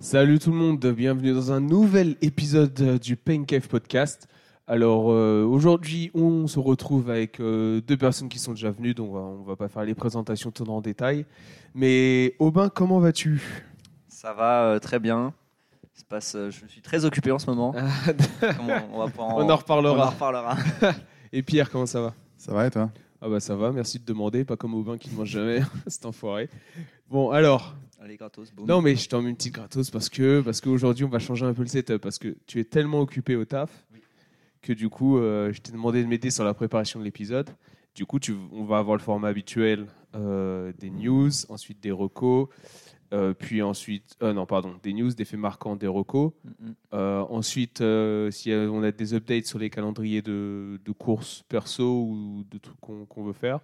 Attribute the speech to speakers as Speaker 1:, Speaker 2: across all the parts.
Speaker 1: Salut tout le monde, bienvenue dans un nouvel épisode euh, du Pain Cave Podcast. Alors euh, aujourd'hui, on se retrouve avec euh, deux personnes qui sont déjà venues, donc euh, on va pas faire les présentations tout en détail. Mais Aubin, comment vas-tu
Speaker 2: Ça va euh, très bien. Il se passe, euh, je suis très occupé en ce moment. Comme on, on va pas en-
Speaker 1: On en
Speaker 2: on en
Speaker 1: reparlera.
Speaker 2: reparlera.
Speaker 1: Et Pierre, comment ça va
Speaker 3: Ça va et toi
Speaker 1: Ah bah ça va, merci de demander, pas comme Aubin qui ne mange jamais, c'est enfoiré. Bon alors,
Speaker 2: Allez, gratos, boum.
Speaker 1: non mais je t'en mets une petite gratos parce que parce qu'aujourd'hui on va changer un peu le setup, parce que tu es tellement occupé au taf que du coup euh, je t'ai demandé de m'aider sur la préparation de l'épisode. Du coup tu, on va avoir le format habituel euh, des news, ensuite des recos, euh, puis ensuite, euh, non pardon, des news, des faits marquants, des recos,
Speaker 2: Mm, mm.
Speaker 1: euh, ensuite, euh, si euh, on a des updates sur les calendriers de, de courses perso ou de trucs qu'on qu'on veut faire.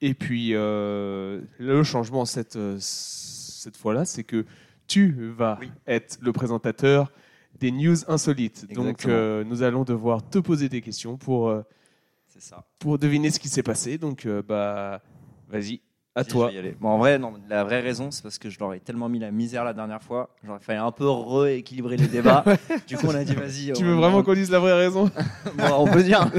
Speaker 1: Et puis, euh, le changement cette, euh, cette fois-là, c'est que tu vas
Speaker 2: Oui.
Speaker 1: être le présentateur des news insolites. Donc,
Speaker 2: Exactement.
Speaker 1: euh, nous allons devoir te poser des questions pour, euh,
Speaker 2: C'est ça.
Speaker 1: pour deviner ce qui s'est passé. Donc, euh, bah, vas-y, à
Speaker 2: Si,
Speaker 1: toi.
Speaker 2: je vais y aller. Bon, en vrai, non, la vraie raison, c'est parce que je leur ai tellement mis la misère la dernière fois. J'aurais fallu un peu rééquilibrer les débats. du coup, on a dit, vas-y.
Speaker 1: Tu
Speaker 2: on-
Speaker 1: veux vraiment
Speaker 2: on-
Speaker 1: qu'on dise la vraie raison
Speaker 2: Bon, on peut dire.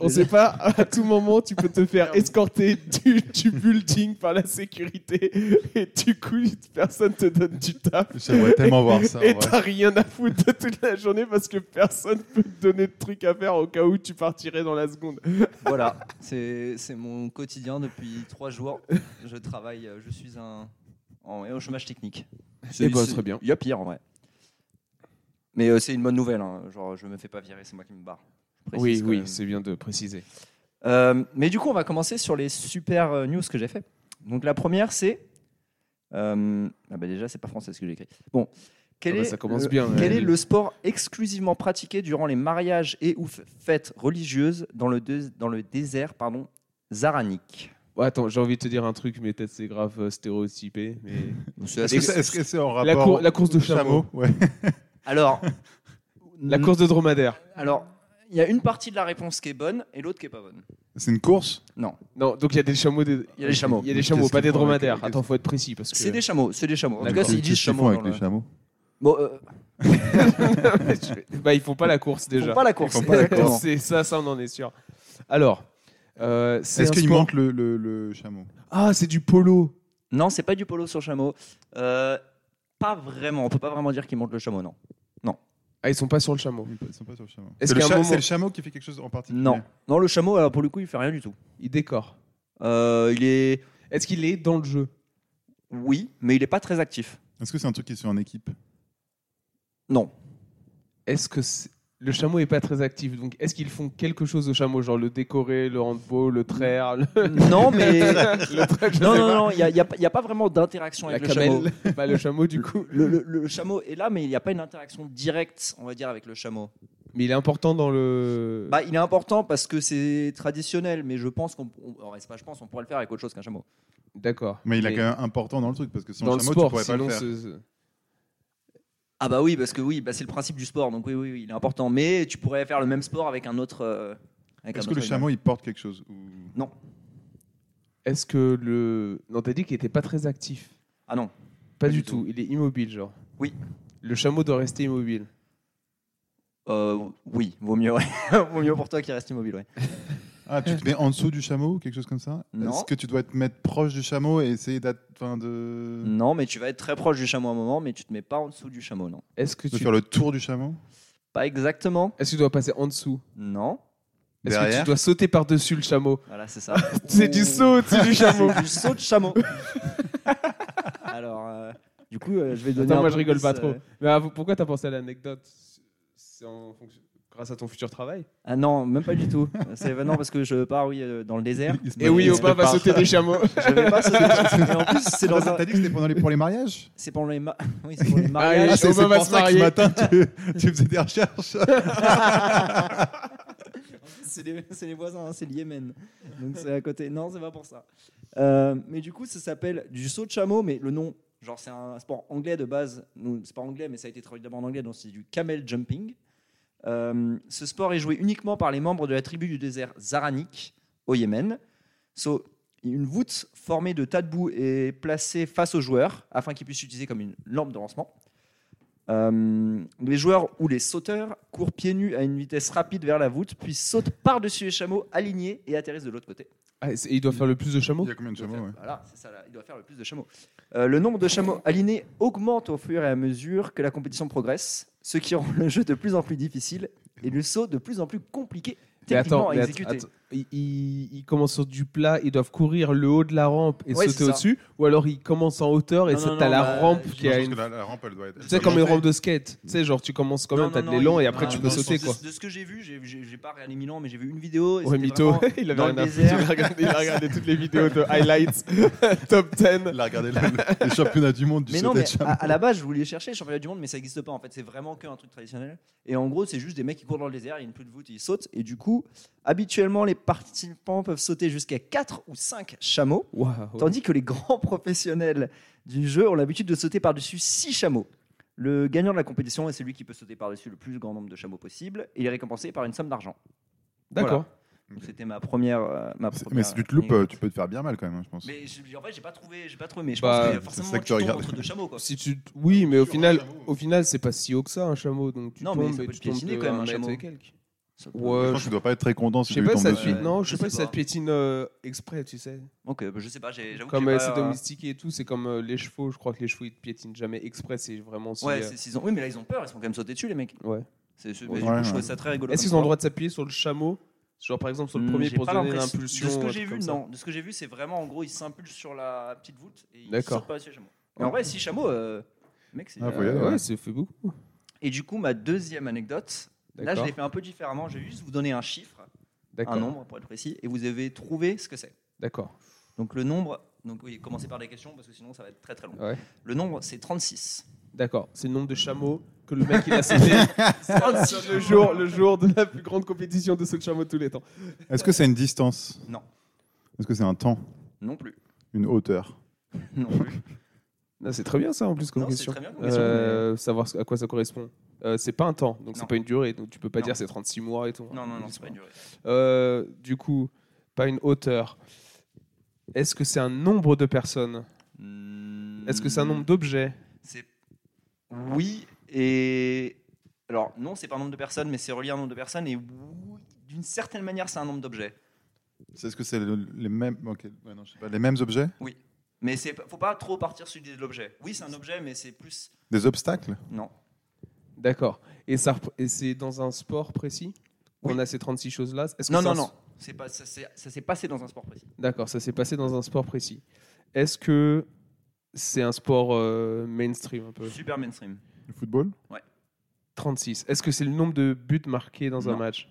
Speaker 1: On sait pas, à tout moment, tu peux te faire escorter du, du building par la sécurité et du coup, personne te donne du taf.
Speaker 3: J'aimerais tellement voir ça. en
Speaker 1: Et
Speaker 3: vrai.
Speaker 1: t'as rien à foutre de toute la journée parce que personne peut te donner de trucs à faire au cas où tu partirais dans la seconde.
Speaker 2: voilà, c'est c'est mon quotidien depuis trois jours. Je travaille, euh, je suis un en, au chômage technique. C'est-
Speaker 1: bah,
Speaker 2: c'est-
Speaker 1: très bien.
Speaker 2: Il y a pire en vrai. Mais euh, c'est une bonne nouvelle. hein. Genre, je me fais pas virer, c'est moi qui me barre. Je précise quand même.
Speaker 1: bien de préciser.
Speaker 2: Euh, mais du coup, on va commencer sur les super euh, news que j'ai fait. Donc la première, c'est euh, ah bah déjà, c'est pas français ce que j'ai écrit. Bon, quel
Speaker 1: Ah bah,
Speaker 2: est
Speaker 1: ça commence
Speaker 2: le-
Speaker 1: bien, ouais.
Speaker 2: Quel est le sport exclusivement pratiqué durant les mariages et ou f- fêtes religieuses dans le dés- dans le désert, pardon, zaranique
Speaker 1: attends, j'ai envie de te dire un truc, mais peut-être c'est grave euh, stéréotypé. Mais...
Speaker 3: Est-ce que c'est est-ce que c'est en rapport
Speaker 1: La, cour- la course de
Speaker 3: au
Speaker 1: chameau,
Speaker 3: ouais.
Speaker 2: Alors,
Speaker 1: la course de dromadaire.
Speaker 2: alors, il y a une partie de la réponse qui est bonne et l'autre qui est pas bonne.
Speaker 3: C'est une course
Speaker 2: Non,
Speaker 1: Non, donc il y a des chameaux. des-
Speaker 2: Il y a des chameaux.
Speaker 1: Il y a des chameaux,
Speaker 3: Qu'est-ce
Speaker 1: pas
Speaker 3: qu'ils
Speaker 1: des
Speaker 3: font avec-
Speaker 1: dromadaires.
Speaker 3: qu'est-ce-
Speaker 1: Attends, faut être précis parce que.
Speaker 2: c'est des chameaux, c'est des chameaux. En tout cas,
Speaker 1: D'accord.
Speaker 2: ils disent
Speaker 3: Qu'est-ce qu'ils
Speaker 2: chameaux.
Speaker 3: font
Speaker 2: dans
Speaker 3: avec
Speaker 2: le-
Speaker 3: les chameaux
Speaker 2: Bon, euh,
Speaker 1: bah, ils font pas la course
Speaker 2: ils
Speaker 1: déjà.
Speaker 2: font pas la course.
Speaker 3: font pas la
Speaker 2: exactement.
Speaker 3: course.
Speaker 1: C'est ça, ça on en est sûr. Alors, euh, c'est
Speaker 3: Est-ce
Speaker 1: un
Speaker 3: qu'ils
Speaker 1: sport-
Speaker 3: montent le, le, le chameau
Speaker 1: Ah, c'est du polo.
Speaker 2: Non, c'est pas du polo sur chameau. Euh, pas vraiment. On peut pas vraiment dire qu'ils montent le chameau, non.
Speaker 1: Ah, ils sont pas sur le chameau.
Speaker 3: Ils sont pas sur le chameau.
Speaker 1: Est-ce
Speaker 3: C'est le,
Speaker 1: qu'à un
Speaker 3: cha-
Speaker 1: moment-
Speaker 3: c'est le chameau qui fait quelque chose en particulier
Speaker 2: Non. Non, le chameau, alors, pour le coup, il fait rien du tout.
Speaker 1: Ils décorent.
Speaker 2: Euh, il est.
Speaker 1: Est-ce qu'il est dans le jeu
Speaker 2: Oui, mais il est pas très actif.
Speaker 3: Est-ce que c'est un truc qui se fait en équipe
Speaker 2: Non.
Speaker 1: Est-ce que c'est- le chameau est pas très actif Donc, est-ce qu'ils font quelque chose au chameau, genre le décorer, le handball, le traire, le,
Speaker 2: non, mais.
Speaker 1: le traire, je
Speaker 2: non,
Speaker 1: sais
Speaker 2: non,
Speaker 1: pas.
Speaker 2: non, il n'y a, il y a pas- il y a pas vraiment d'interaction
Speaker 1: la
Speaker 2: avec le chameau.
Speaker 1: camelle, pas le chameau du coup.
Speaker 2: Le, le- le chameau est là, mais il n'y a pas une interaction directe, on va dire, avec le chameau.
Speaker 1: Mais il est important dans le.
Speaker 2: Bah, il est important parce que c'est traditionnel, mais je pense qu'on, on- en reste pas, je pense, on pourrait le faire avec autre chose qu'un chameau.
Speaker 1: D'accord.
Speaker 3: Mais il est quand même important dans le truc parce que sans
Speaker 1: dans
Speaker 3: le
Speaker 1: le
Speaker 3: chameau, tu
Speaker 1: sport,
Speaker 3: pourrais pas
Speaker 1: sinon.
Speaker 3: le faire.
Speaker 1: ce- ce-
Speaker 2: Ah bah oui, parce que oui, bah c'est le principe du sport, donc oui, oui, oui, il est important. Mais tu pourrais faire le même sport avec un autre. euh, avec un
Speaker 3: Est-ce que
Speaker 2: autre
Speaker 3: le
Speaker 2: animal.
Speaker 3: chameau il porte quelque chose ou...
Speaker 1: Est-ce que le. Non, t'as dit qu'il était pas très actif.
Speaker 2: Ah non.
Speaker 1: Pas, du tout. Il est immobile, genre.
Speaker 2: Oui.
Speaker 1: Le chameau doit rester immobile.
Speaker 2: Euh, oui, vaut mieux, ouais. vaut mieux pour toi qui reste immobile, ouais.
Speaker 3: Ah, tu te mets en dessous du chameau ou quelque chose comme ça
Speaker 2: Non.
Speaker 3: Est-ce que tu dois te mettre proche du chameau et essayer d'atte- enfin,
Speaker 1: Mm.
Speaker 3: de...
Speaker 2: Non, mais tu vas être très proche du chameau à un moment, mais tu te mets pas en dessous du chameau, non.
Speaker 1: Est-ce que
Speaker 3: de
Speaker 1: tu
Speaker 3: faire le tour du chameau
Speaker 2: Pas exactement.
Speaker 1: Est-ce que tu dois passer en dessous
Speaker 2: Non.
Speaker 1: Est-ce que tu
Speaker 3: Derrière
Speaker 1: dois sauter par-dessus le chameau
Speaker 2: Voilà, c'est ça.
Speaker 1: C'est du saut au-dessus du chameau.
Speaker 2: C'est du saut de chameau. Alors, euh, du coup, euh, je vais donner.
Speaker 1: Attends,
Speaker 2: un
Speaker 1: moi
Speaker 2: peu
Speaker 1: je rigole
Speaker 2: plus,
Speaker 1: pas trop.
Speaker 2: euh,
Speaker 1: Mais ah, vous- pourquoi t'as pensé à l'anecdote C'est en fonction- grâce à ton futur travail
Speaker 2: Ah non, même pas du tout. C'est bah non parce que je pars, oui, euh, dans le désert.
Speaker 3: Il se
Speaker 1: Et Eh oui,
Speaker 3: il se
Speaker 1: Oba va
Speaker 3: prépare.
Speaker 1: sauter des chameaux.
Speaker 2: Je vais pas. sauter. Mais en plus, c'est dans un.
Speaker 3: Ah, T'as dit que c'était pendant les- pour les mariages
Speaker 2: C'est pendant les, ma- oui, c'est pour les
Speaker 1: Ah,
Speaker 2: mariages.
Speaker 1: il- Obama va se marier.
Speaker 3: matin, tu, tu faisais des recherches.
Speaker 2: c'est les, c'est les voisins, hein, c'est le Yémen. Donc c'est à côté. Non, c'est pas pour ça. Euh, mais du coup, ça s'appelle du saut de chameau, mais le nom, genre c'est un sport anglais de base. Nous, C'est pas anglais, mais ça a été traduit d'abord en anglais, donc c'est du camel jumping. Euh, ce sport est joué uniquement par les membres de la tribu du désert Zaranik au Yémen. So, une voûte formée de tas de boue est placée face aux joueurs afin qu'ils puissent l'utiliser comme une lampe de lancement. Euh, les joueurs ou les sauteurs courent pieds nus à une vitesse rapide vers la voûte, puis sautent par-dessus les chameaux alignés et atterrissent de l'autre côté.
Speaker 1: Ah, c'est- et il doit faire le plus de
Speaker 3: Il
Speaker 1: chameaux
Speaker 3: y a combien
Speaker 2: Il
Speaker 3: de
Speaker 2: doit
Speaker 3: chameaux
Speaker 2: faire-
Speaker 3: ouais.
Speaker 2: Voilà, c'est ça, là, il doit faire le plus de chameaux. Euh, le nombre de chameaux alignés augmente au fur et à mesure que la compétition progresse, ce qui rend le jeu de plus en plus difficile et le saut de plus en plus compliqué
Speaker 1: Mais
Speaker 2: techniquement à
Speaker 1: mais att-
Speaker 2: exécuter.
Speaker 1: attends, Ils, ils- ils commencent sur du plat, ils doivent courir le haut de la rampe et
Speaker 2: Ouais, c'est
Speaker 1: sauter
Speaker 2: ça.
Speaker 1: au-dessus, ou alors ils commencent en hauteur et
Speaker 2: Non,
Speaker 1: ça,
Speaker 2: non,
Speaker 1: t'as
Speaker 2: non,
Speaker 1: la
Speaker 2: bah,
Speaker 1: rampe
Speaker 2: je
Speaker 1: qui a
Speaker 3: Je pense
Speaker 1: une.
Speaker 3: que la, la rampe, elle doit être.
Speaker 1: Tu sais, comme les
Speaker 3: elle
Speaker 1: rampes de skate, tu sais, genre tu commences quand
Speaker 2: Non,
Speaker 1: même, t'as
Speaker 2: non,
Speaker 1: de
Speaker 2: non,
Speaker 1: l'élan
Speaker 2: il-
Speaker 1: et après
Speaker 2: non,
Speaker 1: tu
Speaker 2: non,
Speaker 1: peux
Speaker 2: non,
Speaker 1: sauter
Speaker 2: de-
Speaker 1: quoi.
Speaker 2: De ce que j'ai vu, j'ai- j'ai j'ai pas regardé Milan, mais j'ai vu une vidéo. et
Speaker 1: Ouais,
Speaker 2: c'était
Speaker 1: mytho,
Speaker 2: vraiment-
Speaker 1: il avait
Speaker 2: dans
Speaker 1: rien
Speaker 2: le
Speaker 1: à foutre.
Speaker 2: désert.
Speaker 1: Il a regardé- il a regardé toutes les vidéos de highlights, top 10.
Speaker 3: a regardé le, le- les championnats du monde du
Speaker 2: Mais
Speaker 3: saut
Speaker 2: non, mais ah,
Speaker 3: de chameau.
Speaker 2: à, à la base, je voulais chercher les championnats du monde, mais ça n'existe pas en fait. C'est vraiment qu'un truc traditionnel. Et en gros, c'est juste des mecs qui courent dans le désert, il y a une pluie de voûte, et ils sautent. Et du coup, habituellement, les participants peuvent sauter jusqu'à 4 ou 5 chameaux,
Speaker 1: Oh.
Speaker 2: tandis que les grands professionnels du jeu ont l'habitude de sauter par-dessus 6 chameaux. Le gagnant de la compétition est celui qui peut sauter par-dessus le plus grand nombre de chameaux possible, et il est récompensé par une somme d'argent.
Speaker 1: D'accord.
Speaker 2: Donc, C'était ma première. euh, ma
Speaker 3: C'est-
Speaker 2: première
Speaker 3: Mais si tu te loupes,
Speaker 2: anecdote.
Speaker 3: euh, tu peux te faire bien mal quand même, hein, je pense.
Speaker 2: Mais je- en fait, j'ai pas trouvé, j'ai pas trouvé, mais je
Speaker 1: Bah,
Speaker 2: pense que
Speaker 3: c'est
Speaker 2: forcément,
Speaker 3: ça que
Speaker 2: tu
Speaker 3: tu
Speaker 2: tombes
Speaker 3: regardes.
Speaker 2: entre deux chameaux, quoi.
Speaker 1: Si tu... Oui, mais au
Speaker 3: Sur un
Speaker 1: final,
Speaker 3: chameau.
Speaker 1: au final c'est pas si haut que ça un chameau. Donc tu
Speaker 2: Non, mais ça
Speaker 1: tombes
Speaker 2: peut
Speaker 1: et
Speaker 2: te
Speaker 1: tu tombes de
Speaker 2: piétiner, quand même, un
Speaker 1: un mètre
Speaker 2: chameau.
Speaker 1: et quelques.
Speaker 2: Ça peut-
Speaker 3: Je
Speaker 1: Ouais,
Speaker 3: pense
Speaker 1: je-
Speaker 3: que tu dois pas être très content
Speaker 1: je
Speaker 3: si
Speaker 1: sais
Speaker 3: tu lui
Speaker 1: pas si ça
Speaker 3: tombes
Speaker 1: te
Speaker 3: dessus.
Speaker 1: piétine, non,
Speaker 2: Je
Speaker 1: je sais pas
Speaker 2: sais
Speaker 1: si ça te
Speaker 2: pas.
Speaker 1: piétine euh, exprès, tu sais.
Speaker 2: Ok, bah, je sais pas, j'ai- j'avoue que
Speaker 1: Comme
Speaker 2: j'ai
Speaker 1: euh,
Speaker 2: pas-
Speaker 1: c'est domestiqué et tout, c'est comme euh, les chevaux, je crois que les chevaux ils te piétinent jamais exprès, c'est vraiment si,
Speaker 2: Ouais,
Speaker 1: euh,
Speaker 2: c'est- s'ils ont- Oui, mais là ils ont peur, ils sont quand même sautés dessus les mecs.
Speaker 1: Ouais.
Speaker 2: C'est c'est-
Speaker 1: Ouais,
Speaker 2: mais du coup,
Speaker 3: ouais.
Speaker 2: je trouvais ça très rigolo.
Speaker 1: Est-ce
Speaker 2: comme
Speaker 1: qu'ils ont le
Speaker 2: ça.
Speaker 1: droit de s'appuyer sur le chameau Genre par exemple sur le
Speaker 2: Hmm,
Speaker 1: premier
Speaker 2: j'ai
Speaker 1: pour
Speaker 2: pas
Speaker 1: donner
Speaker 2: l'impression-
Speaker 1: l'impulsion.
Speaker 2: De
Speaker 1: un
Speaker 2: ce que
Speaker 1: truc
Speaker 2: j'ai vu,
Speaker 1: comme ça.
Speaker 2: non. De ce que j'ai vu, c'est vraiment en gros, ils s'impulsent sur la petite voûte et ils
Speaker 1: D'accord.
Speaker 2: sortent pas dessus les chameaux. Mais en vrai, si chameau, euh, mec, c'est.
Speaker 3: Ah, faut y
Speaker 1: Euh,
Speaker 3: aller,
Speaker 1: ouais,
Speaker 3: ouais.
Speaker 1: c'est fait beaucoup.
Speaker 2: Et du coup, ma deuxième anecdote, là je
Speaker 1: D'accord.
Speaker 2: l'ai fait un peu différemment. Je vais juste vous donner un chiffre, un
Speaker 1: D'accord.
Speaker 2: nombre pour être précis, et vous devez trouver ce que c'est.
Speaker 1: D'accord.
Speaker 2: Donc le nombre, donc oui, commencez par des questions parce que sinon ça va être très très long.
Speaker 1: Ouais.
Speaker 2: Le nombre c'est 36.
Speaker 1: D'accord. C'est le nombre de chameaux que le mec il a sauté
Speaker 2: 36
Speaker 1: le jour, le jour de la plus grande compétition de saut de chameau de tous les temps.
Speaker 3: Est-ce que c'est une distance
Speaker 2: Non.
Speaker 3: Est-ce que c'est un temps
Speaker 2: Non plus.
Speaker 3: Une hauteur
Speaker 2: Non plus.
Speaker 1: Ah, c'est très bien ça en plus comme
Speaker 2: Non, c'est
Speaker 1: question.
Speaker 2: très bien comme question,
Speaker 1: Euh, Savoir ce- à quoi ça correspond. Euh, c'est pas un temps, donc
Speaker 2: Non.
Speaker 1: c'est pas une durée, donc tu peux pas
Speaker 2: Non.
Speaker 1: dire c'est 36 mois et tout.
Speaker 2: Non non non, c'est pas une durée.
Speaker 1: Euh, du coup, pas une hauteur. Est-ce que c'est un nombre de personnes Est-ce que c'est un nombre d'objets
Speaker 2: C'est oui et alors non, c'est pas un nombre de personnes, mais c'est relié à un nombre de personnes et oui, d'une certaine manière c'est un nombre d'objets.
Speaker 3: C'est Est-ce que c'est le- les mêmes ok, ouais, non, je sais pas, les mêmes objets
Speaker 2: Mais c'est faut pas trop partir sur l'idée de l'objet. Oui, c'est un objet, mais c'est plus
Speaker 3: Des obstacles
Speaker 2: non.
Speaker 1: D'accord. Et, ça repr- et c'est dans un sport précis qu'on a ces 36 choses-là Est-ce que
Speaker 2: Non
Speaker 1: c'est
Speaker 2: non
Speaker 1: un-
Speaker 2: non. C'est pas ça s'est ça s'est passé dans un sport précis.
Speaker 1: D'accord, ça s'est passé dans un sport précis. Est-ce que c'est un sport euh, mainstream un peu
Speaker 2: Super mainstream.
Speaker 3: Le football
Speaker 1: 36. Est-ce que c'est le nombre de buts marqués dans un
Speaker 2: Non.
Speaker 1: match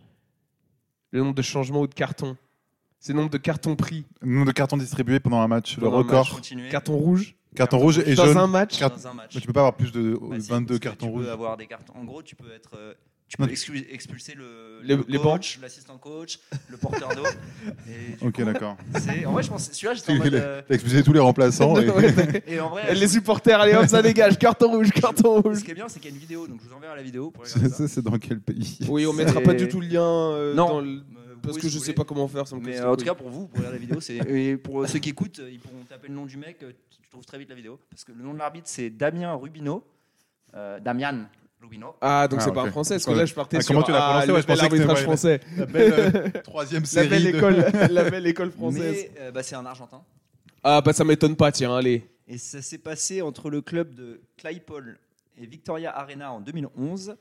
Speaker 1: Le nombre de changements ou de cartons C'est le nombre de cartons pris
Speaker 3: Le nombre de cartons distribués pendant un match Le
Speaker 1: Pendant un
Speaker 3: record
Speaker 2: Continuer
Speaker 1: Carton rouge
Speaker 3: Carton rouge et
Speaker 1: Dans
Speaker 3: jaune
Speaker 1: un match
Speaker 3: Carte-
Speaker 2: dans un match.
Speaker 3: Mais tu peux pas avoir plus de
Speaker 2: Bah, si,
Speaker 3: 22
Speaker 2: parce que
Speaker 3: cartons
Speaker 2: tu
Speaker 3: rouges.
Speaker 2: peux avoir des cartons. En gros, tu peux être. euh, Tu
Speaker 3: Non,
Speaker 2: peux
Speaker 3: tu-
Speaker 2: exclu- expulser le,
Speaker 1: Les-
Speaker 2: le
Speaker 1: les
Speaker 2: coach, l'assistant coach, le porteur d'eau. Et du
Speaker 3: Ok,
Speaker 2: coup,
Speaker 3: d'accord.
Speaker 2: c'est- En vrai, je pense celui-là, j'étais en
Speaker 3: Il
Speaker 2: mode.
Speaker 3: est-
Speaker 2: euh,
Speaker 3: T'as expulsé tous les remplaçants. et-
Speaker 2: Et en vrai,
Speaker 1: Les supporters, allez hop, ça dégage Carton rouge, carton
Speaker 2: ce
Speaker 1: rouge
Speaker 2: qui est bien, c'est qu'il y a une vidéo, donc je vous enverrai la vidéo pour regarder ça.
Speaker 3: Ça, c'est dans quel pays
Speaker 1: Oui, on
Speaker 2: C'est-
Speaker 1: mettra pas du tout le lien euh,
Speaker 2: Non.
Speaker 1: dans le-
Speaker 2: Euh,
Speaker 1: Parce
Speaker 2: vous pouvez,
Speaker 1: que
Speaker 2: si
Speaker 1: je
Speaker 2: vous
Speaker 1: sais
Speaker 2: voulez.
Speaker 1: pas comment faire. ça me
Speaker 2: Mais
Speaker 1: casse
Speaker 2: euh,
Speaker 1: les
Speaker 2: en tout
Speaker 1: couilles.
Speaker 2: cas, pour vous, vous pouvez regarder la vidéo. c'est- Et pour euh, ceux qui écoutent, euh, ils pourront taper le nom du mec. euh, Tu tu trouves très vite la vidéo. Parce que le nom de l'arbitre, c'est Damien Rubino. Euh, Damian Rubino.
Speaker 1: Ah, donc
Speaker 3: Ah,
Speaker 1: c'est pas
Speaker 3: ok.
Speaker 1: un français, parce que
Speaker 3: Parce que-
Speaker 1: là je partais
Speaker 3: Ah,
Speaker 1: sur
Speaker 3: comment tu l'as prononcé
Speaker 1: ah,
Speaker 3: Ouais,
Speaker 1: le
Speaker 3: je pensais
Speaker 1: bel
Speaker 3: que c'était-
Speaker 1: arbitrage
Speaker 3: ouais,
Speaker 1: français.
Speaker 3: La belle euh, troisième
Speaker 1: La
Speaker 3: série.
Speaker 1: belle
Speaker 3: de-
Speaker 1: école, la belle école française.
Speaker 2: Mais euh, bah, c'est un Argentin.
Speaker 1: Ah bah ça m'étonne pas, tiens, allez.
Speaker 2: Et ça s'est passé entre le club de Claypole et Victoria Arena en 2011.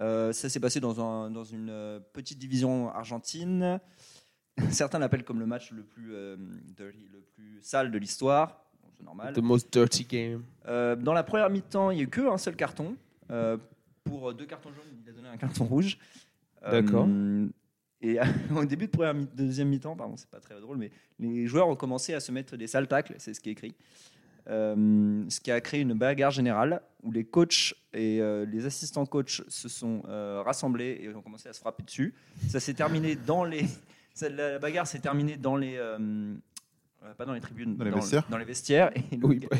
Speaker 2: Euh, ça s'est passé dans, un- dans une euh, petite division argentine. Certains l'appellent comme le match le plus, euh, dirty, le plus sale de l'histoire. Bon, c'est normal.
Speaker 1: The most dirty game.
Speaker 2: Euh, dans la première mi-temps, il n'y a eu qu'un seul carton. Euh, pour deux cartons jaunes, il a donné un carton rouge. Euh,
Speaker 1: D'accord.
Speaker 2: et au début de première mi- deuxième mi-temps, pardon, c'est pas très drôle, mais les joueurs ont commencé à se mettre des sales tacles, c'est ce qui est écrit. Euh, ce qui a créé une bagarre générale où les coachs et euh, les assistants coachs se sont euh, rassemblés et ont commencé à se frapper dessus. Ça s'est terminé dans les. ça- la, la bagarre s'est terminée dans les. euh, euh, pas dans les tribunes,
Speaker 3: Dans les vestiaires bah.
Speaker 2: dans les vestiaires. Et le-
Speaker 1: Oui, bah,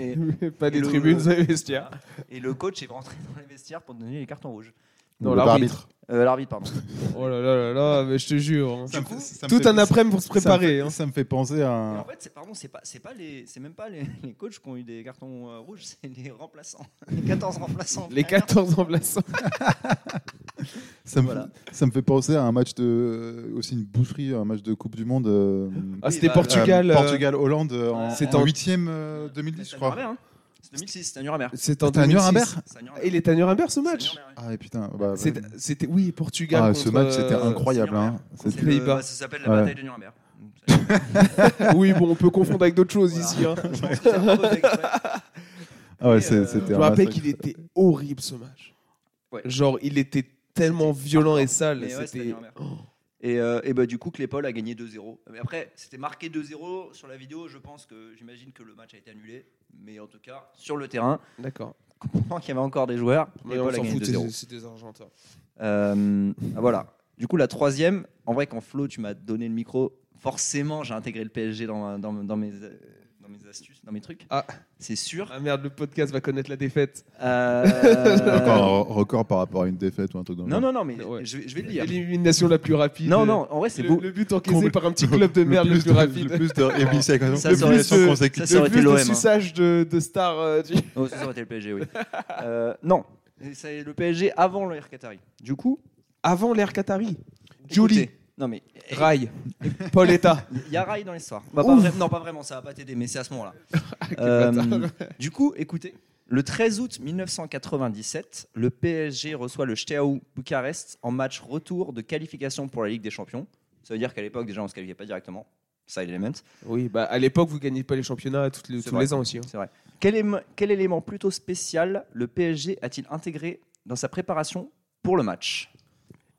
Speaker 2: et-
Speaker 1: pas
Speaker 2: et
Speaker 1: des
Speaker 2: le-
Speaker 1: tribunes, c'est les vestiaires.
Speaker 2: et le coach est rentré dans les vestiaires pour donner les cartons rouges.
Speaker 1: Non,
Speaker 3: Ou
Speaker 1: l'arbitre.
Speaker 2: Euh, L'arbitre, pardon.
Speaker 1: Oh là là là là, mais je te jure. hein.
Speaker 3: Ça me
Speaker 2: Du coup,
Speaker 3: fait- ça me
Speaker 1: Tout
Speaker 3: fait-
Speaker 1: un après-midi pour se
Speaker 3: ça me fait-
Speaker 1: préparer. hein.
Speaker 3: Ça me fait penser à.
Speaker 2: Mais
Speaker 3: un-
Speaker 2: en fait, c'est- pardon, c'est pas, c'est pas les, c'est même pas les, les coachs qui ont eu des cartons euh, rouges, c'est les remplaçants, les 14 remplaçants.
Speaker 1: Les
Speaker 2: Frère.
Speaker 1: 14 remplaçants.
Speaker 3: Ça me,
Speaker 2: Voilà.
Speaker 3: ça me fait penser à un match de. Aussi une boucherie, un match de Coupe du Monde. euh,
Speaker 1: Ah, c'était
Speaker 2: bah,
Speaker 1: Portugal.
Speaker 3: euh,
Speaker 1: euh,
Speaker 3: Portugal-Hollande euh, en,
Speaker 1: C'est
Speaker 3: en
Speaker 1: en-
Speaker 3: 8e euh, 2010,
Speaker 2: C'est
Speaker 3: je
Speaker 2: à
Speaker 3: crois.
Speaker 2: Nuremberg, hein. C'est 2006, c'est à Nuremberg.
Speaker 1: C'est en
Speaker 3: T'as
Speaker 1: 2006.
Speaker 3: Nuremberg
Speaker 2: C'est à Nuremberg.
Speaker 1: Il est à Nuremberg ce
Speaker 2: C'est à
Speaker 1: match
Speaker 2: Nuremberg, oui.
Speaker 3: Ah, et putain. bah,
Speaker 1: C'est- C'était oui Portugal.
Speaker 3: Ah, ce
Speaker 1: contre,
Speaker 3: match, c'était
Speaker 1: euh,
Speaker 3: incroyable. hein.
Speaker 2: C'est
Speaker 3: C'était-
Speaker 2: le-
Speaker 1: Pays-Bas.
Speaker 2: bah, Ça s'appelle la
Speaker 3: Ouais.
Speaker 2: bataille de Nuremberg.
Speaker 1: Oui, bon, on peut confondre avec d'autres choses
Speaker 2: Voilà.
Speaker 1: ici. hein.
Speaker 2: Je pense que c'est un peu fait exprès.
Speaker 3: Ah ouais,
Speaker 2: Et,
Speaker 3: c'est-
Speaker 2: euh,
Speaker 3: c'était
Speaker 1: Je
Speaker 3: un
Speaker 1: me rappelle
Speaker 3: massacre.
Speaker 1: qu'il était horrible ce match.
Speaker 2: Ouais.
Speaker 1: Genre, il était tellement violent et sale.
Speaker 2: Mais ouais, c'était
Speaker 1: c'était
Speaker 2: Nuremberg. Et, euh, et bah, du coup, Claypol a gagné 2-0. Mais après, c'était marqué 2-0 sur la vidéo. Je pense que j'imagine que le match a été annulé. Mais en tout cas, sur le terrain,
Speaker 1: D'accord.
Speaker 2: comprend qu'il y avait encore des joueurs.
Speaker 1: Mais on
Speaker 2: Claypol a
Speaker 1: s'en
Speaker 2: gagné
Speaker 1: fout, c'est
Speaker 2: 2-0.
Speaker 1: c'est des Argentins.
Speaker 2: Euh, ah, voilà. Du coup, la troisième, en vrai, quand Flo, tu m'as donné le micro, forcément, j'ai intégré le PSG dans, ma- dans, dans mes, euh, dans mes astuces, dans mes trucs.
Speaker 1: Ah.
Speaker 2: C'est sûr.
Speaker 1: Ah merde, le podcast va connaître la défaite.
Speaker 2: Euh,
Speaker 3: Encore un re- record par rapport à une défaite ou un truc dans le
Speaker 2: Non,
Speaker 3: genre.
Speaker 2: non, non, mais
Speaker 1: Ouais.
Speaker 2: je, vais- je vais le lire.
Speaker 1: L'élimination la plus rapide.
Speaker 2: Non, non, en vrai, c'est
Speaker 1: Le,
Speaker 2: beau.
Speaker 1: le but encaissé
Speaker 3: Comble-
Speaker 1: par un petit club de merde le,
Speaker 3: plus
Speaker 1: plus
Speaker 3: de-
Speaker 1: rapide.
Speaker 3: Le plus de répliques avec-
Speaker 2: Ça,
Speaker 3: le
Speaker 2: ça aurait
Speaker 3: plus
Speaker 1: été-
Speaker 3: de
Speaker 1: ça,
Speaker 3: consécutifs.
Speaker 2: Ça, ça aurait
Speaker 1: le plus
Speaker 2: été
Speaker 1: de
Speaker 2: l'OM. hein.
Speaker 1: suçage de, de stars. euh, du-
Speaker 2: Non, Oh, ça ça aurait été le PSG, oui. Euh, non, c'est le PSG avant le R Qatari. Du coup,
Speaker 1: Avant l'ère Qatari.
Speaker 2: écoutez,
Speaker 1: Julie,
Speaker 2: Non, mais
Speaker 1: Rai, Pauletta.
Speaker 2: il y a Rai dans l'histoire. Bah, pas
Speaker 1: Ouf.
Speaker 2: vra- non, pas vraiment, ça va pas t'aider, mais c'est à ce moment-là.
Speaker 1: Euh,
Speaker 2: Euh, du coup, écoutez, le 13 août 1997, le PSG reçoit le Steaua Bucarest en match retour de qualification pour la Ligue des Champions. Ça veut dire qu'à l'époque, déjà, on se qualifiait pas directement. Side element.
Speaker 1: Oui, bah à l'époque, vous gagnez pas les championnats toutes les-
Speaker 2: C'est
Speaker 1: tous
Speaker 2: vrai.
Speaker 1: les ans aussi. hein.
Speaker 2: Quel, éme- quel élément plutôt spécial le PSG a-t-il intégré dans sa préparation pour le match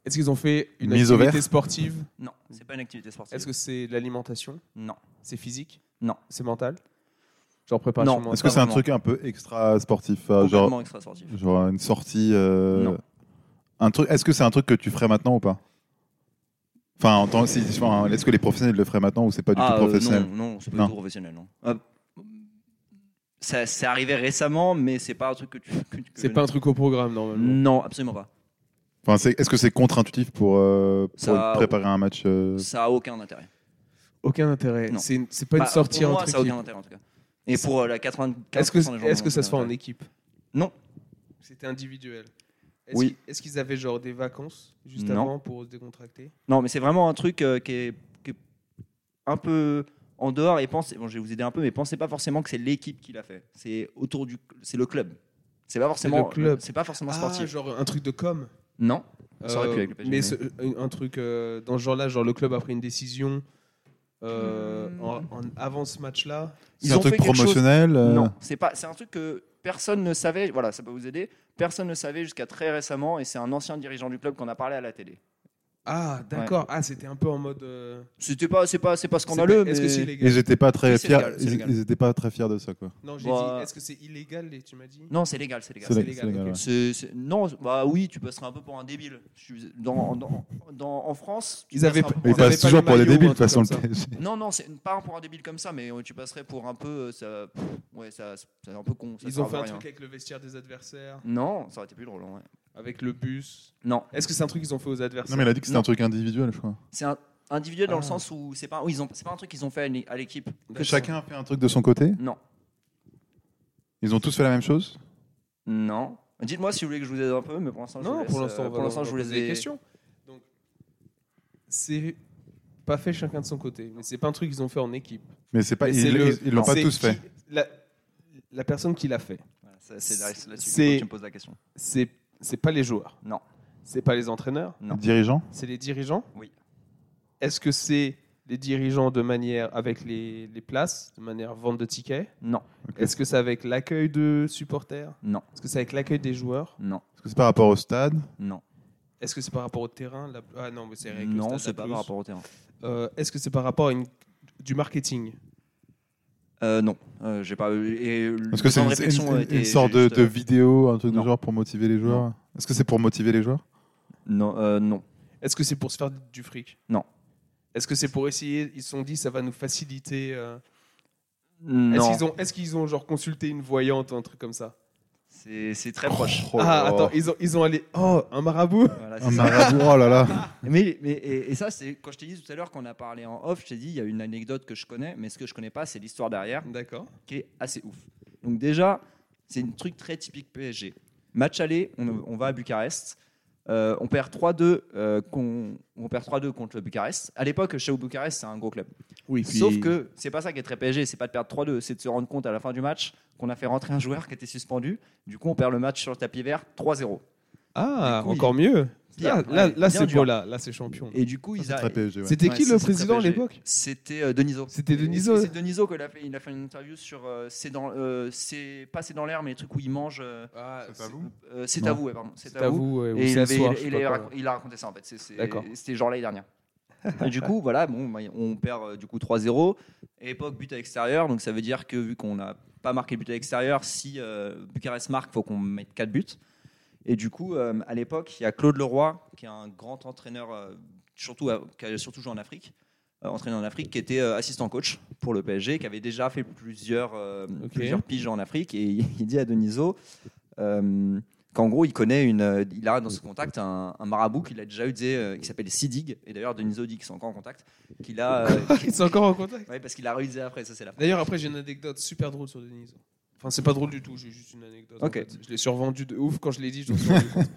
Speaker 1: Est-ce qu'ils ont fait une
Speaker 3: Mise au
Speaker 1: activité
Speaker 3: vert
Speaker 1: sportive
Speaker 2: Non, c'est pas une activité sportive.
Speaker 1: Est-ce que c'est de l'alimentation
Speaker 2: Non.
Speaker 1: C'est physique
Speaker 2: Non.
Speaker 1: C'est mental Genre préparation
Speaker 2: Non.
Speaker 1: mentale
Speaker 3: Est-ce que c'est un
Speaker 2: Pas
Speaker 3: truc un peu extra sportif euh,
Speaker 2: Complètement
Speaker 3: genre,
Speaker 2: extra sportif.
Speaker 3: genre une sortie. euh,
Speaker 2: Non.
Speaker 3: un truc. Est-ce que c'est un truc que tu ferais maintenant ou pas Enfin, en tant si- enfin, est-ce que les professionnels le feraient maintenant ou c'est pas du
Speaker 2: Ah,
Speaker 3: tout
Speaker 2: euh,
Speaker 3: professionnel
Speaker 2: non, non, c'est pas
Speaker 3: Non.
Speaker 2: du tout professionnel. Non. Ah, ça, c'est arrivé récemment, mais c'est pas un truc que tu. que- que-
Speaker 1: C'est pas un truc au programme normalement.
Speaker 2: Non, absolument pas.
Speaker 3: Enfin, c'est- est-ce que c'est contre-intuitif pour, euh, pour
Speaker 2: Ça-
Speaker 3: préparer un match euh,
Speaker 2: Ça a aucun intérêt.
Speaker 1: Aucun intérêt.
Speaker 2: Non.
Speaker 1: C'est une- c'est pas une
Speaker 2: Bah,
Speaker 1: sortie
Speaker 2: pour
Speaker 1: un
Speaker 2: moi,
Speaker 1: truc.
Speaker 2: ça a
Speaker 1: qui-
Speaker 2: aucun intérêt en tout cas. Et pour euh, la 95
Speaker 1: Est-ce que,
Speaker 2: des gens.
Speaker 1: est-ce que ça se fait
Speaker 2: n'ont
Speaker 1: en
Speaker 2: aucun
Speaker 1: équipe
Speaker 2: Non.
Speaker 1: C'était individuel. Est-ce
Speaker 2: Oui.
Speaker 1: qu'ils- Est-ce qu'ils avaient genre des vacances juste
Speaker 2: Non.
Speaker 1: avant pour se décontracter
Speaker 2: intérêt. Non, mais c'est vraiment un truc euh, qui, est, qui est un peu en dehors. Et pensez, bon, je vais vous aider un peu, mais pensez pas forcément que c'est l'équipe qui l'a fait. C'est autour du, c'est le club. C'est pas forcément
Speaker 1: club.
Speaker 2: C'est pas forcément
Speaker 1: Ah,
Speaker 2: sportif.
Speaker 1: genre un truc de com. Euh,
Speaker 2: Non. Ça aurait pu avec le PSG,
Speaker 1: mais
Speaker 2: mais-
Speaker 1: ce- un truc euh, dans ce genre-là, genre le club a pris une décision euh, en, en- avant ce match-là.
Speaker 3: C'est
Speaker 2: Ils
Speaker 3: un
Speaker 2: ont
Speaker 3: truc
Speaker 2: fait quelque chose-
Speaker 3: promotionnel euh,
Speaker 2: Non, c'est pas. C'est un truc que personne ne savait. Voilà, ça peut vous aider. Personne ne savait jusqu'à très récemment, et c'est un ancien dirigeant du club qu'on a parlé à la télé.
Speaker 1: Ah, d'accord. Ah, c'était un peu en mode. euh,
Speaker 2: C'était pas, c'est pas, c'est pas
Speaker 1: c'est
Speaker 2: scandaleux,
Speaker 1: pas-
Speaker 2: mais
Speaker 1: Est-ce que c'est illégal
Speaker 3: Ils étaient pas très
Speaker 2: Oui, c'est
Speaker 3: fiers.
Speaker 2: légal, c'est
Speaker 3: ils-
Speaker 2: légal.
Speaker 3: ils étaient pas très fiers de ça, quoi.
Speaker 1: Non, j'ai
Speaker 2: Bah-
Speaker 1: dit. Est-ce que c'est illégal les- Tu m'as dit.
Speaker 2: non, c'est légal, c'est légal.
Speaker 3: C'est
Speaker 1: C'est
Speaker 3: légal. c'est
Speaker 1: légal,
Speaker 3: légal,
Speaker 1: ok.
Speaker 2: C'est-
Speaker 3: ouais.
Speaker 2: c'est- non, bah oui, tu passerais un peu pour un débile. Je suis- Dans, dans- dans- en France, tu
Speaker 1: Ils avaient
Speaker 2: passerais un peu
Speaker 1: Ils
Speaker 3: Mais ils
Speaker 2: pour un
Speaker 1: avaient
Speaker 3: passent
Speaker 1: pas
Speaker 3: toujours
Speaker 1: les
Speaker 3: pour des
Speaker 1: maillots ou
Speaker 3: débiles, de
Speaker 1: un
Speaker 3: toute façon, le
Speaker 1: truc
Speaker 3: PSG.
Speaker 2: débile. Non, non, c'est pas pour un débile comme ça, mais euh, tu passerais pour un peu, euh, ça, pff, ouais, ça, c'est un peu con. ça
Speaker 1: Ils
Speaker 2: sert
Speaker 1: ont
Speaker 2: à
Speaker 1: fait un
Speaker 2: rien.
Speaker 1: truc avec le vestiaire des adversaires,
Speaker 2: Non, ça aurait été plus drôle. en vrai.
Speaker 1: avec le bus.
Speaker 2: Non,
Speaker 1: Est-ce que c'est un truc qu'ils ont fait aux adversaires
Speaker 3: Non, mais il a dit que c'était
Speaker 2: Non.
Speaker 3: un truc individuel, je crois.
Speaker 2: c'est un individuel dans le
Speaker 1: Ah.
Speaker 2: sens où c'est pas, où ils ont, c'est pas un truc qu'ils ont fait à l'é- à l'équipe.
Speaker 1: D'accord.
Speaker 3: Chacun a fait un truc de son côté.
Speaker 2: Non,
Speaker 3: Ils ont tous fait la même chose.
Speaker 2: non. Dites-moi si vous voulez que je vous aide un peu, mais pour l'instant, je vous
Speaker 1: Non,
Speaker 2: laisse,
Speaker 1: pour
Speaker 2: euh,
Speaker 1: l'instant, on va-
Speaker 2: pour l'instant,
Speaker 1: on
Speaker 2: je
Speaker 1: va
Speaker 2: vous laisse
Speaker 1: poser des questions. Donc, c'est pas fait chacun de son côté, mais c'est pas un truc qu'ils ont fait en équipe.
Speaker 3: Mais c'est pas,
Speaker 1: Mais
Speaker 3: ils,
Speaker 1: c'est le-
Speaker 3: ils- ils l'ont pas
Speaker 1: c'est
Speaker 3: tous fait.
Speaker 1: qui- La, la personne qui l'a fait,
Speaker 2: Voilà, ça, c'est là- c'est là-dessus
Speaker 1: C'est-
Speaker 2: que tu me poses la question.
Speaker 1: c'est c'est pas les joueurs.
Speaker 2: Non.
Speaker 1: C'est pas les entraîneurs.
Speaker 2: Non.
Speaker 3: Dirigeant.
Speaker 1: C'est les dirigeants.
Speaker 2: Oui.
Speaker 1: Est-ce que c'est les dirigeants de manière avec les, les places, de manière vente de tickets
Speaker 2: Non,
Speaker 1: Est-ce que c'est avec l'accueil de supporters
Speaker 2: Non.
Speaker 1: Est-ce que c'est avec l'accueil des joueurs
Speaker 2: non,
Speaker 3: Est-ce que c'est par rapport au stade
Speaker 2: non.
Speaker 1: Est-ce que c'est par rapport au terrain la- Ah non, mais c'est avec le
Speaker 2: Non,
Speaker 1: stade
Speaker 2: c'est
Speaker 1: à
Speaker 2: pas
Speaker 1: plus.
Speaker 2: par rapport au terrain.
Speaker 1: Euh, Est-ce que c'est par rapport à une... du marketing
Speaker 2: Euh, non, euh, j'ai pas. Et le
Speaker 3: Est-ce que c'est
Speaker 2: temps de
Speaker 3: une,
Speaker 2: réflexion
Speaker 3: une-
Speaker 2: a
Speaker 3: une
Speaker 2: été
Speaker 3: sorte de,
Speaker 2: juste,
Speaker 3: de
Speaker 2: euh,
Speaker 3: vidéo, un truc
Speaker 2: non.
Speaker 3: de genre pour motiver les joueurs Est-ce que c'est pour motiver les joueurs
Speaker 2: Non, euh, non,
Speaker 1: Est-ce que c'est pour se faire du fric
Speaker 2: Non.
Speaker 1: Est-ce que c'est pour essayer Ils se sont dit ça va nous faciliter. euh,
Speaker 2: non.
Speaker 1: Est-ce qu'ils ont, est-ce qu'ils ont genre consulté une voyante ou un truc comme ça
Speaker 4: C'est c'est très proche.
Speaker 3: Oh là
Speaker 1: ah,
Speaker 3: là.
Speaker 1: attends, ils ont, ils ont allé. Oh, un marabout
Speaker 2: Voilà,
Speaker 3: Un
Speaker 2: c'est ça.
Speaker 3: marabout, oh là là.
Speaker 2: Mais, mais- et, et ça, c'est quand je t'ai dit tout à l'heure qu'on a parlé en off, je t'ai dit, il y a une anecdote que je connais, mais ce que je connais pas, c'est l'histoire derrière,
Speaker 1: D'accord.
Speaker 2: qui est assez ouf. Donc déjà, c'est un truc très typique PSG. Match aller, on, on va à Bucarest. Euh, on perd 3-2 euh, qu'on- on perd 3-2 contre le Bucarest. À l'époque, chez Bucarest, c'est un gros club.
Speaker 1: Oui,
Speaker 2: Sauf que c'est pas ça qui est très PSG, c'est pas de perdre 3-2, c'est de se rendre compte à la fin du match qu'on a fait rentrer un joueur qui était suspendu. Du coup, on perd le match sur le tapis vert 3-0.
Speaker 1: Ah,
Speaker 2: Du coup,
Speaker 1: encore mieux. Là,
Speaker 2: Pire,
Speaker 1: là,
Speaker 2: ouais,
Speaker 1: là,
Speaker 2: bien
Speaker 1: c'est
Speaker 2: dur.
Speaker 1: beau, là, là c'est champion.
Speaker 2: Et du coup, ils
Speaker 3: C'est
Speaker 2: a-
Speaker 3: très PSG, ouais.
Speaker 1: C'était
Speaker 2: Ouais,
Speaker 1: qui
Speaker 2: c'est-
Speaker 1: le
Speaker 2: c'est
Speaker 1: président à
Speaker 2: très
Speaker 1: l'époque
Speaker 4: C'était euh, Deniso.
Speaker 1: C'était Deniso.
Speaker 2: C'est Deniso qui a fait, il a fait une interview sur euh, c'est dans euh, c'est pas c'est dans l'air mais les trucs où il mange euh,
Speaker 3: C'est à vous
Speaker 2: euh, c'est
Speaker 3: Non.
Speaker 2: à vous ouais, pardon c'est
Speaker 1: C'est
Speaker 2: à vous
Speaker 1: ouais, ou
Speaker 2: et
Speaker 1: c'est
Speaker 2: il,
Speaker 1: à
Speaker 2: avait-
Speaker 1: soir,
Speaker 2: il-
Speaker 1: je sais
Speaker 2: il
Speaker 1: pas
Speaker 2: a-
Speaker 1: quoi.
Speaker 2: il a raconté ça en fait c'est- c'est-
Speaker 1: D'accord.
Speaker 2: c'était genre l'année dernière et du coup voilà bon bah, on perd euh, du coup 3-0 époque but à l'extérieur donc ça veut dire que vu qu'on n'a pas marqué le but à l'extérieur si euh, Bucarest marque faut qu'on mette 4 buts et du coup euh, à l'époque il y a Claude Leroy qui est un grand entraîneur euh, surtout à- qui a surtout joué en Afrique euh, entraîneur en Afrique qui était euh, assistant coach pour le PSG qui avait déjà fait plusieurs euh,
Speaker 1: Ok.
Speaker 2: plusieurs piges en Afrique et il dit à Deniso euh, qu'en gros, il connaît une, euh, il a dans ce contact un, un marabout qu'il a déjà eu, disait, euh, qui s'appelle Sidig, et d'ailleurs Denis dit qui sont encore en contact, qu'il a, euh,
Speaker 1: Ils sont encore en contact.
Speaker 2: ouais, parce qu'il a réalisé après, ça c'est la.
Speaker 1: D'ailleurs, après, j'ai une anecdote super drôle sur Denise. Enfin, c'est pas drôle du tout, j'ai juste une anecdote. en
Speaker 2: Ok.
Speaker 1: fait. Je l'ai survendu de ouf quand je l'ai dit. Je m'en suis rendu compte.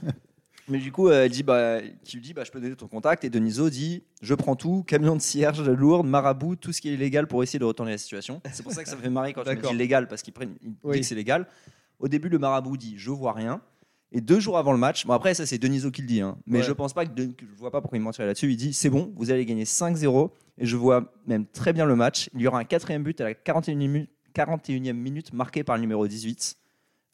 Speaker 2: Mais du coup, euh, elle dit, bah, qui lui dit, bah, je peux donner ton contact, et Deniso dit, je prends tout, camion de cierge, lourde, marabout, tout ce qui est illégal pour essayer de retourner la situation. C'est pour ça que ça me fait marrer quand tu me
Speaker 1: D'accord.
Speaker 2: dis légal, parce qu'il prennent, il
Speaker 1: Oui.
Speaker 2: dit que c'est légal. Au début, le marabout dit, je vois rien. Et deux jours avant le match, bon après ça c'est Deniso qui le dit, hein, mais
Speaker 1: Ouais.
Speaker 2: je pense pas que, De- que- je vois pas pourquoi il mentirait là-dessus. Il dit c'est bon, vous allez gagner 5-0 et je vois même très bien le match. Il y aura un quatrième but à la 41e, minute- 41e minute marqué par le numéro 18.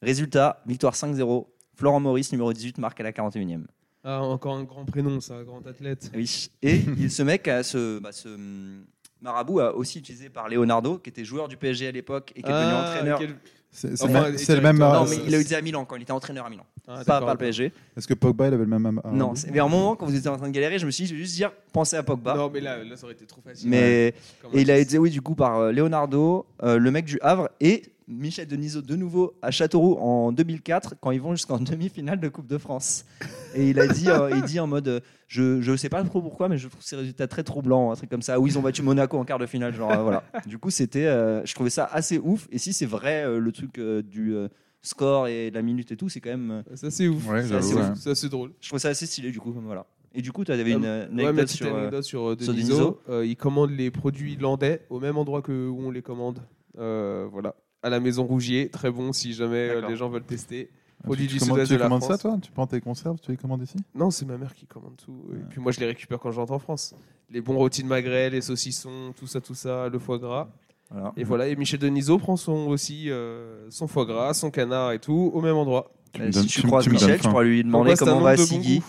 Speaker 2: Résultat, victoire 5-0. Florent Maurice, numéro 18, marque à la 41e.
Speaker 1: Ah, encore un grand prénom, ça, un grand athlète.
Speaker 2: Oui. Et il- ce mec, a ce, bah, ce hum, marabout, a aussi utilisé par Leonardo, qui était joueur du PSG à l'époque et qui est devenu
Speaker 1: Ah,
Speaker 2: entraîneur.
Speaker 1: quel-
Speaker 3: C'est c'est
Speaker 1: Enfin,
Speaker 3: le même-
Speaker 1: et
Speaker 3: c'est le même. euh,
Speaker 1: directeur-
Speaker 2: Non,
Speaker 1: Ah,
Speaker 2: mais
Speaker 1: c'est-
Speaker 2: il l'a utilisé à Milan quand il était entraîneur à Milan.
Speaker 1: Ah,
Speaker 2: pas
Speaker 1: d'accord,
Speaker 2: par le
Speaker 1: ok.
Speaker 2: PSG.
Speaker 3: Est-ce que Pogba il avait le même. ah,
Speaker 2: Non, c'est- mais à un moment, quand vous étiez en train de galérer, je me suis dit, je vais juste dire, pensez à Pogba.
Speaker 1: Non, mais là, là, ça aurait été trop facile.
Speaker 2: mais.
Speaker 1: Comme
Speaker 2: Et il a
Speaker 1: artiste.
Speaker 2: été, oui, du coup, par euh, Leonardo, euh, le mec du Havre, et Michel Denisot de nouveau à Châteauroux en 2004, quand ils vont jusqu'en demi-finale de Coupe de France. Et il a dit, euh, il dit en mode, euh, je ne sais pas trop pourquoi, mais je trouve ces résultats très troublants, un truc comme ça, où ils ont battu Monaco en quart de finale, genre euh, voilà. Du coup, c'était, euh, je trouvais ça assez ouf. Et si c'est vrai euh, le truc euh, du euh, score et de la minute et tout, c'est quand même, euh,
Speaker 1: Ça, c'est ouf.
Speaker 3: Ouais,
Speaker 1: Ça,
Speaker 3: j'avoue,
Speaker 1: c'est
Speaker 3: ouais.
Speaker 1: ouf. Ça, c'est drôle.
Speaker 2: je trouve ça assez stylé du coup, voilà. Et du coup, tu avais
Speaker 1: Ah,
Speaker 2: une euh,
Speaker 1: Ouais, ma
Speaker 2: anecdote
Speaker 1: petite
Speaker 2: sur. euh,
Speaker 1: anecdote sur, euh,
Speaker 2: sur
Speaker 1: Deniso.
Speaker 2: Deniso.
Speaker 1: Euh, il commande les produits landais au même endroit que où on les commande. Euh, voilà. À la maison Rougier, très bon si jamais euh,
Speaker 4: D'accord.
Speaker 1: les gens veulent tester.
Speaker 3: Parce que
Speaker 1: Produit
Speaker 3: Ah, tu
Speaker 1: du
Speaker 3: commandes-
Speaker 1: sud-ouest
Speaker 3: Tu
Speaker 1: de la
Speaker 3: commandes ça,
Speaker 1: France.
Speaker 3: toi Tu prends tes conserves, tu les commandes ici
Speaker 1: Non, c'est ma mère qui commande tout. Et puis moi, je les récupère quand je rentre en France. Les bons rôtis de magret, les saucissons, tout ça, tout ça, le foie gras.
Speaker 2: voilà.
Speaker 1: Et voilà. Et Michel Denisot prend son aussi euh, son foie gras, son canard et tout au même endroit.
Speaker 3: Tu
Speaker 2: Euh,
Speaker 3: me
Speaker 2: si
Speaker 3: donnes-
Speaker 2: tu
Speaker 3: tu me-
Speaker 2: croises
Speaker 3: tu me donnes
Speaker 2: Michel, tu
Speaker 3: faim.
Speaker 2: pourras lui demander
Speaker 1: Pourquoi c'est un
Speaker 2: comment
Speaker 1: homme
Speaker 2: va
Speaker 1: de bon
Speaker 2: Sigui.
Speaker 1: goût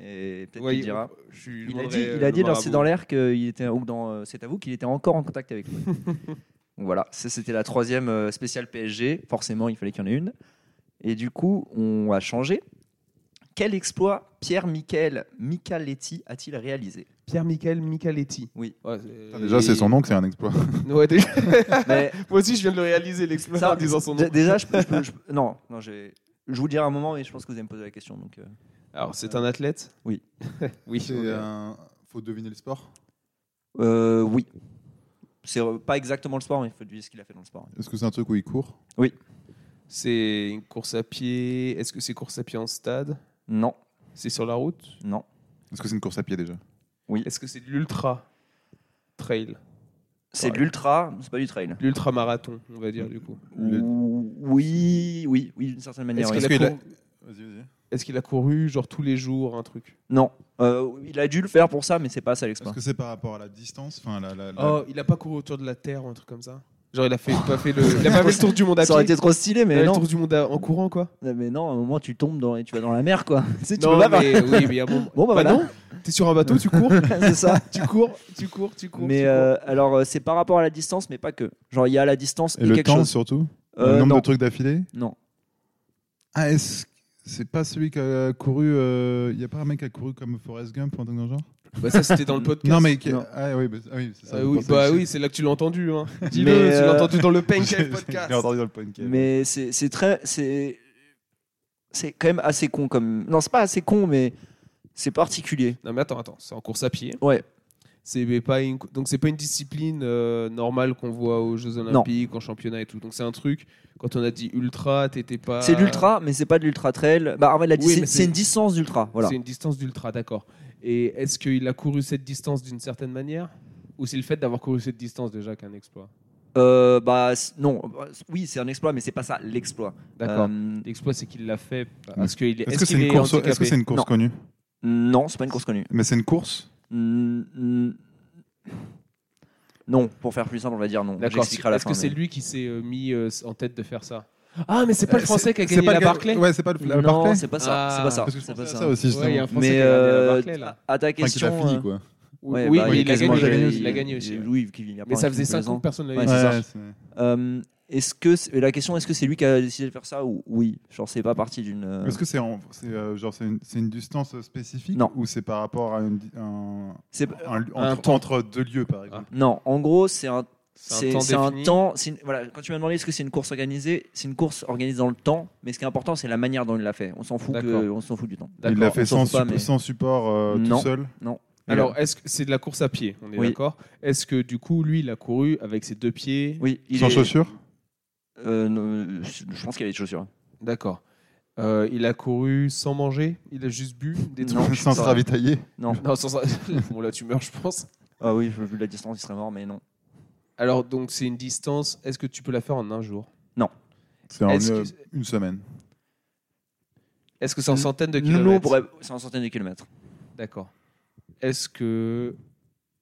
Speaker 2: et peut-être
Speaker 1: Voyez,
Speaker 2: qu'il dira.
Speaker 1: je lui
Speaker 2: Il a
Speaker 1: demanderai,
Speaker 2: dit,
Speaker 1: euh,
Speaker 2: il a
Speaker 1: le
Speaker 2: dit dans
Speaker 1: marabout.
Speaker 2: C'est dans l'air qu'il était ou dans euh, C'est à vous qu'il était encore en contact avec lui. Donc voilà, ça, c'était la troisième euh, spéciale PSG. Forcément, il fallait qu'il y en ait une. Et du coup, on a changé. Quel exploit Pierre-Michel Michaletti a-t-il réalisé
Speaker 1: Pierre-Michel Michaletti.
Speaker 2: Oui.
Speaker 1: Ouais,
Speaker 3: Ah, Déjà, c'est son nom, que c'est un exploit.
Speaker 1: Ouais, déjà.
Speaker 2: Mais
Speaker 1: Moi aussi, je viens de le réaliser, l'exploit
Speaker 2: ça,
Speaker 1: Bah, en disant son
Speaker 2: d-
Speaker 1: nom.
Speaker 2: Déjà, je peux- je peux- je peux- non, non, j'ai- je vous le dirai un moment, mais je pense que vous allez me poser la question. Donc, euh,
Speaker 1: Alors, c'est un athlète
Speaker 2: Oui.
Speaker 1: oui.
Speaker 3: C'est euh,
Speaker 1: ok.
Speaker 3: un- Faut deviner le sport.
Speaker 2: euh, oui. C'est euh, pas exactement le sport, mais il faut dire ce qu'il a fait dans le sport.
Speaker 3: Est-ce que c'est un truc où il court
Speaker 1: C'est une course à pied. Est-ce que c'est course à pied en stade
Speaker 2: Non,
Speaker 1: C'est sur la route
Speaker 2: non.
Speaker 3: Est-ce que c'est une course à pied déjà
Speaker 1: Est-ce que c'est de l'ultra trail
Speaker 2: C'est de
Speaker 1: Ouais.
Speaker 2: l'ultra, c'est pas du trail.
Speaker 1: L'ultra marathon, on va dire, du coup.
Speaker 3: Le-
Speaker 2: Oui, oui, oui, d'une certaine manière.
Speaker 1: Est-ce
Speaker 2: oui.
Speaker 1: qu'il a,
Speaker 3: Est-ce qu'il a-
Speaker 1: couru-
Speaker 3: Vas-y, vas-y.
Speaker 1: est-ce qu'il a couru, genre, tous les jours, un truc
Speaker 2: Non, Euh, il a dû le faire pour ça, mais c'est pas ça l'exploit.
Speaker 3: Est-ce que c'est par rapport à la distance Enfin, la- la- la-
Speaker 1: Oh, il a pas couru autour de la Terre ou un truc comme ça Genre, il a fait, pas fait le, il a pas fait le tour du monde à
Speaker 2: Ça aurait
Speaker 1: pied
Speaker 2: été trop stylé,
Speaker 1: Il a fait
Speaker 2: mais
Speaker 1: le
Speaker 2: non.
Speaker 1: tour du monde à- en courant, quoi
Speaker 2: Mais non, à un moment tu tombes dans et tu vas dans la mer, quoi. Tu sais, tu
Speaker 1: Non,
Speaker 2: peux pas
Speaker 1: mais oui, mais à un moment-
Speaker 2: Bon, bah
Speaker 1: Bah
Speaker 2: voilà.
Speaker 1: non, t'es sur un bateau, tu cours,
Speaker 2: faire- c'est ça.
Speaker 1: tu cours, tu cours, tu cours. tu
Speaker 2: Mais
Speaker 1: cours.
Speaker 2: euh, alors, euh, c'est par rapport à la distance, mais pas que. Genre, il y a la distance et,
Speaker 3: Et le
Speaker 2: quelque
Speaker 3: temps
Speaker 2: chose.
Speaker 3: surtout
Speaker 2: Euh,
Speaker 3: Le nombre
Speaker 2: non,
Speaker 3: de trucs d'affilée
Speaker 2: non.
Speaker 3: Ah, est-ce que c'est pas celui qui a couru. Il n'y a pas un mec qui a couru comme Forrest Gump ou un truc dans le genre
Speaker 1: Bah, ça, c'était dans le podcast.
Speaker 3: Non, mais. qui-
Speaker 2: Non.
Speaker 3: Ah oui, bah, ah oui, c'est ça.
Speaker 1: Ah
Speaker 3: je
Speaker 1: oui,
Speaker 3: pensais
Speaker 1: bah
Speaker 3: que
Speaker 1: oui, c'est là que tu l'as entendu. Hein.
Speaker 2: Mais,
Speaker 1: Dis-le, tu
Speaker 2: euh,
Speaker 1: l'as entendu dans le
Speaker 3: c'est-
Speaker 1: Pancake
Speaker 3: Je l'ai
Speaker 1: podcast.
Speaker 3: entendu dans le podcast.
Speaker 2: Mais c'est c'est très. c'est c'est quand même assez con comme. Non, c'est pas assez con, mais c'est particulier.
Speaker 1: Non mais attends, attends, c'est en course à pied.
Speaker 2: Ouais.
Speaker 1: C'est pas une... Donc c'est pas une discipline euh, normale qu'on voit aux Jeux Olympiques, en championnat et tout. Donc c'est un truc, quand on a dit ultra, t'étais pas...
Speaker 2: C'est de l'ultra, mais c'est pas de l'ultra trail. Bah, en fait, la-
Speaker 1: Euh. Oui,
Speaker 2: c'est-
Speaker 1: mais
Speaker 2: c'est
Speaker 1: c'est-
Speaker 2: une distance d'ultra. Voilà.
Speaker 1: C'est une distance d'ultra, d'accord. Et est-ce qu'il a couru cette distance d'une certaine manière Ou c'est le fait d'avoir couru cette distance déjà qu'un exploit
Speaker 2: Euh, bah, c- non, bah, c- oui, c'est un exploit, mais c'est pas ça l'exploit.
Speaker 1: D'accord.
Speaker 2: Euh, Mm.
Speaker 1: L'exploit, c'est qu'il l'a fait parce qu'il est,
Speaker 3: Est-ce
Speaker 1: est-ce
Speaker 3: que c'est
Speaker 1: qu'il est
Speaker 3: une course,
Speaker 1: handicapé
Speaker 3: est-ce que c'est une course
Speaker 2: Non.
Speaker 3: connue
Speaker 2: non, c'est pas une course connue.
Speaker 3: Mais c'est une course
Speaker 2: Mm, mm. Non, pour faire plus simple, on va dire non.
Speaker 1: D'accord.
Speaker 2: J'expliquerai à la
Speaker 1: Est-ce
Speaker 2: fin,
Speaker 1: que c'est
Speaker 2: mais-
Speaker 1: lui qui s'est euh, mis euh, en tête de faire ça Ah, mais c'est pas le
Speaker 3: Euh,
Speaker 1: français qui a
Speaker 3: c'est
Speaker 1: gagné
Speaker 3: pas
Speaker 1: la
Speaker 3: le gars-
Speaker 1: Barclay
Speaker 3: Ouais, c'est pas le, la
Speaker 2: Non,
Speaker 3: Barclay
Speaker 2: c'est pas ça. C'est
Speaker 1: Ah,
Speaker 2: pas ça.
Speaker 3: Parce que je
Speaker 2: c'est
Speaker 3: pensais
Speaker 2: pas
Speaker 3: à
Speaker 2: ça.
Speaker 3: ça aussi, justement.
Speaker 1: Ouais, il y a un français
Speaker 2: Mais
Speaker 1: qui a gagné la
Speaker 2: euh,
Speaker 1: Barclay, là.
Speaker 2: à ta
Speaker 3: Enfin, qu'il a
Speaker 2: question,
Speaker 3: fini,
Speaker 2: euh,
Speaker 3: quoi.
Speaker 2: ouais,
Speaker 1: oui,
Speaker 2: bah,
Speaker 1: mais il,
Speaker 3: il
Speaker 1: a
Speaker 3: quasiment
Speaker 1: gagné,
Speaker 3: gagné
Speaker 1: il
Speaker 3: aussi.
Speaker 1: l'a gagné aussi. ouais.
Speaker 2: Louis qui vient
Speaker 1: Mais ça faisait 5 ans que
Speaker 2: ans.
Speaker 1: personne ne
Speaker 2: Ouais,
Speaker 1: l'avait
Speaker 2: c'est
Speaker 1: fait.
Speaker 2: ça. Euh, Est-ce que c'est- la question est-ce que c'est lui qui a décidé de faire ça ou oui Genre c'est pas parti d'une. euh,
Speaker 3: Est-ce que c'est en- c'est, euh, genre c'est une, c'est une distance spécifique
Speaker 2: Non.
Speaker 3: ou c'est par rapport à une, di- un,
Speaker 2: c'est-
Speaker 3: un-
Speaker 1: un
Speaker 3: entre,
Speaker 1: temps.
Speaker 3: entre deux lieux
Speaker 2: Ah,
Speaker 3: par exemple
Speaker 2: Non, en gros c'est un
Speaker 1: C'est un
Speaker 2: c'est
Speaker 1: temps
Speaker 2: c'est un
Speaker 1: défini.
Speaker 2: temps. c'est une- voilà, quand tu m'as demandé est-ce que c'est une course organisée, c'est une course organisée dans le temps. Mais ce qui est important c'est la manière dont il l'a fait. On s'en fout que-
Speaker 1: D'accord.
Speaker 2: on s'en fout du temps.
Speaker 3: Il l'a
Speaker 1: D'accord.
Speaker 3: fait
Speaker 2: on s'en
Speaker 3: sans,
Speaker 2: fout pas,
Speaker 3: sup-
Speaker 2: mais-
Speaker 3: sans support euh,
Speaker 2: Non.
Speaker 3: tout seul.
Speaker 1: Alors, est-ce que c'est de la course à pied On est
Speaker 2: Oui.
Speaker 1: d'accord. Est-ce que du coup, lui, il a couru avec ses deux pieds
Speaker 2: oui, il
Speaker 3: sans
Speaker 2: est-
Speaker 3: chaussures
Speaker 2: euh, non, je pense qu'il avait des chaussures.
Speaker 1: D'accord. Euh, il a couru sans manger Il a juste bu des
Speaker 2: Non,
Speaker 1: trucs
Speaker 3: Sans se ravitailler
Speaker 2: Non.
Speaker 1: Non, sans ça. bon, là, tu meurs, je pense.
Speaker 2: Ah oui, vu la distance, il serait mort, mais non.
Speaker 1: Alors, donc, c'est une distance. Est-ce que tu peux la faire en un jour
Speaker 3: C'est en
Speaker 1: Est-ce
Speaker 3: euh,
Speaker 1: que-
Speaker 3: une semaine.
Speaker 1: Est-ce que c'est en
Speaker 2: N-
Speaker 1: centaines de
Speaker 2: Nous,
Speaker 1: kilomètres
Speaker 2: nous, on pourrait- c'est en centaines de kilomètres.
Speaker 1: D'accord. Est-ce que.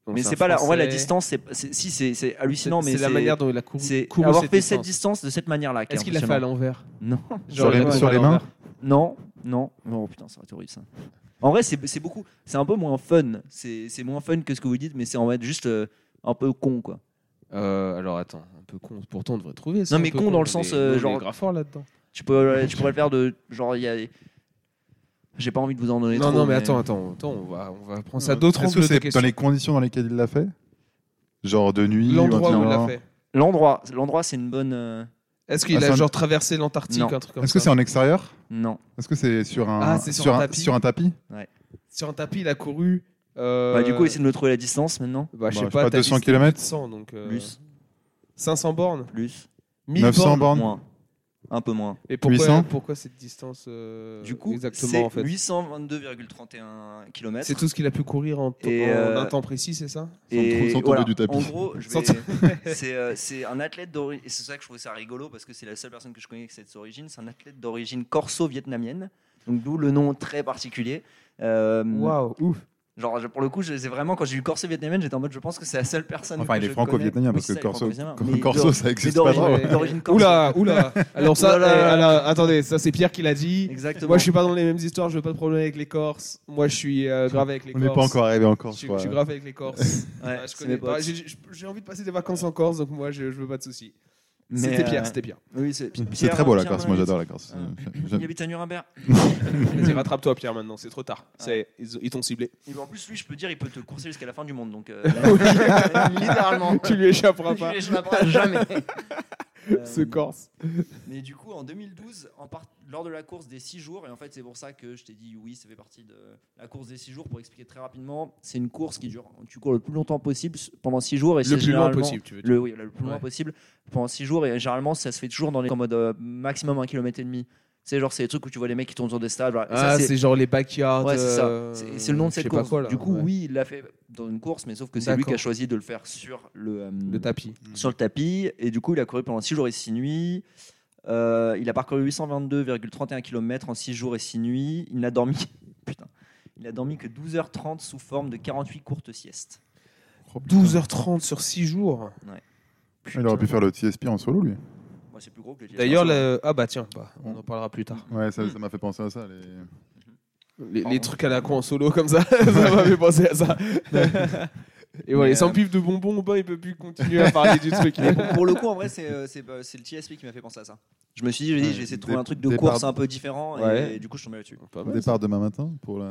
Speaker 1: Bon,
Speaker 2: mais
Speaker 1: un
Speaker 2: c'est pas la, en vrai la
Speaker 1: Français.
Speaker 2: distance, c'est, c'est- si c'est, c'est hallucinant,
Speaker 1: C'est-
Speaker 2: mais
Speaker 1: c'est la manière dont il a couru.
Speaker 2: c'est
Speaker 1: couru
Speaker 2: avoir
Speaker 1: cette
Speaker 2: fait cette
Speaker 1: distance.
Speaker 2: distance de cette manière-là. qui est
Speaker 1: Est-ce qu'il l'a fait à l'envers
Speaker 2: Non,
Speaker 1: Genre,
Speaker 3: les-
Speaker 1: il a couru
Speaker 3: sur
Speaker 1: à
Speaker 3: les mains
Speaker 1: l'envers.
Speaker 2: non, non. Non, oh putain, ça aurait été horrible ça. En vrai, c'est, c'est beaucoup, c'est un peu moins fun. C'est, c'est moins fun que ce que vous dites, mais c'est en fait juste euh, un peu con quoi.
Speaker 1: Euh, alors attends, un peu con. Pourtant, on devrait trouver. ça,
Speaker 2: Non,
Speaker 1: un
Speaker 2: mais
Speaker 1: peu
Speaker 2: con dans le sens, euh,
Speaker 1: on est
Speaker 2: genre-
Speaker 1: grave fort là-dedans.
Speaker 2: Tu peux, euh, tu pourrais le faire de genre il y a. J'ai pas envie de vous en donner
Speaker 1: Non,
Speaker 2: trop.
Speaker 1: non, mais, attends, attends, attends, on va, on va prendre ça
Speaker 3: Euh,
Speaker 1: d'autres
Speaker 3: Est-ce que
Speaker 1: angles de
Speaker 3: c'est dans
Speaker 1: question.
Speaker 3: les conditions dans lesquelles il l'a fait Genre de nuit ou un
Speaker 1: L'endroit
Speaker 3: truc
Speaker 1: où il
Speaker 3: genre
Speaker 1: l'a fait. Bah,
Speaker 2: L'endroit, l'endroit, c'est une bonne. euh,
Speaker 1: Est-ce qu'il
Speaker 3: Ah, c'est
Speaker 1: a
Speaker 3: un-
Speaker 1: genre traversé l'Antarctique,
Speaker 2: Non.
Speaker 1: un truc comme
Speaker 3: Est-ce que c'est
Speaker 1: ça
Speaker 3: en extérieur
Speaker 2: Non,
Speaker 3: Est-ce que c'est sur un
Speaker 1: Ah, c'est sur un
Speaker 3: un,
Speaker 1: tapis.
Speaker 3: sur un tapis
Speaker 1: Sur un tapis, il a couru. euh,
Speaker 2: bah du coup, essayer de me trouver la distance maintenant.
Speaker 1: bah, je
Speaker 3: Bah,
Speaker 1: sais
Speaker 3: je sais
Speaker 1: pas,
Speaker 3: pas,
Speaker 1: t'as dit
Speaker 3: 200
Speaker 1: c'était
Speaker 3: kilomètres.
Speaker 1: 800, donc euh,
Speaker 2: Plus,
Speaker 1: 500 bornes,
Speaker 2: plus,
Speaker 1: 1000
Speaker 3: 900
Speaker 1: bornes.
Speaker 3: bornes
Speaker 2: moins, un peu moins.
Speaker 1: Et pourquoi,
Speaker 3: 800?
Speaker 1: pourquoi cette distance euh,
Speaker 2: Du coup, c'est
Speaker 1: exactement en fait
Speaker 2: 822,31 km.
Speaker 1: C'est tout ce qu'il a pu courir en, to-
Speaker 2: Et,
Speaker 1: en
Speaker 2: euh,
Speaker 1: un temps précis, c'est ça
Speaker 3: Sans- sans tomber du tapis.
Speaker 2: En gros, je
Speaker 1: Sans
Speaker 2: vais... c'est euh, c'est un athlète d'origine, et c'est ça que je trouve ça rigolo parce que c'est la seule personne que je connais qui a cette origine. C'est un athlète d'origine corso-vietnamienne, donc d'où le nom très particulier. Euh,
Speaker 1: Waouh, ouf.
Speaker 2: Genre, je- pour le coup, je- c'est vraiment quand j'ai eu corso-vietnamienne, j'étais en mode, je pense que c'est la seule personne.
Speaker 3: Enfin,
Speaker 2: que
Speaker 3: il est
Speaker 2: je
Speaker 3: franco-vietnamien
Speaker 2: connais.
Speaker 3: parce
Speaker 2: Oui, c'est
Speaker 3: que
Speaker 2: ça, il est franco-vietnamien,
Speaker 3: Corso, Corso
Speaker 2: mais
Speaker 3: ça
Speaker 2: mais
Speaker 3: existe pas
Speaker 2: d'origine-
Speaker 3: trop.
Speaker 1: ouais.
Speaker 2: d'origine corso.
Speaker 1: Oula, oula. Alors ça,
Speaker 2: Oula.
Speaker 1: eh, alors, attendez, ça c'est Pierre qui l'a dit.
Speaker 2: Exactement.
Speaker 1: Moi, je suis pas dans les mêmes histoires. Je veux pas de problème avec les Corses. Moi, je suis euh, grave avec les
Speaker 3: On
Speaker 1: Corses.
Speaker 3: n'est pas encore arrivé en
Speaker 1: Je
Speaker 3: Corse.
Speaker 1: suis,
Speaker 3: je crois.
Speaker 1: je suis grave avec les Corses.
Speaker 2: Ouais,
Speaker 1: Ouais, je
Speaker 2: c'est
Speaker 1: connais
Speaker 2: mes potes.
Speaker 1: pas. J'ai- j'ai- J'ai envie de passer des vacances en Corse, donc moi, je, je veux pas de soucis.
Speaker 2: Mais,
Speaker 1: C'était
Speaker 2: euh,
Speaker 1: Pierre, c'était Pierre.
Speaker 2: Oui, c'est
Speaker 3: C'est
Speaker 2: Pierre-
Speaker 3: très beau la
Speaker 2: Pierre
Speaker 3: Corse, moi
Speaker 2: Manolite.
Speaker 3: j'adore la Corse.
Speaker 2: Euh,
Speaker 3: J'aime-
Speaker 2: Il habite à Nuremberg.
Speaker 1: Vas-y, rattrape-toi, Pierre, maintenant. C'est trop tard. C'est- Ils, ils t'ont ciblé.
Speaker 2: Et ben, en plus, lui, je peux dire, il peut te courser jusqu'à la fin du monde. Donc, euh, littéralement.
Speaker 1: tu lui échapperas pas,
Speaker 2: Je m'apprends jamais. Euh,
Speaker 1: ce Corse.
Speaker 2: mais du coup, en 2012, en part- lors de la course des 6 jours, et en fait, c'est pour ça que je t'ai dit oui, ça fait partie de la course des 6 jours. Pour expliquer très rapidement, c'est une course qui dure, tu cours le plus longtemps possible pendant 6 jours. Et
Speaker 1: Le
Speaker 2: c'est
Speaker 1: plus loin
Speaker 2: généralement-
Speaker 1: possible, tu veux dire.
Speaker 2: Le, oui, le plus loin
Speaker 1: Ouais.
Speaker 2: possible pendant 6 jours. Et généralement, ça se fait toujours dans les en mode euh, maximum 1,5 km. C'est genre, c'est les trucs où tu vois les mecs qui tournent sur des stades. voilà. Et ça,
Speaker 1: Ah,
Speaker 2: c'est-
Speaker 1: c'est genre les backyards.
Speaker 2: Ouais, c'est ça.
Speaker 1: euh,
Speaker 2: C'est- C'est le nom de
Speaker 1: je sais
Speaker 2: cette
Speaker 1: pas
Speaker 2: course.
Speaker 1: quoi, là.
Speaker 2: du coup,
Speaker 1: Ouais.
Speaker 2: oui, il l'a fait dans une course, mais sauf que c'est lui
Speaker 1: D'accord.
Speaker 2: qui a choisi de le faire sur le, euh,
Speaker 1: Le tapis.
Speaker 2: sur le tapis. Et du coup, il a couru pendant 6 jours et 6 nuits. Euh, il a parcouru 822,31 km en 6 jours et 6 nuits. Il n'a dormi. Putain. Il a dormi que 12h30 sous forme de 48 courtes siestes.
Speaker 1: 12h30 sur 6 jours.
Speaker 3: Il aurait pu faire le TSP en solo, lui.
Speaker 2: Moi, c'est plus gros que le
Speaker 1: D'ailleurs,
Speaker 2: TSR.
Speaker 1: le- ah bah tiens, bah, on en parlera plus tard.
Speaker 3: Ouais, ça ça m'a fait penser à ça. les-
Speaker 1: Les,
Speaker 2: Oh.
Speaker 1: les trucs à la con en solo comme ça, ça m'a fait penser à ça. Et voilà,
Speaker 2: Mais,
Speaker 1: sans
Speaker 2: euh,
Speaker 1: pif de bonbons, ben, il peut plus continuer à parler du truc.
Speaker 2: Mais pour, pour le coup, en vrai, c'est euh, c'est, euh, c'est le TSP qui m'a fait penser à ça. Je me suis dit, je vais essayer de trouver
Speaker 3: Dé-
Speaker 2: un truc de
Speaker 3: départ-
Speaker 2: course un peu différent.
Speaker 1: Ouais.
Speaker 2: Et du coup, je suis tombé là-dessus.
Speaker 1: Pas
Speaker 3: Au
Speaker 1: mal,
Speaker 3: départ demain matin pour la.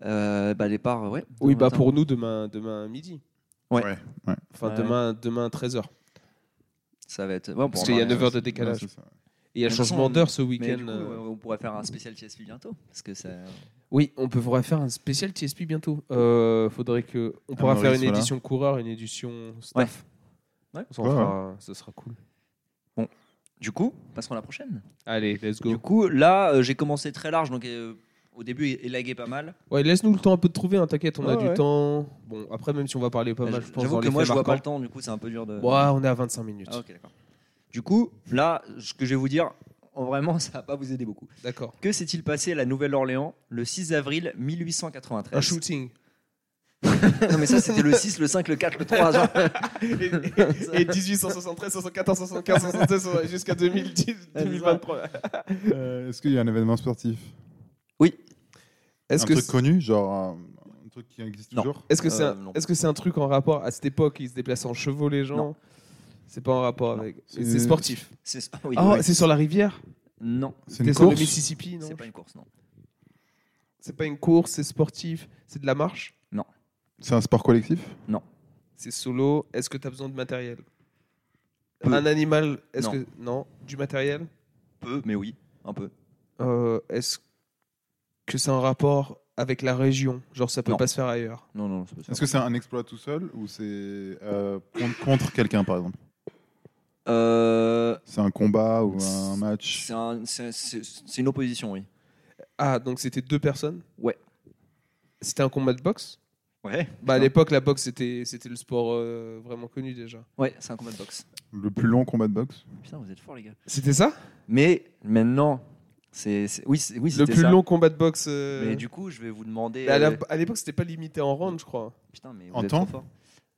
Speaker 2: Les euh, bah, départ, ouais.
Speaker 1: ça. Oui,
Speaker 2: Demain
Speaker 1: bah
Speaker 2: matin.
Speaker 1: pour nous, demain, demain midi.
Speaker 2: Ouais.
Speaker 3: Ouais,
Speaker 1: Enfin,
Speaker 2: Ouais,
Speaker 1: demain, demain 13h.
Speaker 2: Ça va être. ouais, on
Speaker 1: Parce
Speaker 2: pourra
Speaker 1: qu'il y a
Speaker 2: en parler.
Speaker 1: 9 heures de
Speaker 3: Ouais,
Speaker 1: décalage.
Speaker 3: c'est ça.
Speaker 1: il y a
Speaker 2: Mais de
Speaker 1: changement
Speaker 2: toute façon,
Speaker 1: d'heure ce
Speaker 2: Mais
Speaker 1: week-end.
Speaker 2: du coup,
Speaker 1: euh.
Speaker 2: on pourrait faire un spécial TSP bientôt. Parce que ça.
Speaker 1: Oui, on pourra faire un spécial TSP bientôt. Euh, faudrait que on
Speaker 3: Ah,
Speaker 1: pourra faire
Speaker 3: Maurice,
Speaker 1: une
Speaker 3: voilà.
Speaker 1: édition coureur, une édition staff.
Speaker 5: Ouais. Ouais.
Speaker 1: On s'en
Speaker 3: Ouais,
Speaker 1: fera, un- ce sera cool.
Speaker 2: Du coup, passons à la prochaine.
Speaker 1: Allez, let's
Speaker 2: Du
Speaker 1: go.
Speaker 2: coup, là, euh, j'ai commencé très large, donc euh, au début, il laguait pas mal.
Speaker 1: Ouais, laisse-nous le temps un peu de trouver, hein, t'inquiète, on a
Speaker 5: Ouais,
Speaker 1: du
Speaker 5: ouais.
Speaker 1: temps. Bon, après même si on va parler pas mal, je pense
Speaker 2: J'avoue
Speaker 1: dans
Speaker 2: que
Speaker 1: les
Speaker 2: moi, je
Speaker 1: faits
Speaker 2: vois pas le
Speaker 1: marquants.
Speaker 2: temps, du coup, c'est un peu dur de.
Speaker 1: Ouais, on est à 25 minutes.
Speaker 2: Euh, Ah, ok, d'accord. Du coup, là, ce que je vais vous dire, en vraiment, ça va pas vous aider beaucoup.
Speaker 1: D'accord.
Speaker 2: Que s'est-il passé à la Nouvelle-Orléans le 6 avril 1893
Speaker 1: Un shooting.
Speaker 2: Non, mais ça, c'était le 6, le 5, le 4, le 3. genre.
Speaker 1: Et 1873, 74, 75, 76 jusqu'à 2010,
Speaker 2: Ah,
Speaker 5: 2023.
Speaker 3: Euh, Est-ce qu'il y a un événement sportif
Speaker 1: Est-ce
Speaker 3: Un
Speaker 1: que
Speaker 3: truc
Speaker 1: c'est
Speaker 3: connu, genre un, un truc qui existe
Speaker 2: Non.
Speaker 3: toujours
Speaker 1: est-ce que c'est
Speaker 2: Euh,
Speaker 1: un,
Speaker 2: non.
Speaker 1: est-ce que c'est un truc en rapport à cette époque ils se déplaçaient en chevaux les gens
Speaker 2: Non.
Speaker 1: C'est pas en rapport
Speaker 2: Non.
Speaker 1: avec.
Speaker 3: C'est-
Speaker 1: C'est sportif.
Speaker 2: C'est- ah oui,
Speaker 1: Ah,
Speaker 2: oui.
Speaker 1: c'est sur la rivière
Speaker 2: Non,
Speaker 3: C'est
Speaker 1: C'était
Speaker 3: une
Speaker 1: sur le
Speaker 3: course
Speaker 1: Mississippi, non
Speaker 2: c'est pas une course, non.
Speaker 1: C'est pas une course, c'est sportif, c'est de la marche,
Speaker 3: C'est un sport collectif
Speaker 1: c'est solo. Est-ce que tu as besoin de matériel
Speaker 2: Peu.
Speaker 1: Un animal, est-ce
Speaker 2: Non.
Speaker 1: que. Non, du matériel
Speaker 2: Peu, mais oui, un peu.
Speaker 1: Euh, Est-ce que c'est un rapport avec la région Genre, ça peut
Speaker 2: Non.
Speaker 1: pas se faire ailleurs.
Speaker 2: Non, non, c'est pas ça.
Speaker 3: Est-ce que c'est un exploit tout seul ou c'est euh, contre, contre quelqu'un par exemple
Speaker 2: Euh,
Speaker 3: C'est un combat ou un match
Speaker 2: c'est un- c'est- c'est- c'est une opposition, oui.
Speaker 1: Ah, donc c'était deux personnes
Speaker 2: Ouais.
Speaker 1: C'était un combat de boxe
Speaker 2: Ouais,
Speaker 1: Bah, à
Speaker 2: Non.
Speaker 1: l'époque, la boxe, c'était c'était le sport euh, vraiment connu déjà.
Speaker 2: ouais c'est un combat de boxe.
Speaker 3: Le plus long combat de boxe
Speaker 2: Putain, vous êtes forts, les gars.
Speaker 1: C'était ça
Speaker 2: Mais maintenant, c'est. c'est- Oui, c'est-
Speaker 1: Le
Speaker 2: oui c'était
Speaker 1: plus
Speaker 2: ça.
Speaker 1: long combat de boxe. euh,
Speaker 2: Mais du coup, je vais vous demander.
Speaker 1: mais à la-
Speaker 2: euh,
Speaker 1: à l'époque, c'était pas limité en round, je crois.
Speaker 2: Putain, mais vous
Speaker 3: En
Speaker 2: êtes
Speaker 3: temps
Speaker 2: trop forts.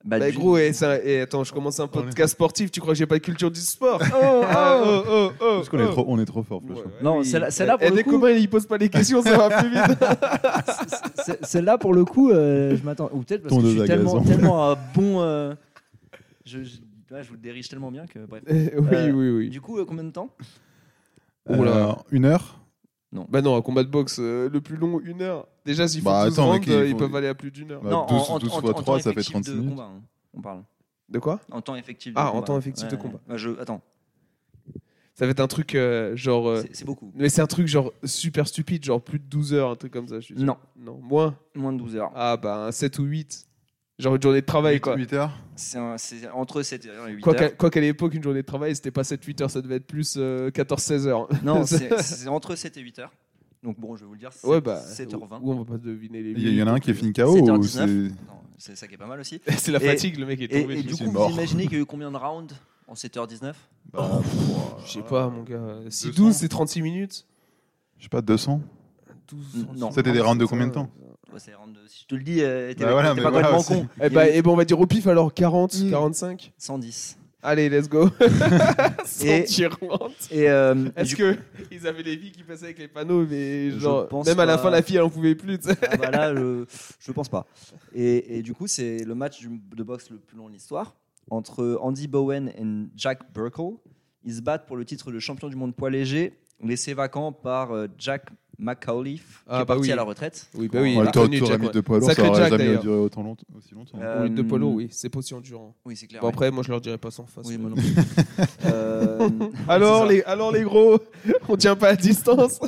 Speaker 2: Bah,
Speaker 1: Bah,
Speaker 2: du-
Speaker 1: gros, et, ça- et attends, je commence un
Speaker 3: On est-
Speaker 1: podcast sportif, tu crois que j'ai pas de culture du sport
Speaker 2: Oh, oh,
Speaker 1: Ah, oh, oh, oh,
Speaker 3: Parce qu'on est
Speaker 1: oh.
Speaker 3: trop, on est trop fort.
Speaker 1: Ouais,
Speaker 3: Flo.
Speaker 1: ouais,
Speaker 2: Non,
Speaker 1: oui.
Speaker 2: celle-là- celle-là, pour
Speaker 1: Eh,
Speaker 2: le
Speaker 1: des
Speaker 2: coup-
Speaker 1: copains, ils posent pas les questions, ça va plus vite.
Speaker 5: C'est- Celle-là, pour le coup, euh, je m'attends. Ou peut-être parce que je
Speaker 3: Tondeuse
Speaker 5: suis
Speaker 3: à
Speaker 5: tellement,
Speaker 3: gazon.
Speaker 5: tellement un bon. euh,
Speaker 2: Je, je- ouais, je vous le dirige tellement bien que. Bref.
Speaker 1: Eh, oui,
Speaker 2: Euh,
Speaker 1: oui, oui.
Speaker 2: Du coup, euh, combien de temps
Speaker 1: Oh là.
Speaker 3: Euh, une heure
Speaker 1: Bah non, un combat de boxe, euh, le plus long, une heure. Déjà, s'il faut
Speaker 3: Bah,
Speaker 1: 12
Speaker 3: attends,
Speaker 1: rounds,
Speaker 3: mec, ils
Speaker 1: euh, ils,
Speaker 3: font-
Speaker 1: peuvent aller à plus d'une heure.
Speaker 3: Bah, 12 12 fois
Speaker 2: temps
Speaker 3: 3, ça fait
Speaker 2: effectif
Speaker 3: 36
Speaker 2: de
Speaker 3: minutes.
Speaker 2: combat, hein, on parle.
Speaker 1: De quoi
Speaker 2: En temps effectif. de
Speaker 1: Ah, en
Speaker 2: combat.
Speaker 1: temps effectif de combat.
Speaker 2: Bah, je, attends,
Speaker 1: Ça va être un truc euh, genre. euh,
Speaker 2: c'est- c'est beaucoup.
Speaker 1: Mais c'est un truc genre super stupide, genre plus de 12 heures, un truc comme ça, je suis sûr.
Speaker 2: Non,
Speaker 1: Non, moins.
Speaker 2: moins de 12 heures.
Speaker 1: Ah bah, un 7 ou 8. Genre une journée de travail, quoi.
Speaker 3: 8 heures
Speaker 2: C'est un- c'est entre 7 heures et 8
Speaker 1: Quoi
Speaker 2: heures.
Speaker 1: qu'à quoi qu'à l'époque, une journée de travail, c'était pas 7-8 heures, ça devait être plus euh, 14-16 heures.
Speaker 2: Non, c'est c'est entre 7 et 8 heures. Donc bon, je vais vous le dire, c'est
Speaker 1: Ouais, bah.
Speaker 2: 7h20.
Speaker 1: Ou on va pas deviner les
Speaker 3: Il y en a un qui est fini KO ou
Speaker 2: 7h19.
Speaker 3: c'est.
Speaker 2: Non, C'est ça qui est pas mal aussi.
Speaker 1: C'est la
Speaker 2: Et-
Speaker 1: fatigue, le mec est
Speaker 2: Et,
Speaker 1: tombé.
Speaker 2: et
Speaker 1: je
Speaker 2: du
Speaker 1: me suis
Speaker 2: coup,
Speaker 1: dit,
Speaker 3: mort.
Speaker 2: vous imaginez qu'il y a eu combien de rounds en 7h19
Speaker 3: Bah,
Speaker 1: Je sais pas, mon gars. Si
Speaker 3: 200.
Speaker 1: 12, c'est 36 minutes.
Speaker 3: je sais pas, 200
Speaker 1: 12,
Speaker 2: Non.
Speaker 3: C'était des rounds de combien de temps
Speaker 2: Ouais, c'est round de- Si je te le dis, euh, t'es
Speaker 3: Bah voilà,
Speaker 2: t'es
Speaker 3: mais
Speaker 2: pas
Speaker 3: voilà,
Speaker 2: complètement
Speaker 3: c'est-
Speaker 2: con.
Speaker 1: Eh
Speaker 2: Il y a
Speaker 1: ben,
Speaker 2: eu
Speaker 1: eh ben, on va dire au pif alors 40,
Speaker 5: Mm.
Speaker 1: 45.
Speaker 2: 110.
Speaker 1: Allez, let's go.
Speaker 2: Et-
Speaker 1: Sans tirante.
Speaker 2: Et euh,
Speaker 1: Est-ce
Speaker 2: du-
Speaker 1: que ils avaient les filles qui passaient avec les panneaux, mais
Speaker 2: Je
Speaker 1: genre
Speaker 2: pense
Speaker 1: même à la
Speaker 2: pas.
Speaker 1: fin la fille elle en pouvait plus. tu sais.
Speaker 2: Ah bah là, je, je pense pas. Et, et du coup, c'est le match du- de boxe le plus long de l'histoire entre Andy Bowen et Jack Burkle. Ils se battent pour le titre de champion du monde poids léger, laissé vacant par euh, Jack McAuliffe,
Speaker 1: Ah
Speaker 2: qui est
Speaker 1: bah
Speaker 2: parti
Speaker 1: oui.
Speaker 2: à la retraite.
Speaker 1: Oui,
Speaker 2: bah oui, il
Speaker 3: Ouais,
Speaker 2: a
Speaker 3: t'aurais- t'aurais mis deux poids lourds, ça
Speaker 1: Sacré
Speaker 3: aurait
Speaker 1: Jack,
Speaker 3: jamais
Speaker 1: d'ailleurs.
Speaker 3: duré autant longtemps- aussi longtemps.
Speaker 2: Euh,
Speaker 1: Oui, deux polos, oui, c'est pas aussi endurant.
Speaker 2: Oui, c'est clair.
Speaker 1: Bon,
Speaker 2: ouais.
Speaker 1: après, moi je leur dirais pas sans face.
Speaker 2: Oui,
Speaker 1: mais-
Speaker 2: moi non plus. Euh,
Speaker 1: alors,
Speaker 2: c'est ça.
Speaker 1: les, alors les gros, on tient pas à distance.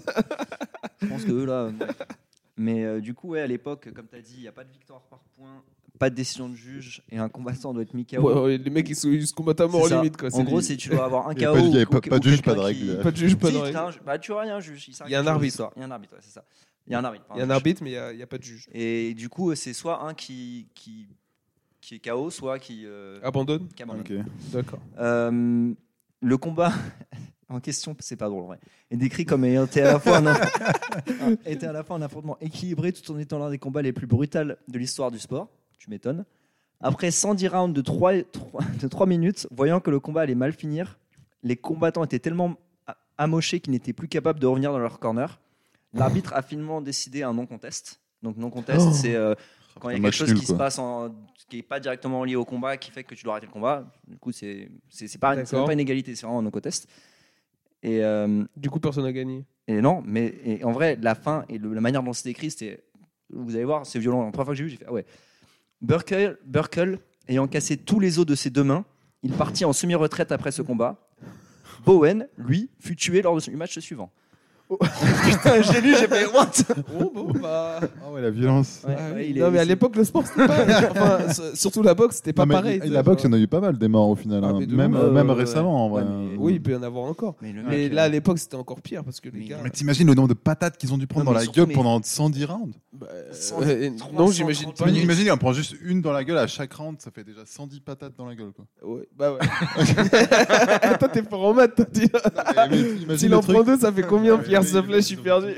Speaker 2: Je pense que eux, là. euh, ouais. Mais euh, du coup, ouais, à l'époque, comme tu as dit, il n'y a pas de victoire par point, pas de décision de juge, et un combattant doit être mis KO.
Speaker 1: Ouais, ouais, les mecs ils, sont, ils se combattent à mort
Speaker 2: C'est ça.
Speaker 1: limite quoi.
Speaker 2: En
Speaker 1: c'est
Speaker 2: gros,
Speaker 1: des-
Speaker 2: c'est tu vas avoir un
Speaker 3: Il y a
Speaker 2: KO.
Speaker 3: pas- il y a
Speaker 2: ou-
Speaker 3: pas-
Speaker 2: ou-
Speaker 3: pas de
Speaker 2: ou
Speaker 3: juge, pas de
Speaker 2: quelqu'un
Speaker 3: règle.
Speaker 2: qui-
Speaker 1: pas de juge, pas
Speaker 2: Si,
Speaker 1: de règle.
Speaker 2: t'as un ju- Bah, tu vois rien, juge. sert à
Speaker 1: Il y a un
Speaker 2: quelque chose.
Speaker 1: arbitre.
Speaker 2: Il y a un arbitre, ouais, c'est ça. Il y a un arbitre. pas
Speaker 1: Il y a un
Speaker 2: juge.
Speaker 1: arbitre, mais il y a- il y a pas de juge.
Speaker 2: Et du coup, c'est soit un qui, qui, qui est KO, soit qui. euh,
Speaker 1: Abandonne
Speaker 2: qui abandonne.
Speaker 3: Ok.
Speaker 1: D'accord.
Speaker 2: Euh, le combat en question, c'est pas drôle en vrai, est décrit comme ayant été à la fois un, un- était à la fois un affrontement équilibré tout en étant l'un des combats les plus brutals de l'histoire du sport. Tu m'étonnes. Après 110 rounds de 3, de trois minutes, voyant que le combat allait mal finir, les combattants étaient tellement a- amochés qu'ils n'étaient plus capables de revenir dans leur corner. L'arbitre a finalement décidé un non-contest. Donc non-contest,
Speaker 1: Oh.
Speaker 2: c'est euh, quand il y a
Speaker 3: Un
Speaker 2: quelque
Speaker 3: match
Speaker 2: chose
Speaker 3: nul,
Speaker 2: qui
Speaker 3: quoi.
Speaker 2: se passe en- qui n'est pas directement lié au combat qui fait que tu dois arrêter le combat du coup c'est c'est c'est pas c'est
Speaker 1: D'accord.
Speaker 2: même pas une égalité c'est vraiment un non-contest et, euh,
Speaker 1: Du coup, personne n'a gagné.
Speaker 2: et non mais et en vrai la fin et le- la manière dont c'est écrit c'était vous allez voir c'est violent la première fois que j'ai vu j'ai fait ah ouais Burkle, Burkle ayant cassé tous les os de ses deux mains il partit en semi-retraite après ce combat Bowen, lui, fut tué lors de son- du match suivant. Oh. Putain, j'ai lu, j'ai fait what
Speaker 1: Oh, bon, bah.
Speaker 3: Ah ouais, la violence.
Speaker 2: Ouais,
Speaker 1: Ah
Speaker 2: ouais,
Speaker 1: oui,
Speaker 2: il est-
Speaker 1: non, mais à
Speaker 2: c'est-
Speaker 1: l'époque, le sport, c'était pas. enfin, s- surtout la boxe, c'était pas
Speaker 3: Non, mais
Speaker 1: pareil.
Speaker 3: La boxe, il y en a eu pas mal des morts au final.
Speaker 1: Ah,
Speaker 3: hein.
Speaker 1: mais de
Speaker 3: Même,
Speaker 2: ouf.
Speaker 3: euh, même
Speaker 2: Ouais, ouais,
Speaker 3: récemment en vrai.
Speaker 2: Ouais, mais-
Speaker 1: Oui, il peut y en avoir encore.
Speaker 2: Mais le
Speaker 1: Mais
Speaker 2: mec,
Speaker 1: là, à
Speaker 2: euh,
Speaker 1: l'époque, c'était encore pire parce que les gars.
Speaker 3: Mais t'imagines le nombre de patates qu'ils ont dû prendre
Speaker 2: Non, mais
Speaker 3: dans la
Speaker 2: surtout,
Speaker 3: gueule
Speaker 2: mais-
Speaker 3: pendant 110 rounds
Speaker 1: Bah,
Speaker 2: Cent-
Speaker 1: euh, non,
Speaker 2: 330
Speaker 1: j'imagine pas.
Speaker 2: Ouais,
Speaker 3: Imagine,
Speaker 2: mais-
Speaker 3: imagine, on prend juste une dans la gueule à chaque round, ça fait déjà 110 patates dans la gueule. Quoi.
Speaker 1: Ouais, bah ouais. toi, t'es fort en maths, toi, tu vois. S'il en prend deux, ça fait combien, Pierre Soflet Je suis perdu.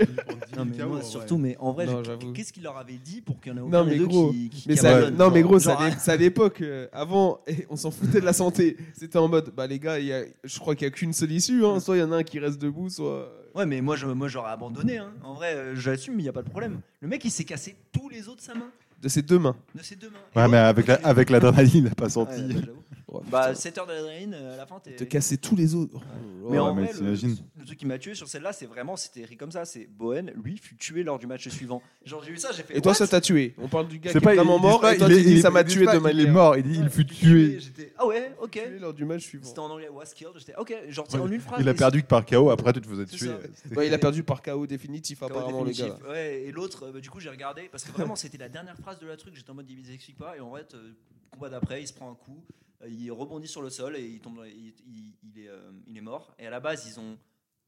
Speaker 2: non, mais moi, surtout, mais en vrai,
Speaker 1: Non,
Speaker 2: je-
Speaker 1: j'avoue.
Speaker 2: qu'est-ce qu'il leur avait dit pour qu'il y en ait
Speaker 1: Non,
Speaker 2: aucun
Speaker 1: mais
Speaker 2: des deux
Speaker 1: gros,
Speaker 2: qui, qui
Speaker 1: Mais
Speaker 2: qui
Speaker 1: ça-
Speaker 2: abandonne,
Speaker 1: non, mais
Speaker 2: genre-
Speaker 1: gros, ça
Speaker 2: genre, ah.
Speaker 1: l'é- ça, à l'époque, euh, avant, eh, on s'en foutait de la santé. C'était en mode, bah les gars, il y a- je crois qu'il n'y a qu'une seule issue. hein. Soit il y en a un qui reste debout, soit.
Speaker 2: Ouais, mais moi, je- moi j'aurais abandonné. hein. En vrai, euh, j'assume, il n'y a pas de problème. Le mec, il s'est cassé tous les os de sa main,
Speaker 1: De ses deux mains.
Speaker 2: de ses deux mains. Et
Speaker 3: Ouais, mais
Speaker 2: moi-
Speaker 3: avec la- avec l'adrénaline, il n'a pas
Speaker 2: Ouais,
Speaker 3: senti.
Speaker 2: bah, j'avoue.
Speaker 1: Oh, putain,
Speaker 2: bah, 7 heures d'adrénaline, euh, à la fin, t'es.
Speaker 1: te casser tous les autres.
Speaker 2: Mais
Speaker 3: Ouais,
Speaker 2: en
Speaker 3: mais
Speaker 2: vrai, le,
Speaker 3: t'imagines.
Speaker 2: le truc qui m'a tué sur celle-là, c'est vraiment, c'était écrit comme ça. C'est Bohen, lui, fut tué lors du match suivant. Genre, j'ai vu ça, j'ai fait.
Speaker 1: Et toi,
Speaker 2: what
Speaker 1: ça t'a tué. On parle du gars qui
Speaker 3: C'est
Speaker 1: est vraiment
Speaker 3: il-
Speaker 1: mort.
Speaker 3: il-
Speaker 1: Et toi,
Speaker 3: il-
Speaker 1: tu dis,
Speaker 3: il-
Speaker 1: ça m'a
Speaker 3: il-
Speaker 1: tué
Speaker 3: pas,
Speaker 1: de
Speaker 3: Il est
Speaker 1: manière.
Speaker 3: mort, il, dit, il fut tué.
Speaker 2: J'étais, ah ouais, ok.
Speaker 1: Tué lors du match suivant.
Speaker 2: C'était en anglais, was killed. J'étais, ok, genre, c'est en une phrase.
Speaker 3: Il a
Speaker 2: mais-
Speaker 3: perdu que par KO, après tu te faisais
Speaker 2: C'est
Speaker 3: tuer.
Speaker 2: ça.
Speaker 3: C'était-
Speaker 1: Ouais, il a perdu par KO définitif,
Speaker 2: KO
Speaker 1: apparemment, le gars.
Speaker 2: définitif. Ouais, et l'autre, euh, bah, du coup, j'ai regardé parce que vraiment, c'était la dernière phrase de la truc. J'étais en mode, il explique pas. Et en fait, euh, combat d'après, il se prend un coup, euh, il rebondit sur le sol et il tombe, dans- il, il- il est, euh, il est mort. Et à la base, ils ont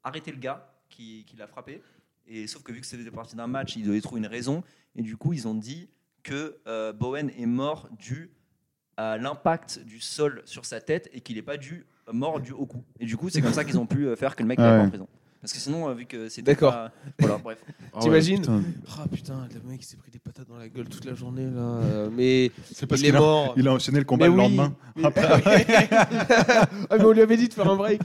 Speaker 2: arrêté le gars qui, qui l'a frappé. Et sauf que vu que c'était parti d'un match, ils devaient trouver une raison. Et du coup, ils ont dit que euh, Bowen est mort dû à l'impact du sol sur sa tête et qu'il n'est pas dû mort dû au coup. Et du coup, c'est comme ça qu'ils ont pu euh, faire que le mec
Speaker 3: Ah
Speaker 2: n'est pas
Speaker 3: ouais.
Speaker 2: en prison. Parce que sinon, euh, vu que c'est
Speaker 1: D'accord.
Speaker 2: Voilà, bref.
Speaker 3: Ah ouais,
Speaker 1: T'imagines
Speaker 3: putain.
Speaker 1: Ah putain, le mec il s'est pris des patates dans la gueule toute la journée là. euh, Mais
Speaker 3: C'est parce
Speaker 1: il est
Speaker 3: qu'il a-
Speaker 1: mort.
Speaker 3: il a enchaîné le combat
Speaker 1: Mais
Speaker 3: le
Speaker 1: oui.
Speaker 3: lendemain.
Speaker 1: Mais- ah, mais on lui avait dit de faire un break.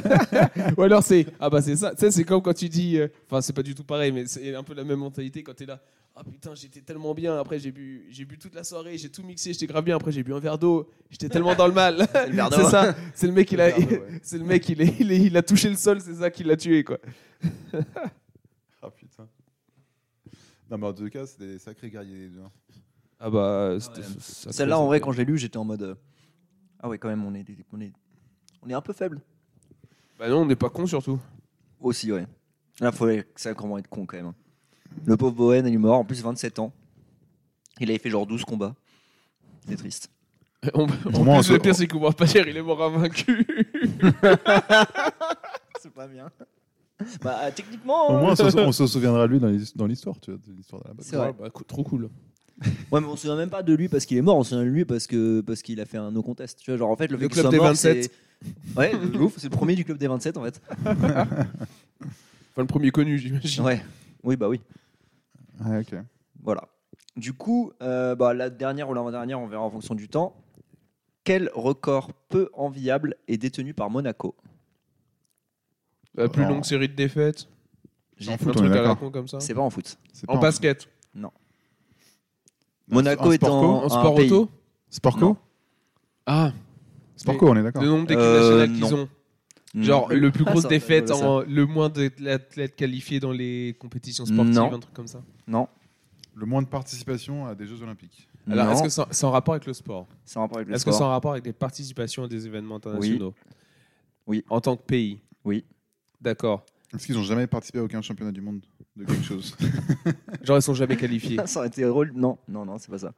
Speaker 1: Ou alors c'est ah bah c'est ça. Tu sais c'est comme quand tu dis euh, enfin c'est pas du tout pareil mais c'est un peu la même mentalité quand t'es là. Ah putain j'étais tellement bien après j'ai bu j'ai bu toute la soirée j'ai tout mixé j'étais grave bien après j'ai bu un verre d'eau j'étais tellement dans le mal.
Speaker 2: verre d'eau.
Speaker 1: c'est ça. C'est le mec il a
Speaker 6: Le verre d'eau, ouais.
Speaker 1: c'est le mec il, est, il, est- il a touché le sol c'est ça qui l'a tué quoi.
Speaker 3: Ah putain. Non, mais en tout cas, c'était des sacrés guerriers les deux. hein.
Speaker 1: Ah bah
Speaker 2: c'était- Celle-là, en vrai, quand je l'ai lu, j'étais en mode. euh, Ah ouais, quand même, on est, des- on est, on est un peu faible.
Speaker 1: bah non on n'est pas con surtout.
Speaker 2: Aussi, ouais. Là, faut ça comment être con quand même. hein. Le pauvre Bowen, il est mort, en plus 27 ans. Il avait fait genre 12 combats. C'est triste.
Speaker 1: On,
Speaker 3: Pour moi,
Speaker 1: en
Speaker 3: on
Speaker 1: plus,
Speaker 3: se-
Speaker 1: le pire, c'est qu'on voit pas cher, il est mort invaincu.
Speaker 2: C'est pas bien. Bah, euh, techniquement.
Speaker 3: Au
Speaker 2: euh,
Speaker 3: moins, on se, on se souviendra de lui dans l'his- dans l'histoire, tu vois, de l'histoire de la boxe.
Speaker 2: C'est vrai.
Speaker 1: Ouais, bah, cou- trop cool.
Speaker 2: Ouais, mais on se souvient même pas de lui parce qu'il est mort, on se souvient de lui parce que parce qu'il a fait un no contest. Tu vois, genre en fait, le,
Speaker 1: Le
Speaker 2: fait qu'il
Speaker 1: club
Speaker 2: soit
Speaker 1: des
Speaker 2: mort,
Speaker 1: 27.
Speaker 2: c'est- Ouais, de ouf, c'est le premier du club des 27 en fait.
Speaker 1: Enfin, le premier connu, j'imagine.
Speaker 2: Ouais. Oui, bah oui.
Speaker 3: Ouais, ok.
Speaker 2: Voilà. Du coup, euh, bah, la dernière ou l'avant-dernière, on verra en fonction du temps. Quel record peu enviable est détenu par Monaco
Speaker 1: La plus
Speaker 3: Oh.
Speaker 1: longue série de défaites.
Speaker 3: J'en
Speaker 1: Un
Speaker 3: fout, on est
Speaker 1: truc à la
Speaker 3: d'accord.
Speaker 1: con comme ça.
Speaker 2: C'est pas en foot.
Speaker 3: C'est pas
Speaker 1: En
Speaker 3: un-
Speaker 1: basket.
Speaker 2: Monaco
Speaker 3: en
Speaker 2: est
Speaker 3: sport
Speaker 2: en,
Speaker 1: En sport
Speaker 2: un pays.
Speaker 1: auto.
Speaker 3: Sport
Speaker 2: Non.
Speaker 3: co
Speaker 1: Ah,
Speaker 3: Sport co, on est d'accord.
Speaker 1: le nombre d'équipes
Speaker 2: Euh,
Speaker 1: nationales qu'ils
Speaker 2: non.
Speaker 1: ont. Genre, le plus
Speaker 2: Ah,
Speaker 1: grosse
Speaker 2: ça,
Speaker 1: défaite,
Speaker 2: ça.
Speaker 1: en, le moins d'athlètes qualifiés dans les compétitions sportives,
Speaker 2: Non.
Speaker 1: un truc comme ça.
Speaker 2: Non.
Speaker 3: Le moins de participation à des Jeux Olympiques.
Speaker 1: Alors,
Speaker 2: non.
Speaker 1: est-ce que ça- c'est en rapport avec le sport
Speaker 2: c'est en rapport avec le
Speaker 1: Est-ce que
Speaker 2: sport
Speaker 1: c'est en rapport avec les participations à des événements internationaux
Speaker 2: Oui.
Speaker 1: En tant que pays
Speaker 2: Oui.
Speaker 1: D'accord.
Speaker 3: Est-ce qu'ils n'ont jamais participé à aucun championnat du monde de quelque chose
Speaker 1: Genre, ils sont jamais qualifiés.
Speaker 2: Ah, ça aurait été drôle. Non, non, non, c'est pas ça.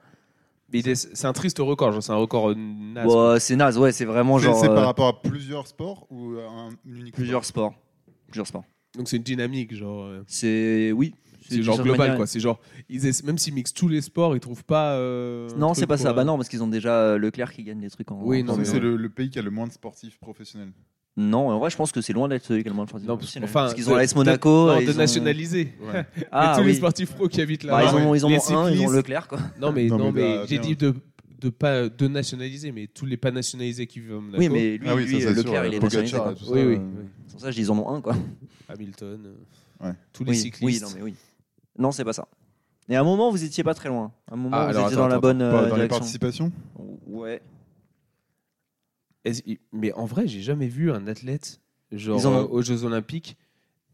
Speaker 1: Mais il est- c'est un triste record, genre, c'est un record euh, naze. quoi.
Speaker 2: Ouais, c'est naze, ouais, c'est vraiment
Speaker 3: C'est
Speaker 2: genre
Speaker 3: c'est par
Speaker 2: euh,
Speaker 3: rapport à plusieurs sports ou à un une unique
Speaker 2: plusieurs sports. Plusieurs sports.
Speaker 1: Donc c'est une dynamique, genre. euh,
Speaker 2: C'est oui.
Speaker 1: C'est
Speaker 2: d'une
Speaker 1: genre
Speaker 2: certaine
Speaker 1: global,
Speaker 2: manière-
Speaker 1: quoi. C'est genre, ils essa- même s'ils mixent tous les sports, ils trouvent pas. euh, un
Speaker 2: Non,
Speaker 1: truc,
Speaker 2: c'est pas ça.
Speaker 1: quoi.
Speaker 2: Bah non, parce qu'ils ont déjà euh, Leclerc qui gagne des trucs en.
Speaker 1: Oui,
Speaker 2: en-
Speaker 1: non,
Speaker 3: Non,
Speaker 1: mais
Speaker 3: mais
Speaker 1: ouais.
Speaker 3: c'est le, le pays qui a le moins de sportifs professionnels.
Speaker 2: Non, en vrai, je pense que c'est loin d'être celui qui a le moins de fortune.
Speaker 1: Non, parce,
Speaker 2: parce,
Speaker 1: enfin,
Speaker 2: qu'ils ont
Speaker 1: de-
Speaker 2: l'AS Monaco.
Speaker 1: de, non,
Speaker 2: et
Speaker 1: de
Speaker 2: ils ont-
Speaker 1: nationaliser.
Speaker 3: Ouais.
Speaker 1: Mais
Speaker 2: Ah,
Speaker 1: tous
Speaker 2: oui.
Speaker 1: les sportifs pro qui habitent
Speaker 2: Bah,
Speaker 1: là.
Speaker 2: ils, ont, ils en
Speaker 1: les
Speaker 2: ont un, ils ont
Speaker 1: cyclistes.
Speaker 2: Leclerc, quoi.
Speaker 1: Non mais
Speaker 3: Non,
Speaker 1: non
Speaker 3: mais
Speaker 1: mais
Speaker 3: bah,
Speaker 1: j'ai
Speaker 3: bien.
Speaker 1: dit de de pas de nationaliser, mais tous les pas nationalisés qui vivent. à Monaco.
Speaker 2: Oui, mais lui,
Speaker 3: Ah oui,
Speaker 2: lui,
Speaker 3: ça,
Speaker 2: euh,
Speaker 3: c'est sûr,
Speaker 2: Leclerc, il est
Speaker 3: Pogacar,
Speaker 2: nationalisé. quoi.
Speaker 3: tout ça,
Speaker 1: Oui, oui.
Speaker 3: euh,
Speaker 2: C'est pour ça que je dis, ils en ont un, quoi.
Speaker 1: Hamilton. euh,
Speaker 3: Ouais.
Speaker 1: Tous les
Speaker 2: Oui, oui,
Speaker 1: cyclistes.
Speaker 2: non, mais oui. Non, c'est pas ça. Et à un moment, vous étiez pas très loin. À un moment,
Speaker 1: Ah,
Speaker 2: vous
Speaker 1: alors,
Speaker 2: étiez
Speaker 1: attends,
Speaker 2: dans la
Speaker 1: attends,
Speaker 2: bonne
Speaker 3: Pas
Speaker 2: euh,
Speaker 3: dans les
Speaker 2: direction.
Speaker 3: participations
Speaker 2: Ouais.
Speaker 1: Est-ce- mais en vrai, j'ai jamais vu un athlète genre
Speaker 2: Ils en ont-
Speaker 1: euh, aux Jeux Olympiques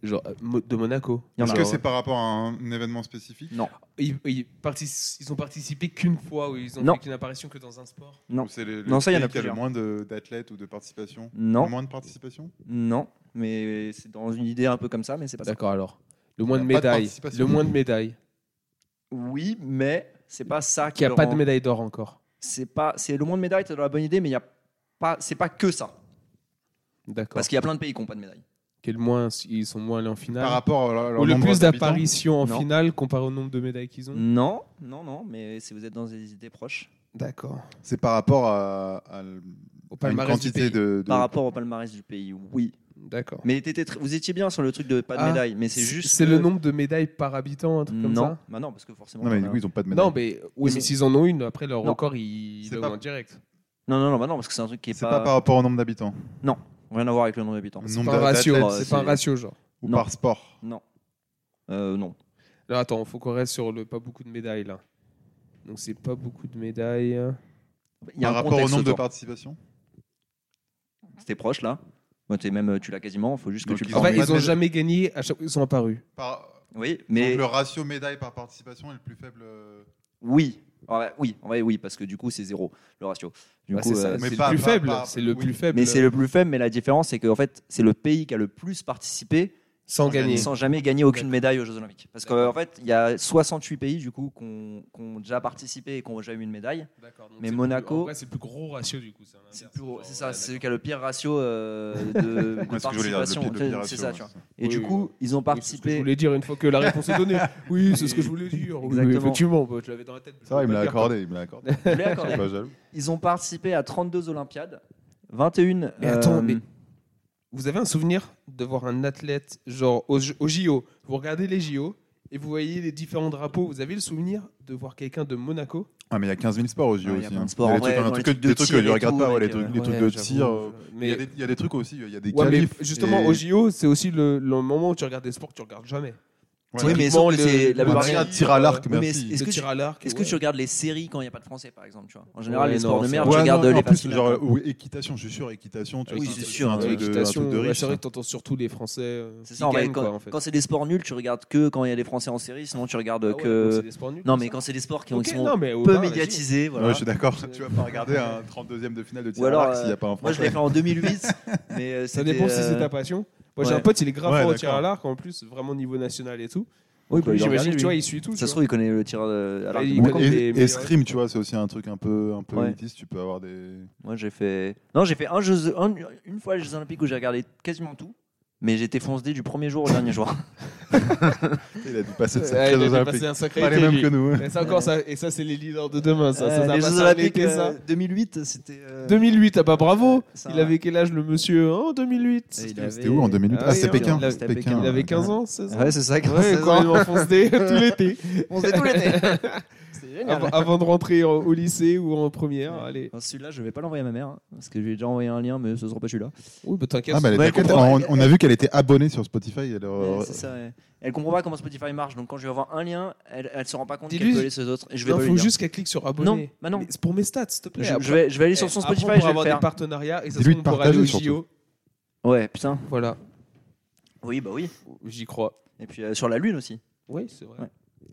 Speaker 1: Genre, euh, Mo- de Monaco.
Speaker 2: Il y en
Speaker 3: Est-ce
Speaker 2: a.
Speaker 3: que c'est par rapport à un, un événement spécifique
Speaker 2: Non.
Speaker 1: Ils, ils, partici- ils ont participé qu'une fois, ou ils ont
Speaker 2: Non.
Speaker 1: fait qu'une apparition que dans un sport.
Speaker 2: Non.
Speaker 3: Ou c'est le, le
Speaker 2: Non, ça, il y en a
Speaker 3: pays qui le
Speaker 2: plusieurs.
Speaker 3: moins de- d'athlètes ou de participation Le
Speaker 2: Non,
Speaker 3: moins de participation
Speaker 2: non. Mais c'est dans une idée un peu comme ça, mais c'est pas ça.
Speaker 1: D'accord, alors. Le moins
Speaker 3: Il y
Speaker 1: de
Speaker 3: a pas de
Speaker 1: médailles.
Speaker 3: participation.
Speaker 1: le moins de médailles.
Speaker 2: Oui, mais c'est pas ça qui
Speaker 1: Qui a
Speaker 2: le
Speaker 1: pas
Speaker 2: rend-
Speaker 1: de médaille d'or encore.
Speaker 2: C'est pas, c'est le moins de médailles. T'es dans la bonne idée, mais il y a pas, c'est pas que ça.
Speaker 1: D'accord.
Speaker 2: Parce qu'il y a plein de pays qui n'ont pas de médailles.
Speaker 1: Quel moins ils sont moins allés en finale.
Speaker 3: Par rapport à leur, leur
Speaker 1: Ou le
Speaker 3: nombre
Speaker 1: plus
Speaker 3: d'habitants
Speaker 1: d'apparitions en
Speaker 2: Non. Mm.
Speaker 1: finale comparé au nombre de médailles qu'ils ont.
Speaker 2: Non, non, non. Mais si vous êtes dans des idées proches,
Speaker 1: D'accord.
Speaker 3: C'est par rapport à, à l-
Speaker 1: Au
Speaker 3: à une
Speaker 1: palmarès du pays.
Speaker 3: quantité de, de-
Speaker 2: par rapport au palmarès du pays, oui.
Speaker 1: D'accord.
Speaker 2: Mais t'étais tr- vous étiez bien sur le truc de pas de
Speaker 1: Ah,
Speaker 2: médailles, mais c'est juste.
Speaker 1: C'est
Speaker 2: que-
Speaker 1: le nombre de médailles par habitant, un truc comme
Speaker 2: Non,
Speaker 1: ça
Speaker 2: bah non, parce que forcément.
Speaker 3: Non, mais
Speaker 2: t'en
Speaker 3: du
Speaker 2: as
Speaker 3: coup, ils n'ont pas de médaille.
Speaker 1: Non, mais oui,
Speaker 2: Ils
Speaker 1: mais
Speaker 2: sont-
Speaker 1: s'ils en ont une, après leur
Speaker 2: Non.
Speaker 1: record, ils
Speaker 3: C'est
Speaker 1: l'ont
Speaker 3: pas-
Speaker 1: en direct.
Speaker 2: Non, non, non, bah non, parce que c'est un truc qui est
Speaker 3: C'est
Speaker 2: pas,
Speaker 3: pas... par rapport au nombre d'habitants
Speaker 2: rien à voir avec le nombre d'habitants.
Speaker 3: Le
Speaker 1: C'est
Speaker 3: nombre
Speaker 1: pas un
Speaker 3: d'athlètes,
Speaker 1: ratio,
Speaker 2: c'est-
Speaker 1: c'est pas un ratio, genre.
Speaker 3: Ou
Speaker 2: Non.
Speaker 3: par sport
Speaker 2: Euh, non.
Speaker 1: Là, attends, faut qu'on reste sur le pas beaucoup de médailles, là. Donc c'est pas beaucoup de médailles.
Speaker 2: Il y a
Speaker 3: Par
Speaker 2: un
Speaker 3: rapport au
Speaker 2: contexte
Speaker 3: nombre de
Speaker 2: autour.
Speaker 3: participations
Speaker 2: C'était proche là. Moi, t'es même, tu l'as quasiment. Faut juste que
Speaker 3: Donc,
Speaker 2: tu le
Speaker 3: ils
Speaker 1: Enfin,
Speaker 3: ont
Speaker 1: ils
Speaker 3: pas de
Speaker 1: ont
Speaker 3: médailles.
Speaker 1: jamais gagné à chaque fois qu'ils sont apparus.
Speaker 3: Par-
Speaker 2: Oui, mais
Speaker 3: Donc le ratio médaille par participation est le plus faible. euh,
Speaker 2: oui, En vrai, oui, en vrai, oui, parce que du coup, c'est zéro le ratio. Du
Speaker 1: Bah,
Speaker 2: coup,
Speaker 1: c'est ça,
Speaker 2: euh,
Speaker 3: mais
Speaker 1: c'est
Speaker 3: pas-
Speaker 1: le plus
Speaker 3: pas-
Speaker 1: faible.
Speaker 3: pas-
Speaker 1: C'est le
Speaker 3: oui.
Speaker 1: plus faible.
Speaker 2: mais c'est le plus faible. Mais la différence, c'est qu'en fait, c'est le pays qui a le plus participé
Speaker 1: sans gagner.
Speaker 2: Euh, sans jamais gagner aucune médaille aux Jeux Olympiques. Parce qu'en fait, il y a 68 pays du coup qui ont qui ont déjà participé et qui n'ont jamais eu une médaille.
Speaker 1: Ah,
Speaker 2: Mais
Speaker 1: c'est le
Speaker 2: Monaco-
Speaker 1: plus- en vrai, c'est le plus gros ratio du coup. c'est un
Speaker 2: C'est
Speaker 1: inverse,
Speaker 2: le plus gros-
Speaker 1: genre,
Speaker 2: c'est ça,
Speaker 1: ouais,
Speaker 2: c'est
Speaker 1: d'accord.
Speaker 2: celui qui a le pire ratio euh, de, de
Speaker 3: ouais, ce que je voulais dire, le
Speaker 2: participation.
Speaker 3: pi- le pi-
Speaker 2: C'est
Speaker 3: ratio,
Speaker 2: ça,
Speaker 3: ouais,
Speaker 2: tu vois.
Speaker 3: c'est ça.
Speaker 2: Et du
Speaker 1: Oui,
Speaker 2: coup, ils ont
Speaker 1: Oui, c'est ce que je
Speaker 2: participé.
Speaker 1: voulais dire une fois que la réponse est donnée. Oui, c'est ce que je voulais dire. Oui, oui,
Speaker 2: Exactement.
Speaker 1: effectivement, bah, tu l'avais dans la tête.
Speaker 3: Ça va, il me l'a
Speaker 1: Je peux pas
Speaker 3: accordé. Il me l'a accordé.
Speaker 2: Je l'ai
Speaker 3: Je suis
Speaker 2: accordé.
Speaker 3: pas jaloux.
Speaker 2: Ils ont participé à 32 Olympiades, 21.
Speaker 1: Mais attends,
Speaker 2: euh,
Speaker 1: mais- dire. Vous avez un souvenir de voir un athlète genre au, au JO Vous regardez les JO et vous voyez les différents drapeaux. Vous avez le souvenir de voir quelqu'un de Monaco
Speaker 3: Ah, mais il y a 15 000 sports aux JO
Speaker 2: Ouais, il y a
Speaker 3: aussi.
Speaker 2: plein
Speaker 3: hein.
Speaker 2: de sports.
Speaker 3: Il y a
Speaker 2: En vrai,
Speaker 3: des
Speaker 2: dans les
Speaker 3: trucs-
Speaker 2: trucs de
Speaker 3: des trucs que
Speaker 2: tir
Speaker 3: je
Speaker 2: et
Speaker 3: regarde
Speaker 2: tout,
Speaker 3: pas, ouais, les
Speaker 2: avec,
Speaker 3: trucs
Speaker 2: euh,
Speaker 3: les trucs
Speaker 1: ouais,
Speaker 3: de
Speaker 1: j'avoue,
Speaker 3: tir. euh, Il y
Speaker 1: Mais,
Speaker 3: a des- il y a des trucs aussi. Il y a des
Speaker 1: ouais, mais
Speaker 3: qualifs.
Speaker 1: justement,
Speaker 3: et-
Speaker 1: au JO, c'est aussi le, le moment où tu regardes des sports que tu regardes jamais.
Speaker 3: Ouais.
Speaker 2: Oui, mais sauf que
Speaker 1: Typiquement,
Speaker 2: c'est
Speaker 1: le-
Speaker 2: la
Speaker 1: le
Speaker 2: plupart-
Speaker 3: tir à- tir à l'arc,
Speaker 2: Oui, mais
Speaker 3: merci.
Speaker 2: est-ce
Speaker 1: Le
Speaker 2: que tu-
Speaker 1: tir à l'arc,
Speaker 2: Est-ce
Speaker 1: ouais.
Speaker 2: que tu regardes les séries quand il n'y a pas de français, par exemple tu vois En général,
Speaker 1: Ouais,
Speaker 2: les sports
Speaker 1: non,
Speaker 2: de
Speaker 1: c'est
Speaker 2: merde,
Speaker 1: vrai.
Speaker 2: tu
Speaker 3: Ouais,
Speaker 2: regardes
Speaker 3: non,
Speaker 2: euh,
Speaker 3: et en
Speaker 2: les
Speaker 3: plus,
Speaker 2: passes
Speaker 3: genre,
Speaker 2: finales.
Speaker 3: euh, oui, équitation, je suis sûr, équitation. tu
Speaker 2: Oui,
Speaker 3: vois,
Speaker 2: c'est
Speaker 3: un truc-
Speaker 2: sûr,
Speaker 3: un
Speaker 2: ouais,
Speaker 3: truc de- un
Speaker 1: L'équitation,
Speaker 3: truc de
Speaker 1: ouais,
Speaker 3: riche. hein.
Speaker 1: c'est vrai
Speaker 3: ça.
Speaker 1: que t'entends surtout les Français. euh,
Speaker 2: C'est
Speaker 1: qui
Speaker 2: ça, en vrai,
Speaker 1: gagnent,
Speaker 2: quand, Ah
Speaker 1: quoi, en fait.
Speaker 2: quand c'est des sports nuls, tu regardes que quand il y a les Français en série, sinon tu regardes
Speaker 1: Ah ouais, donc
Speaker 2: que. euh,
Speaker 1: c'est des sports nuls,
Speaker 2: non,
Speaker 1: tout
Speaker 2: mais
Speaker 1: ça.
Speaker 2: quand c'est des sports qui
Speaker 1: Ok,
Speaker 2: qui sont
Speaker 1: non, mais bah, au
Speaker 2: peu
Speaker 1: vin,
Speaker 2: médiatisés,
Speaker 3: Ouais,
Speaker 2: voilà.
Speaker 3: je suis d'accord. Tu vas pas regarder un 32e de finale de tir à
Speaker 2: alors,
Speaker 3: l'arc s'il n'y a
Speaker 2: euh,
Speaker 3: pas un
Speaker 2: Moi, je l'ai
Speaker 3: français.
Speaker 2: fait en 2008, mais euh,
Speaker 1: vas-y. Ça
Speaker 2: c'était,
Speaker 1: dépend si
Speaker 2: euh,
Speaker 1: c'est ta passion. Moi, j'ai
Speaker 2: ouais.
Speaker 1: un pote, il est grave
Speaker 3: Ouais,
Speaker 1: fort au tir
Speaker 3: d'accord.
Speaker 1: à l'arc en plus, vraiment niveau national et tout.
Speaker 2: Oui, bah, il regarde,
Speaker 1: J'imagine,
Speaker 2: lui.
Speaker 1: tu vois, il suit tout.
Speaker 2: Ça se
Speaker 1: tu
Speaker 2: trouve, il connaît le tir euh, à l'arc.
Speaker 1: Il
Speaker 2: de Monaco.
Speaker 1: connaît-
Speaker 3: Et,
Speaker 1: des
Speaker 3: et
Speaker 1: meilleurs-
Speaker 3: scrim, tu vois, c'est aussi un truc un peu, un peu
Speaker 2: hein. Ouais.
Speaker 3: élitiste. Tu peux avoir des.
Speaker 2: Moi, j'ai fait. Non, j'ai fait un jeu, un- une fois les Jeux Olympiques où j'ai regardé quasiment tout, mais j'étais foncedé du premier jour au dernier jour.
Speaker 3: Il a dû passer de
Speaker 1: vois.
Speaker 3: sa
Speaker 1: Ouais, il
Speaker 3: crête
Speaker 1: a
Speaker 3: aux
Speaker 1: fait
Speaker 3: Olympiques.
Speaker 1: passer un sacré
Speaker 3: Pas les
Speaker 1: été,
Speaker 3: mêmes
Speaker 1: lui.
Speaker 3: que nous. hein.
Speaker 1: Et ça, encore, ça, et ça, c'est les leaders de demain. Ça, ça,
Speaker 2: Euh,
Speaker 1: ça a
Speaker 2: les
Speaker 1: passé
Speaker 2: Jeux
Speaker 1: un
Speaker 2: Olympiques
Speaker 1: été,
Speaker 2: euh,
Speaker 1: ça.
Speaker 2: 2008, c'était. euh,
Speaker 1: 2008, ah bah bravo
Speaker 2: ça-
Speaker 1: Il avait quel âge le monsieur hein, En 2008
Speaker 2: il
Speaker 3: C'était où en 2008
Speaker 1: Ah
Speaker 3: Ah, c'était
Speaker 1: oui,
Speaker 3: Pékin.
Speaker 1: il avait-
Speaker 2: c'était à Pékin,
Speaker 1: Il avait 15 ans, 16 ans.
Speaker 2: Ouais, c'est ça.
Speaker 1: Ouais, quand il m'enfonce des- tout l'été.
Speaker 2: On faisait tout l'été.
Speaker 1: Ah, bah.
Speaker 2: C'était génial.
Speaker 1: Avant, avant de rentrer en- au lycée ou en première,
Speaker 2: Ouais.
Speaker 1: allez.
Speaker 2: Alors, Celui-là, je vais pas l'envoyer à ma mère, hein, parce que je lui ai déjà envoyé un lien, mais ce sera pas celui-là.
Speaker 1: Oui, bah t'inquiète.
Speaker 3: Ah, bah, elle
Speaker 2: Ouais,
Speaker 3: était-
Speaker 2: elle comprend.
Speaker 3: on, on a vu qu'elle était abonnée sur Spotify.
Speaker 2: Ouais,
Speaker 3: Elle, euh,
Speaker 2: c'est ça, ouais. Elle comprend pas comment Spotify marche, donc quand je lui envoie un lien, elle, elle se rend pas compte
Speaker 1: Dis-lui-
Speaker 2: qu'elle peut aller sur les autres. Et je vais
Speaker 1: Non,
Speaker 2: pas lui
Speaker 1: faut
Speaker 2: dire.
Speaker 1: juste qu'elle clique sur abonner.
Speaker 2: Non, bah non.
Speaker 1: Mais c'est pour mes stats, s'il te plaît.
Speaker 2: Je,
Speaker 1: Après-
Speaker 2: je vais, je vais aller sur son
Speaker 1: Eh, après,
Speaker 2: Spotify,
Speaker 1: on
Speaker 2: je
Speaker 1: pourra
Speaker 2: vais le
Speaker 1: avoir
Speaker 2: faire.
Speaker 1: des partenariats et ça se
Speaker 3: Dis-lui
Speaker 1: trouve, on
Speaker 3: de
Speaker 1: pourra aller au
Speaker 3: partager,
Speaker 1: JO.
Speaker 2: Ouais, putain.
Speaker 1: Voilà,
Speaker 2: Oui, bah oui.
Speaker 1: j'y crois.
Speaker 2: Et puis euh, sur la lune aussi.
Speaker 1: Oui, c'est vrai.
Speaker 2: Ouais.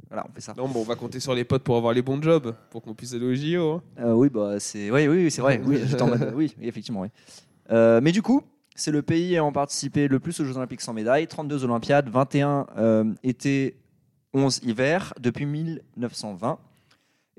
Speaker 2: Voilà, on fait ça.
Speaker 1: Non, bon, on va compter sur les potes pour avoir les bons jobs, pour qu'on puisse aller au JO. hein.
Speaker 2: Euh, oui, bah c'est. Oui, oui, oui, c'est vrai. Oui, j'étais en mode- oui, oui, effectivement, oui. Euh, mais du coup, c'est le pays ayant participé le plus aux Jeux Olympiques sans médaille 32 Olympiades, 21 euh, été, 11 hiver, depuis 1920.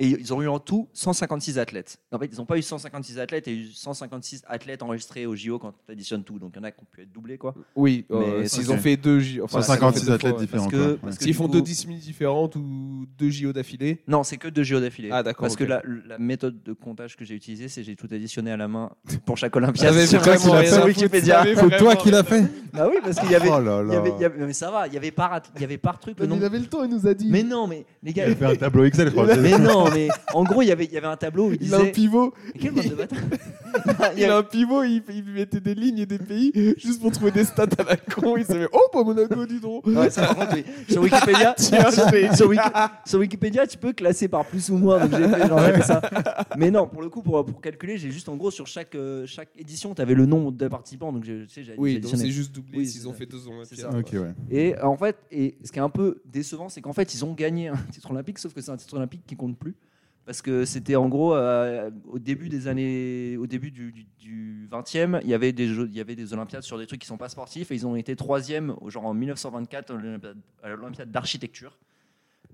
Speaker 2: Et ils ont eu en tout 156 athlètes. En fait, ils n'ont pas eu 156 athlètes, il y a eu 156 athlètes enregistrés au JO quand tu additionnes tout. Donc il y en a qui ont pu être doublés, quoi.
Speaker 1: Oui,
Speaker 2: Mais
Speaker 1: euh,
Speaker 2: c'est-
Speaker 1: s'ils
Speaker 3: ok.
Speaker 1: ont fait deux JO. Enfin, s'ils ont fait
Speaker 3: 156
Speaker 1: deux
Speaker 3: athlètes
Speaker 1: fois, ouais.
Speaker 3: différents.
Speaker 2: Parce
Speaker 3: quoi.
Speaker 2: que,
Speaker 3: Ouais.
Speaker 2: parce que
Speaker 1: S'ils
Speaker 2: du
Speaker 1: font
Speaker 2: coup-
Speaker 1: deux disciplines différentes ou deux JO d'affilée.
Speaker 2: Non, c'est que deux JO d'affilée.
Speaker 1: Ah, d'accord,
Speaker 2: Parce que
Speaker 1: ok.
Speaker 2: la, la méthode de comptage que j'ai utilisée, c'est j'ai tout additionné à la main pour chaque Olympiade.
Speaker 1: J'avais
Speaker 2: sur-
Speaker 1: vraiment
Speaker 2: sur
Speaker 1: rien à foutre,
Speaker 2: Wikipédia.
Speaker 1: j'avais
Speaker 7: Faut toi
Speaker 1: vraiment- euh,
Speaker 7: qui l'a fait.
Speaker 2: Bah oui, parce qu'il y avait,
Speaker 3: Oh là
Speaker 2: il y avait- il y
Speaker 3: là.
Speaker 2: avait- mais ça va, il y avait par, il y avait par truc le
Speaker 7: Il
Speaker 2: nombre.
Speaker 7: avait le temps, il nous a dit.
Speaker 2: Mais non, mais les gars,
Speaker 3: Il a fait un tableau Excel, je crois.
Speaker 2: mais non, non, mais en gros, il y avait- il y avait un tableau où il
Speaker 1: Il a un
Speaker 2: disait.
Speaker 1: pivot,
Speaker 2: Quelle bande de bâtards Il y
Speaker 1: il a
Speaker 2: avait-
Speaker 1: un pivot, il, il mettait des lignes et des pays juste pour trouver des stats à la con. Il savait, oh, pas Monaco, dis donc.
Speaker 2: Ouais, ça, par contre, oui. Sur Wikipédia, sur, Wiki- sur Wikipédia, tu peux classer par plus ou moins. Donc j'ai fait, genre, j'ai fait ça. Mais non, pour le coup, pour, pour calculer, j'ai juste en gros sur chaque, euh, chaque édition, tu avais le nombre de participants. Donc je- tu sais, j'ai j'ai
Speaker 1: Oui, donc
Speaker 2: additionné.
Speaker 1: c'est juste doublé
Speaker 2: Oui, c'est
Speaker 1: s'ils ont
Speaker 2: ça.
Speaker 1: fait deux ans.
Speaker 2: C'est
Speaker 1: Pierre.
Speaker 2: ça.
Speaker 3: Ok, ouais.
Speaker 2: Et euh, en fait, et ce qui est un peu décevant, c'est qu'en fait, ils ont gagné un titre olympique, sauf que c'est un titre olympique qui compte plus. Parce que c'était en gros euh, au début des années, au début du, du, du 20e, il y avait des jeux, il y avait des Olympiades sur des trucs qui sont pas sportifs et ils ont été troisième, genre en 1924 à l'Olympiade- à l'Olympiade d'architecture.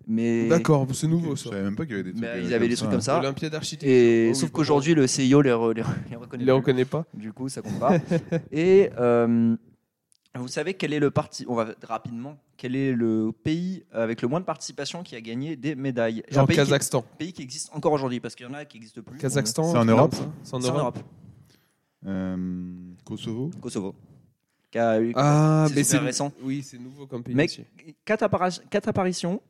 Speaker 2: Mais
Speaker 1: D'accord, c'est nouveau
Speaker 3: Je
Speaker 1: ça.
Speaker 3: savais même pas qu'il y avait des trucs.
Speaker 2: mais
Speaker 3: euh,
Speaker 2: ils avaient des trucs comme ça.
Speaker 1: Olympiade d'architecture.
Speaker 2: Et
Speaker 1: Oh oui,
Speaker 2: sauf
Speaker 1: pardon.
Speaker 2: qu'aujourd'hui, le CIO les, re- les, re- les reconnaît.
Speaker 1: Il les
Speaker 2: plus.
Speaker 1: reconnaît pas.
Speaker 2: Du coup, ça compte pas. Et euh, vous savez quel est le parti On va rapidement. Quel est le pays avec le moins de participation qui a gagné des médailles Et
Speaker 1: Genre
Speaker 2: un pays
Speaker 1: Kazakhstan.
Speaker 2: Qui, pays qui existe encore aujourd'hui parce qu'il y en a qui n'existent plus.
Speaker 1: Kazakhstan.
Speaker 3: C'est en
Speaker 1: non,
Speaker 3: Europe
Speaker 1: ça C'est en
Speaker 2: On- c'est en
Speaker 1: Europe.
Speaker 2: Europe.
Speaker 3: Euh, Kosovo
Speaker 2: Kosovo. Qui a eu
Speaker 1: Ah,
Speaker 2: C'est
Speaker 1: mais
Speaker 2: super
Speaker 1: c'est
Speaker 2: récent.
Speaker 1: Oui, c'est nouveau comme pays.
Speaker 2: Mec.
Speaker 1: aussi.
Speaker 2: quatre, appara- quatre apparitions,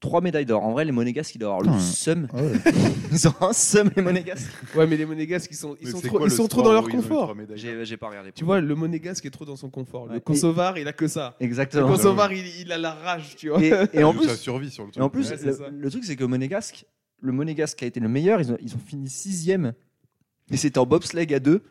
Speaker 2: trois médailles d'or. En vrai, les Monégasques, ils doivent avoir le
Speaker 3: Putain.
Speaker 2: seum.
Speaker 3: Ah ouais.
Speaker 2: Ils ont un seum, les Monégasques.
Speaker 1: Ouais, mais les monégasques, ils sont, ils
Speaker 3: Mais
Speaker 1: sont
Speaker 3: c'est
Speaker 1: trop,
Speaker 3: quoi
Speaker 1: ils
Speaker 3: le
Speaker 1: sont trop
Speaker 3: sport
Speaker 1: dans leur
Speaker 3: où ils ont eu
Speaker 1: confort.
Speaker 3: trois médailles
Speaker 2: J'ai j'ai pas regardé.
Speaker 1: Tu vois, le monégasque est trop dans son confort.
Speaker 2: Ouais.
Speaker 1: Le kosovar, il a que ça. Le
Speaker 2: Exactement.
Speaker 1: kosovar, il, il a la rage, tu vois.
Speaker 2: Et, et en
Speaker 3: Ils jouent
Speaker 2: plus,
Speaker 3: sa survie sur le
Speaker 2: Et
Speaker 3: truc.
Speaker 2: en plus,
Speaker 1: Ouais, c'est ça.
Speaker 2: le, le truc, c'est que le Monégasque, le Monégasque a été le meilleur. Ils ont, ils ont fini sixième. Et c'était en bobsleigh à deux.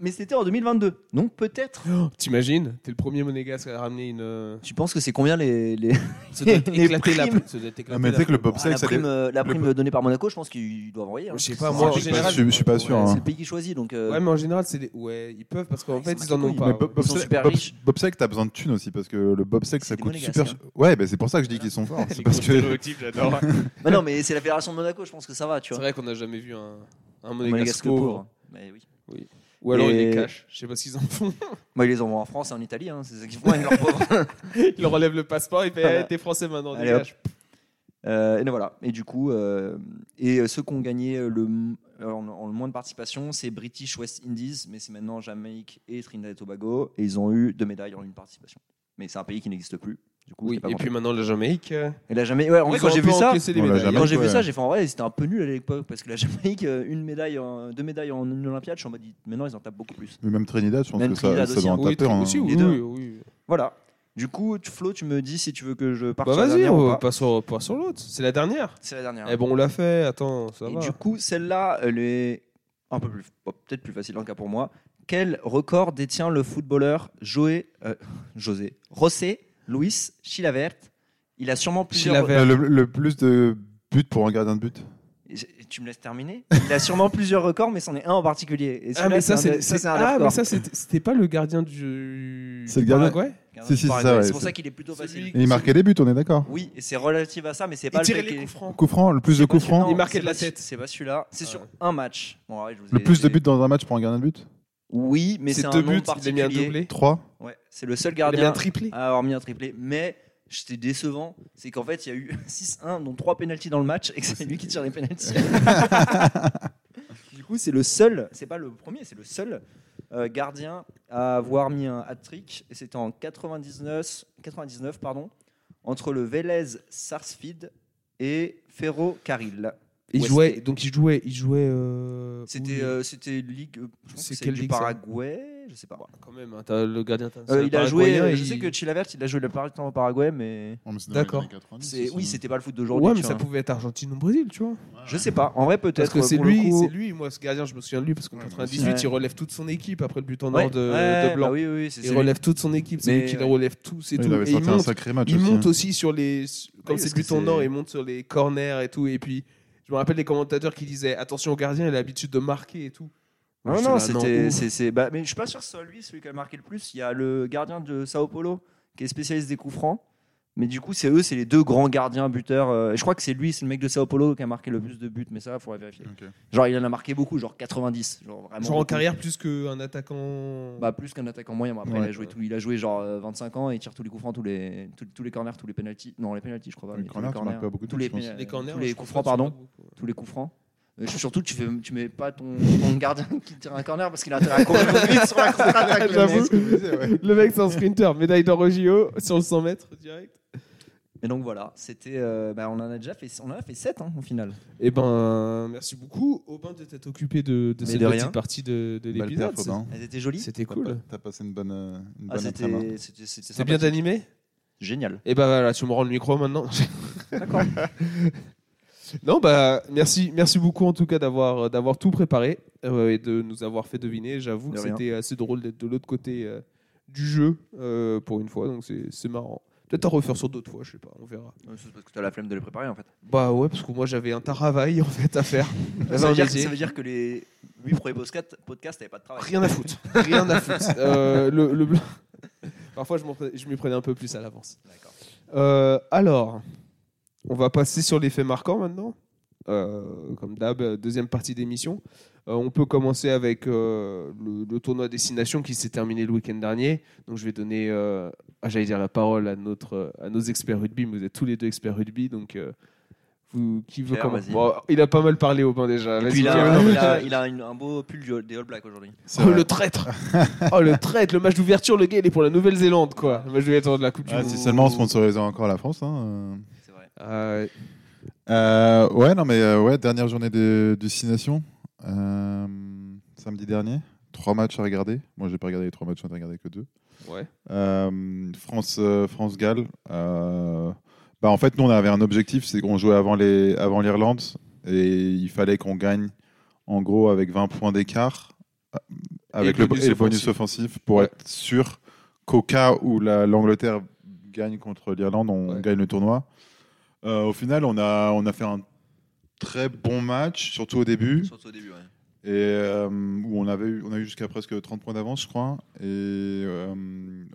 Speaker 2: Mais c'était en 2022. Donc peut-être.
Speaker 1: T'imagines T'es le premier monégasque à ramener une. euh,
Speaker 2: Tu penses que c'est combien les. les-
Speaker 1: Ça doit
Speaker 2: Les
Speaker 1: éclater la.
Speaker 2: primes.
Speaker 1: ça doit éclater
Speaker 3: Ah, mais tu
Speaker 1: la-
Speaker 3: sais que le
Speaker 2: Ah,
Speaker 3: bobsleigh,
Speaker 2: la
Speaker 3: ça dé-
Speaker 2: prime, euh, la
Speaker 3: le
Speaker 2: prime donnée par Monaco, je pense qu'ils doivent envoyer. hein.
Speaker 1: Je sais pas,
Speaker 2: C'est
Speaker 1: moi,
Speaker 2: un
Speaker 1: en
Speaker 3: Je
Speaker 2: pays-
Speaker 3: suis pas
Speaker 1: général-
Speaker 3: sûr- je suis pas sûr.
Speaker 1: Ouais,
Speaker 2: c'est
Speaker 3: hein. Ah,
Speaker 2: le pays qui choisit. Donc, euh,
Speaker 1: Ouais, mais en général, c'est les. Ouais, ils peuvent parce qu'en
Speaker 2: Ils
Speaker 1: fait,
Speaker 2: sont
Speaker 1: ils en ont
Speaker 2: massacrés,
Speaker 1: pas. hein.
Speaker 3: Mais bo-
Speaker 2: Ils sont
Speaker 3: bobsleigh-
Speaker 2: super
Speaker 3: bob-
Speaker 2: riches.
Speaker 3: Bobsleigh, t'as besoin de thunes aussi parce que le bobsleigh, ça
Speaker 2: des
Speaker 3: coûte
Speaker 2: monégasques,
Speaker 3: super. Ouais, bah, c'est pour ça que je dis qu'ils sont forts. C'est parce que
Speaker 1: j'adore.
Speaker 2: bah non, mais c'est la Fédération de Monaco, je pense que ça va, tu
Speaker 1: C'est
Speaker 2: vois.
Speaker 1: vrai qu'on n'a jamais vu un, un
Speaker 2: Le
Speaker 1: monégasque pauvre.
Speaker 2: Mais oui.
Speaker 1: Ou alors il
Speaker 2: Et-
Speaker 1: est cash. Je sais pas ce qu'ils en font.
Speaker 2: Moi, ils les envoient en France et en Italie. hein, C'est ça qu'ils font avec leurs pauvres.
Speaker 1: Il leur enlève le passeport, il fait
Speaker 2: Voilà.
Speaker 1: eh, T'es français maintenant,
Speaker 2: Ah, bah. Allez,
Speaker 1: dégage.
Speaker 2: Euh, et donc voilà. Et du coup, euh, et euh, ceux qui ont gagné euh, le, m- euh, en, en le moins de participation, c'est British West Indies, mais c'est maintenant Jamaïque et Trinidad et Tobago, et ils ont eu deux médailles en une participation. Mais c'est un pays qui n'existe plus. Du coup,
Speaker 1: Oui,
Speaker 2: c'est pas
Speaker 1: et
Speaker 2: compté.
Speaker 1: puis maintenant la Jamaïque. euh,
Speaker 2: Et la Jamaïque. Ouais, en vrai,
Speaker 1: ils
Speaker 2: quand
Speaker 1: ont
Speaker 2: j'ai
Speaker 1: un peu
Speaker 2: vu ça,
Speaker 1: encaissé les
Speaker 3: Voilà,
Speaker 1: médailles.
Speaker 3: jamais-
Speaker 2: quand j'ai vu
Speaker 3: Ouais.
Speaker 2: ça, j'ai fait en vrai, c'était un peu nul à l'époque parce que la Jamaïque, euh, une médaille, en- deux médailles en une Olympiade, je suis en mode maintenant ils en tapent beaucoup plus.
Speaker 3: Mais même Trinidad, je pense
Speaker 2: Même
Speaker 3: que ça,
Speaker 2: Trinidad
Speaker 3: ça
Speaker 2: aussi,
Speaker 3: doit
Speaker 2: hein.
Speaker 3: en
Speaker 1: Oui,
Speaker 3: taper. hein.
Speaker 1: aussi, oui,
Speaker 2: Les
Speaker 1: oui,
Speaker 2: deux.
Speaker 1: oui.
Speaker 2: Voilà. Du coup, tu- Flo, tu me dis si tu veux que je parte
Speaker 1: Bah
Speaker 2: sur la
Speaker 1: vas-y,
Speaker 2: dernière ou
Speaker 1: on
Speaker 2: pas.
Speaker 1: passe sur, pas sur l'autre. C'est la dernière.
Speaker 2: C'est la dernière.
Speaker 1: Eh bon, on l'a fait, attends, ça
Speaker 2: Et
Speaker 1: va.
Speaker 2: du coup, celle-là, elle est un peu plus, bon, peut-être plus facile en cas pour moi. Quel record détient le footballeur Joé, euh, José José Luis Chilavert Il a sûrement plusieurs.
Speaker 1: Chilavert.
Speaker 3: Euh, Le, le plus de buts pour un gardien de but.
Speaker 2: Et Tu me laisses terminer Il a sûrement plusieurs records, mais c'en est un en particulier. Et
Speaker 1: ah,
Speaker 2: celui-là,
Speaker 1: mais ça,
Speaker 2: un
Speaker 1: c'est
Speaker 2: de- ça, c'est un
Speaker 1: ah, mais
Speaker 2: record.
Speaker 1: ça, c'était c'était pas le gardien du. Ah
Speaker 3: C'est le
Speaker 1: du
Speaker 3: gardien-
Speaker 1: Paraguay
Speaker 3: Si, si, c'est ça, ouais,
Speaker 2: pour
Speaker 3: c'est-
Speaker 2: ça qu'il est plutôt
Speaker 1: Celui-
Speaker 2: facile.
Speaker 3: Et il marquait des buts, on est d'accord.
Speaker 2: Oui, et c'est relatif à ça, mais c'est
Speaker 1: Il
Speaker 2: pas
Speaker 1: tirait
Speaker 2: fait
Speaker 1: les
Speaker 2: qu'il-
Speaker 1: coups francs.
Speaker 3: Coup franc, le plus de coups
Speaker 2: Non,
Speaker 3: francs,
Speaker 1: Il marquait
Speaker 2: c'est
Speaker 1: de la
Speaker 2: pas ce-
Speaker 1: tête.
Speaker 2: C'est pas celui-là. C'est
Speaker 1: Ah
Speaker 2: sur
Speaker 1: ouais.
Speaker 2: un match. Bon, ouais, je vous
Speaker 3: le
Speaker 2: ai-
Speaker 3: plus de buts dans un match pour un gardien de but.
Speaker 2: Oui, mais c'est
Speaker 1: C'est
Speaker 2: un
Speaker 1: deux
Speaker 2: nombre
Speaker 1: buts, il a mis un
Speaker 2: particulier.
Speaker 1: doublé.
Speaker 3: 3
Speaker 2: Ouais, c'est le seul
Speaker 1: Il a mis un
Speaker 2: gardien
Speaker 1: triplé.
Speaker 2: à avoir mis un triplé. Mais j'étais décevant, c'est qu'en fait, il y a eu 6-1, dont 3 pénalties dans le match, et que c'est lui qui tire les pénalties. du coup, c'est le seul, c'est pas le premier, c'est le seul euh, gardien à avoir mis un hat-trick. Et c'était en 99, 99 pardon, entre le Vélez Sarsfield et Ferro Carril.
Speaker 1: Il
Speaker 2: Ouest.
Speaker 1: jouait, donc il jouait. Il jouait euh,
Speaker 2: C'était
Speaker 1: oui.
Speaker 2: euh, c'était ligue, euh, je pense
Speaker 1: C'est
Speaker 2: que c'est
Speaker 1: quelle
Speaker 2: du
Speaker 1: ligue, ça
Speaker 2: Paraguay, je sais pas.
Speaker 1: Quand même, hein, t'as le gardien.
Speaker 2: Euh, il a joué,
Speaker 1: paraguayen,
Speaker 2: je sais
Speaker 1: il-
Speaker 2: que Chilavert, il a joué la plupart du temps au Paraguay, mais
Speaker 1: D'accord.
Speaker 2: c'est- oui, c'était pas le foot d'aujourd'hui.
Speaker 1: Ouais, mais
Speaker 2: tu
Speaker 1: ça
Speaker 2: vois.
Speaker 1: pouvait être Argentine ou Brésil, tu vois.
Speaker 2: Je sais pas. En vrai,
Speaker 1: Parce
Speaker 2: peut-être euh,
Speaker 1: que c'est
Speaker 2: pour le
Speaker 1: lui,
Speaker 2: coup-
Speaker 1: c'est lui, moi, ce gardien, je me souviens de lui, parce qu'en
Speaker 3: Ouais,
Speaker 1: 98,
Speaker 2: ouais.
Speaker 1: il relève toute son équipe après le but en
Speaker 2: Ouais,
Speaker 1: or de,
Speaker 2: ouais,
Speaker 1: de Blanc.
Speaker 2: bah oui, oui, c'est
Speaker 1: il
Speaker 2: c'est
Speaker 1: relève toute son équipe, c'est
Speaker 2: Mais
Speaker 1: lui qui les
Speaker 2: ouais.
Speaker 1: relève tous et tout.
Speaker 3: Il avait
Speaker 1: Et il
Speaker 3: sorti un
Speaker 1: monte,
Speaker 3: sacré
Speaker 2: Ah,
Speaker 3: match
Speaker 1: il
Speaker 3: aussi.
Speaker 1: monte
Speaker 3: hein.
Speaker 1: aussi sur les. Comme
Speaker 2: parce
Speaker 1: c'est le
Speaker 2: que
Speaker 1: but en
Speaker 2: c'est-
Speaker 1: or, il monte sur les corners et tout. Et puis, je me rappelle les commentateurs qui disaient Attention au gardien, il a l'habitude de marquer et tout.
Speaker 2: Ah Non,
Speaker 1: Je
Speaker 2: non,
Speaker 1: suis là,
Speaker 2: c'était.
Speaker 1: ouf.
Speaker 2: c'est- c'est- bah, mais je suis pas sûr que ce soit lui, celui qui a marqué le plus. Il y a le gardien de Sao Paulo, qui est spécialiste des coups francs. Mais du coup, c'est eux, c'est les deux grands gardiens buteurs. euh, et je crois que c'est lui, c'est le mec de Sao Paulo qui a marqué le plus de buts, mais ça, faudrait vérifier.
Speaker 3: Ok.
Speaker 2: Genre, il en a marqué beaucoup, genre 90. Genre, vraiment
Speaker 1: Genre en
Speaker 2: beaucoup.
Speaker 1: carrière, plus qu'un attaquant.
Speaker 2: Bah, plus qu'un attaquant moyen. mais Après, il,
Speaker 3: Ouais.
Speaker 2: a joué tout, il a joué genre euh, 25 ans et il tire tous les coups francs, tous les, tous, tous les corners, tous les pénalties. Non, les pénalties, je crois pas.
Speaker 3: Les
Speaker 2: mais tous
Speaker 3: corners, tu marques pas beaucoup de
Speaker 2: tous
Speaker 3: buts,
Speaker 2: les,
Speaker 3: je pense.
Speaker 2: pénal-
Speaker 1: les corners,
Speaker 2: tous les
Speaker 1: je pense
Speaker 2: coups francs,
Speaker 1: pas que
Speaker 2: pardon.
Speaker 1: c'est beaucoup.
Speaker 2: Tous les coups francs. Euh, surtout, tu, fais, tu mets pas ton, ton gardien qui tire un corner parce qu'il a intérêt à courir plus vite sur la contre-attaque. le mec.
Speaker 1: J'avoue. Le mec, c'est un sprinter, médaille d'or au JO sur le 100 mètres direct.
Speaker 2: Et donc voilà, c'était, euh, bah, on en a déjà fait, on en a fait 7 au final.
Speaker 1: Eh ben, merci beaucoup, Aubin, de t'être occupé de, de
Speaker 2: Mais
Speaker 1: cette
Speaker 2: de rien.
Speaker 1: petite partie de, de
Speaker 3: Bah, le
Speaker 1: l'épisode.
Speaker 3: perf, Aubin.
Speaker 2: Elles étaient jolies.
Speaker 1: C'était cool.
Speaker 3: T'as passé une bonne, euh, une
Speaker 2: Ah,
Speaker 3: bonne après-midi.
Speaker 2: c'était, c'était, c'était
Speaker 1: C'est bien
Speaker 2: sympathique.
Speaker 1: animé
Speaker 2: Génial.
Speaker 1: Et bah voilà, tu me rends le micro maintenant.
Speaker 2: D'accord.
Speaker 1: non, bah merci, merci beaucoup en tout cas d'avoir d'avoir tout préparé euh, et de nous avoir fait deviner. J'avoue
Speaker 2: De
Speaker 1: que
Speaker 2: rien.
Speaker 1: c'était assez drôle d'être de l'autre côté euh, du jeu euh, pour une fois, donc c'est c'est marrant. Peut-être à refaire sur d'autres fois, je sais pas, on verra.
Speaker 2: C'est parce que t'as la flemme de les préparer en fait.
Speaker 1: Bah ouais, parce que moi j'avais un travail en fait à faire. J'avais
Speaker 2: Ça
Speaker 1: un
Speaker 2: veut, dire,
Speaker 1: métier.
Speaker 2: ça veut dire que les 8 premiers podcasts, podcasts t'avais pas de travail.
Speaker 1: Rien à foutre. Rien à foutre. Euh, le, le blanc- Parfois, je m'en prenais- je m'y prenais un peu plus à l'avance.
Speaker 2: D'accord.
Speaker 1: Euh, alors, on va passer sur les faits marquants maintenant. Euh, comme d'hab, euh, deuxième partie d'émission. Euh, on peut commencer avec euh, le, le tournoi Destination qui s'est terminé le week-end dernier. Donc, je vais donner, euh, ah, j'allais dire la parole à, notre, euh, à nos experts rugby. Mais vous êtes tous les deux experts rugby. Donc, euh, vous, qui veut
Speaker 2: Pierre,
Speaker 1: commencer
Speaker 2: vas-y.
Speaker 1: Bon, Il a pas mal parlé au bain déjà.
Speaker 2: Et
Speaker 1: Vas-y,
Speaker 2: puis il a,
Speaker 1: Pierre.
Speaker 2: il a- il a une- un beau pull du- des All Blacks aujourd'hui.
Speaker 3: C'est
Speaker 1: Oh
Speaker 3: vrai.
Speaker 1: le traître Oh le traître Le match d'ouverture, le gars, il est pour la Nouvelle-Zélande, quoi. Le match d'ouverture de la Coupe du
Speaker 3: Ah,
Speaker 1: Monde.
Speaker 3: si seulement on sponsorisait encore la France. hein,
Speaker 2: C'est vrai.
Speaker 1: Euh,
Speaker 3: euh. Euh, ouais, non, mais euh, ouais, dernière journée de destination. Euh, samedi dernier. Trois matchs à regarder. Moi, j'ai pas regardé les trois matchs, j'en ai regardé que deux.
Speaker 1: Ouais.
Speaker 3: Euh, France, euh, France Galles. euh, bah, en fait, nous, on avait un objectif, c'est qu'on jouait avant les, avant l'Irlande et il fallait qu'on gagne en gros avec 20 points d'écart euh, avec
Speaker 1: Et
Speaker 3: le,
Speaker 1: le
Speaker 3: bo-
Speaker 1: bonus
Speaker 3: et le bonus
Speaker 1: offensif.
Speaker 3: offensif pour
Speaker 1: Ouais.
Speaker 3: être sûr qu'au cas où la- l'Angleterre gagne contre l'Irlande, on
Speaker 1: Ouais.
Speaker 3: gagne le tournoi. Euh, au final, on a, on a fait un très bon match, surtout au début
Speaker 2: Surtout au début, ouais.
Speaker 3: et euh, où on avait eu, on a eu jusqu'à presque 30 points d'avance, je crois. Et euh,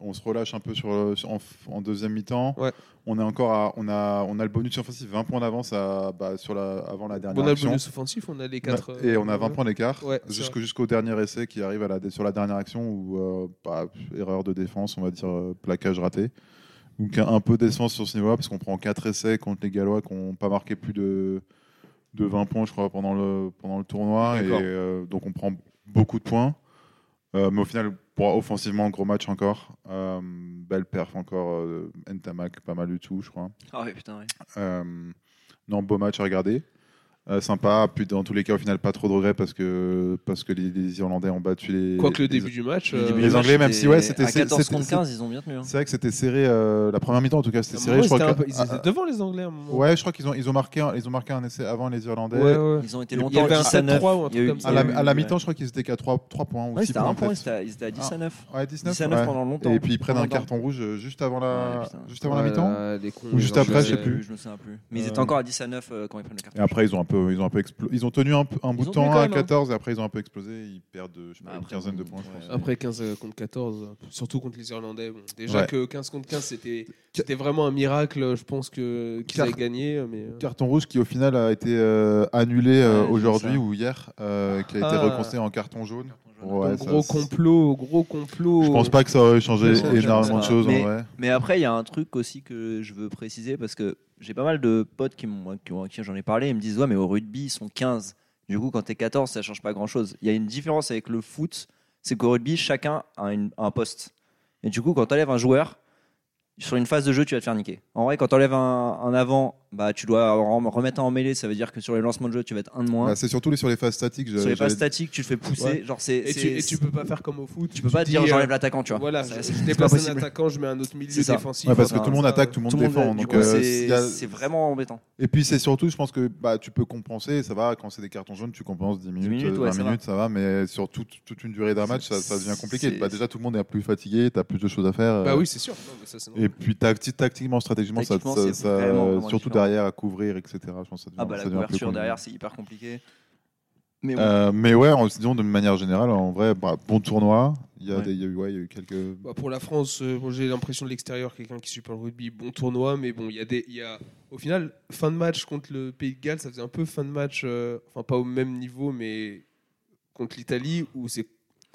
Speaker 3: on se relâche un peu sur, le- sur- en, f- en deuxième mi-temps.
Speaker 1: Ouais.
Speaker 3: On est encore à, on a, on a le bonus offensif, 20 points d'avance à- bah, sur la, avant la dernière
Speaker 1: on a le
Speaker 3: action.
Speaker 1: bonus offensif, on a les euh, 4.
Speaker 3: Bah, Et on a 20 points d'écart
Speaker 1: Ouais, c'est
Speaker 3: jusqu'au jusqu'au dernier essai qui arrive à la, sur la dernière action où euh, bah, erreur de défense, on va dire euh, plaquage raté. Donc un, un peu d'essence sur ce niveau-là parce qu'on prend 4 essais contre les Gallois qui n'ont pas marqué plus de, de 20 points, je crois, pendant le, pendant le tournoi. Et,
Speaker 1: D'accord.
Speaker 3: euh, donc on prend beaucoup de points. Euh, mais au final, pour, offensivement, gros match encore. Euh, belle perf encore. euh, Ntamak, pas mal du tout, je crois.
Speaker 2: Ah ouais, putain, ouais.
Speaker 3: Euh, non, beau match à regarder. Euh, sympa. Puis dans tous les cas, au final, pas trop de regrets parce que, parce que les, les Irlandais ont battu les.
Speaker 1: Quoique le
Speaker 3: les-
Speaker 1: début du match.
Speaker 3: les
Speaker 1: euh,
Speaker 3: début du- Anglais, même si, ouais, c'était-
Speaker 2: À 14
Speaker 3: c'était-
Speaker 2: contre
Speaker 3: c'était-
Speaker 2: 15, ils ont bien tenu. hein.
Speaker 3: C'est vrai que c'était serré. euh, la première mi-temps, en tout cas,
Speaker 1: à
Speaker 3: c'était
Speaker 1: un
Speaker 3: serré.
Speaker 1: moment,
Speaker 3: Je
Speaker 1: c'était
Speaker 3: crois
Speaker 1: un
Speaker 3: que-
Speaker 1: peu- Ils
Speaker 3: ah,
Speaker 1: étaient devant les Anglais à un moment.
Speaker 3: ouais, je crois qu'ils ont, ils ont, marqué un- ils ont marqué un essai avant les Irlandais.
Speaker 1: ouais, ouais.
Speaker 2: Ils ont été
Speaker 1: Il y
Speaker 2: longtemps
Speaker 1: avait un
Speaker 2: 10 à 9.
Speaker 1: 7-3 ou un truc
Speaker 2: Il y a eu-
Speaker 1: comme ça.
Speaker 3: À la,
Speaker 2: il y a eu- euh,
Speaker 3: à la mi-temps, je crois qu'ils étaient qu'à 3, points ou
Speaker 2: Ouais,
Speaker 3: 6
Speaker 2: c'était à
Speaker 3: points.
Speaker 2: 1 point,
Speaker 3: peut-être.
Speaker 2: c'était à- ils étaient à 10 à 9.
Speaker 3: Ouais, 19,
Speaker 2: 10 à 9
Speaker 3: Ah, ouais.
Speaker 2: pendant longtemps.
Speaker 3: Et puis ils prennent un
Speaker 2: Pendant-
Speaker 3: carton rouge euh, juste avant la,
Speaker 2: Ouais, putain.
Speaker 3: juste avant la mi-temps.
Speaker 1: Voilà, les Euh, cons,
Speaker 3: Ou
Speaker 1: les
Speaker 3: juste
Speaker 1: Anglais.
Speaker 3: après, je sais
Speaker 2: Euh,
Speaker 3: plus.
Speaker 2: Je me souviens plus. Mais ils
Speaker 3: Euh, Ah,
Speaker 2: étaient encore à 10 à 9 euh, quand ils prennent le carton.
Speaker 3: Et après, ils ont un peu, ils ont un peu explo- Ils ont tenu un, un bout
Speaker 2: ont
Speaker 3: de
Speaker 2: tenu
Speaker 3: temps
Speaker 2: quand
Speaker 3: à
Speaker 2: même, hein.
Speaker 3: 14 et après, ils ont un peu explosé. Ils perdent, je sais pas,
Speaker 2: Bah,
Speaker 3: une
Speaker 2: après,
Speaker 3: quinzaine de
Speaker 2: bon,
Speaker 3: points, je
Speaker 2: ouais.
Speaker 3: pense.
Speaker 1: euh, Après 15 contre 14, surtout contre les Irlandais. bon, déjà
Speaker 3: Ouais.
Speaker 1: que 15 contre 15, c'était c'était vraiment un miracle, je pense, que- qu'ils
Speaker 3: Car-
Speaker 1: avaient gagné. Mais... euh,
Speaker 3: Carton rouge qui au final a été euh, annulé
Speaker 2: Ouais,
Speaker 3: euh,
Speaker 2: j'ai vu
Speaker 3: aujourd'hui
Speaker 2: ça.
Speaker 3: ou hier, euh, qui a été
Speaker 1: Ah.
Speaker 3: reconsidéré en carton jaune. Ouais,
Speaker 1: donc,
Speaker 3: ça,
Speaker 1: gros
Speaker 3: c'est-
Speaker 1: complot, gros complot.
Speaker 3: Je pense pas que ça aurait changé
Speaker 2: Oh. Je pense
Speaker 3: énormément
Speaker 2: pas.
Speaker 3: de choses. en
Speaker 2: Mais-
Speaker 3: vrai.
Speaker 2: Mais après, il y a un truc aussi que je veux préciser parce que j'ai pas mal de potes qui m'ont, qui ont- à qui j'en ai parlé. Ils me disent Ouais, mais au rugby, ils sont 15. Du coup, quand t'es 14, ça change pas grand chose. Il y a une différence avec le foot c'est qu'au rugby, chacun a une- un poste. Et du coup, quand t'enlèves un joueur, sur une phase de jeu, tu vas te faire niquer. En vrai, quand t'enlèves un, un avant, bah, tu dois en- remettre un en mêlée. Ça veut dire que sur les lancements de jeu, tu vas être un de moins.
Speaker 3: Bah, euh, c'est surtout les- sur les phases statiques. je-
Speaker 2: sur les
Speaker 3: j'avais-
Speaker 2: phases statiques, tu te fais pousser.
Speaker 1: Ouais.
Speaker 2: Genre, c'est,
Speaker 1: Et
Speaker 2: c'est-
Speaker 1: tu, et tu peux pas faire comme au foot.
Speaker 2: tu peux pas
Speaker 1: dis,
Speaker 2: dire
Speaker 1: euh,
Speaker 2: j'enlève l'attaquant, tu vois.
Speaker 1: Voilà,
Speaker 2: Ça,
Speaker 1: je-
Speaker 2: c'est-
Speaker 1: je
Speaker 2: c'est pas
Speaker 1: déplace un
Speaker 2: possible.
Speaker 1: attaquant, je mets un autre milieu
Speaker 2: C'est ça.
Speaker 1: défensif.
Speaker 3: Ouais, parce que
Speaker 1: Enfin,
Speaker 2: Non,
Speaker 3: tout le monde
Speaker 1: ça-
Speaker 3: attaque, tout le monde
Speaker 2: Tout le monde,
Speaker 3: défend.
Speaker 2: du
Speaker 3: donc,
Speaker 2: coup,
Speaker 3: euh,
Speaker 2: c'est,
Speaker 3: s'il y a-
Speaker 2: c'est vraiment embêtant.
Speaker 3: Et puis c'est surtout, je pense que bah, tu peux compenser. Ça va, quand c'est des cartons jaunes, tu compenses 10 minutes,
Speaker 2: minutes,
Speaker 3: euh,
Speaker 2: ouais,
Speaker 3: 20
Speaker 2: ça
Speaker 3: minutes, ça va. Mais sur toute- toute une durée d'un match, ça, ça devient compliqué.
Speaker 2: C'est-
Speaker 3: Bah, déjà, tout le monde est plus fatigué, tu as plus de choses à faire.
Speaker 1: Bah
Speaker 3: euh,
Speaker 1: oui, c'est sûr. Non, mais ça, c'est normal.
Speaker 3: Et puis tacti- tactiquement, stratégiquement, ça,
Speaker 2: Tactiquement,
Speaker 3: ça-
Speaker 2: c'est
Speaker 3: ça-
Speaker 2: vraiment, vraiment
Speaker 3: surtout
Speaker 2: différent.
Speaker 3: derrière à couvrir, etc. Je pense que ça devient-
Speaker 2: Ah bah la
Speaker 3: ça devient un peu
Speaker 2: couverture
Speaker 3: compliqué.
Speaker 2: derrière c'est hyper compliqué. Mais bon.
Speaker 3: Euh, mais ouais, en, disant de manière générale, en vrai, bah, bon tournoi. Il y, a
Speaker 2: Ouais.
Speaker 3: des- il y a eu, ouais, il y a eu quelques.
Speaker 1: Bah, pour la France, euh, bon, j'ai l'impression de l'extérieur, quelqu'un qui suit pas le rugby, bon tournoi, mais bon, il y a des, il y a, au final, fin de match contre le Pays de Galles, ça faisait un peu fin de match, euh, enfin pas au même niveau, mais contre l'Italie où c'est,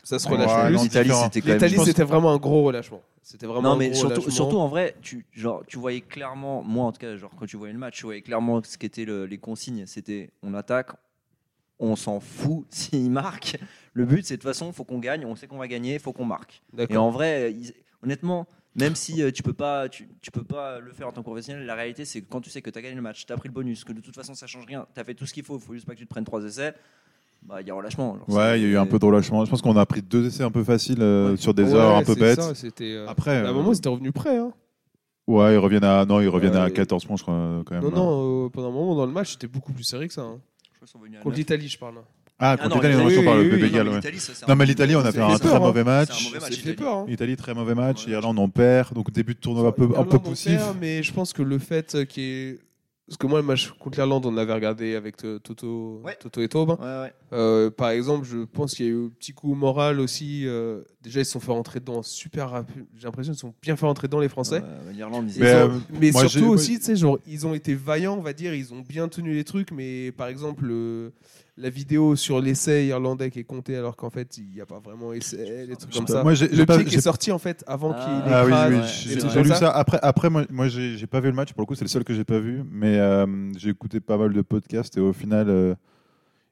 Speaker 1: ça se relâche
Speaker 3: Ouais,
Speaker 1: plus.
Speaker 3: non,
Speaker 2: L'Italie
Speaker 3: différent.
Speaker 2: c'était quand même.
Speaker 1: L'Italie,
Speaker 2: je pense-
Speaker 1: c'était vraiment un gros relâchement. C'était vraiment.
Speaker 2: Non
Speaker 1: un
Speaker 2: mais
Speaker 1: gros
Speaker 2: surtout,
Speaker 1: relâchement.
Speaker 2: surtout en vrai tu genre tu voyais clairement moi en tout cas genre quand tu voyais le match tu voyais clairement ce qu'étaient le- les consignes c'était on attaque on s'en fout s'ils marquent le but c'est de toute façon faut qu'on gagne on sait qu'on va gagner faut qu'on marque et
Speaker 1: D'accord.
Speaker 2: en vrai ils- honnêtement Même si euh, tu peux pas, tu, tu peux pas le faire en tant que professionnel, la réalité c'est que quand tu sais que tu as gagné le match, tu as pris le bonus, que de toute façon ça change rien, tu as fait tout ce qu'il faut, il faut juste pas que tu te prennes trois essais, bah il y a relâchement. genre, c'est-
Speaker 3: Ouais, il y a eu un peu de relâchement. Je pense qu'on a pris deux essais un peu faciles euh,
Speaker 2: Ouais.
Speaker 3: sur des heures un peu bêtes.
Speaker 1: C'était. euh,
Speaker 3: Après,
Speaker 1: À un
Speaker 3: euh,
Speaker 1: moment, ils étaient revenus près. hein.
Speaker 3: ouais, ils reviennent à non, ils reviennent
Speaker 1: Euh,
Speaker 3: à 14 points, je crois quand même. hein.
Speaker 1: Non,
Speaker 3: là.
Speaker 1: non, euh, pendant un moment dans le match, c'était beaucoup plus serré que ça. hein.
Speaker 2: je crois qu'ils sont venus à
Speaker 1: Contre
Speaker 2: neuf.
Speaker 1: l'Italie, je parle. hein.
Speaker 3: Ah,
Speaker 2: Ah
Speaker 3: contre
Speaker 2: non,
Speaker 3: l'Italie,
Speaker 2: l'Italie,
Speaker 3: on
Speaker 1: oui,
Speaker 3: parle
Speaker 1: oui,
Speaker 3: de
Speaker 1: oui,
Speaker 2: Non, mais
Speaker 3: Bégal, ouais.
Speaker 2: l'Italie, ça, c'est un
Speaker 3: Non, mais
Speaker 2: peu-
Speaker 3: l'Italie, on a fait
Speaker 1: fait
Speaker 3: un très
Speaker 1: peur, hein.
Speaker 3: mauvais
Speaker 2: C'est
Speaker 3: match.
Speaker 2: un mauvais match,
Speaker 1: Ça fait
Speaker 2: l'Italie.
Speaker 1: peur. hein.
Speaker 3: Italie, très mauvais match.
Speaker 2: Ouais.
Speaker 3: Irlande, on perd. Donc, début de tournoi un peu, un peu
Speaker 1: Irlande, on
Speaker 3: poussif.
Speaker 1: perd, mais je pense que le fait euh, qu'il y ait- Parce que moi, le match contre l'Irlande, on l'avait regardé avec euh, Toto,
Speaker 2: Ouais.
Speaker 1: Toto et Taube.
Speaker 2: Ouais, ouais.
Speaker 1: Euh, par exemple, je pense qu'il y a eu un petit coup moral aussi. euh, déjà, ils se sont fait rentrer dedans super rapide. J'ai l'impression qu'ils se sont bien fait rentrer dedans, les Français.
Speaker 2: Euh, L'Irlande, ils
Speaker 1: Ils
Speaker 3: Mais,
Speaker 1: ont-
Speaker 3: euh,
Speaker 1: mais
Speaker 3: moi, j'ai-
Speaker 1: surtout
Speaker 3: moi,
Speaker 1: aussi, tu sais, genre, ils ont été vaillants, on va dire, ils ont bien tenu les trucs, mais par exemple, le- la vidéo sur l'essai irlandais qui est comptée alors qu'en fait, il n'y a pas vraiment essai, les trucs
Speaker 3: Je sais
Speaker 1: comme
Speaker 3: pas.
Speaker 1: ça.
Speaker 3: Moi, j'ai
Speaker 1: Le
Speaker 3: j'ai pas-
Speaker 1: pied qui
Speaker 3: j'ai-
Speaker 1: est sorti en fait avant qu'il
Speaker 2: Ah,
Speaker 1: ait
Speaker 3: Ah oui,
Speaker 1: crâne,
Speaker 3: oui,
Speaker 2: ouais,
Speaker 3: j'ai-
Speaker 1: des
Speaker 2: c'est
Speaker 1: trucs
Speaker 3: j'ai
Speaker 1: comme
Speaker 3: lu
Speaker 1: ça.
Speaker 3: ça. Après, après moi, moi j'ai j'ai pas vu le match. Pour le coup, c'est le seul que j'ai pas vu. Mais euh, j'ai écouté pas mal de podcasts et au final, euh,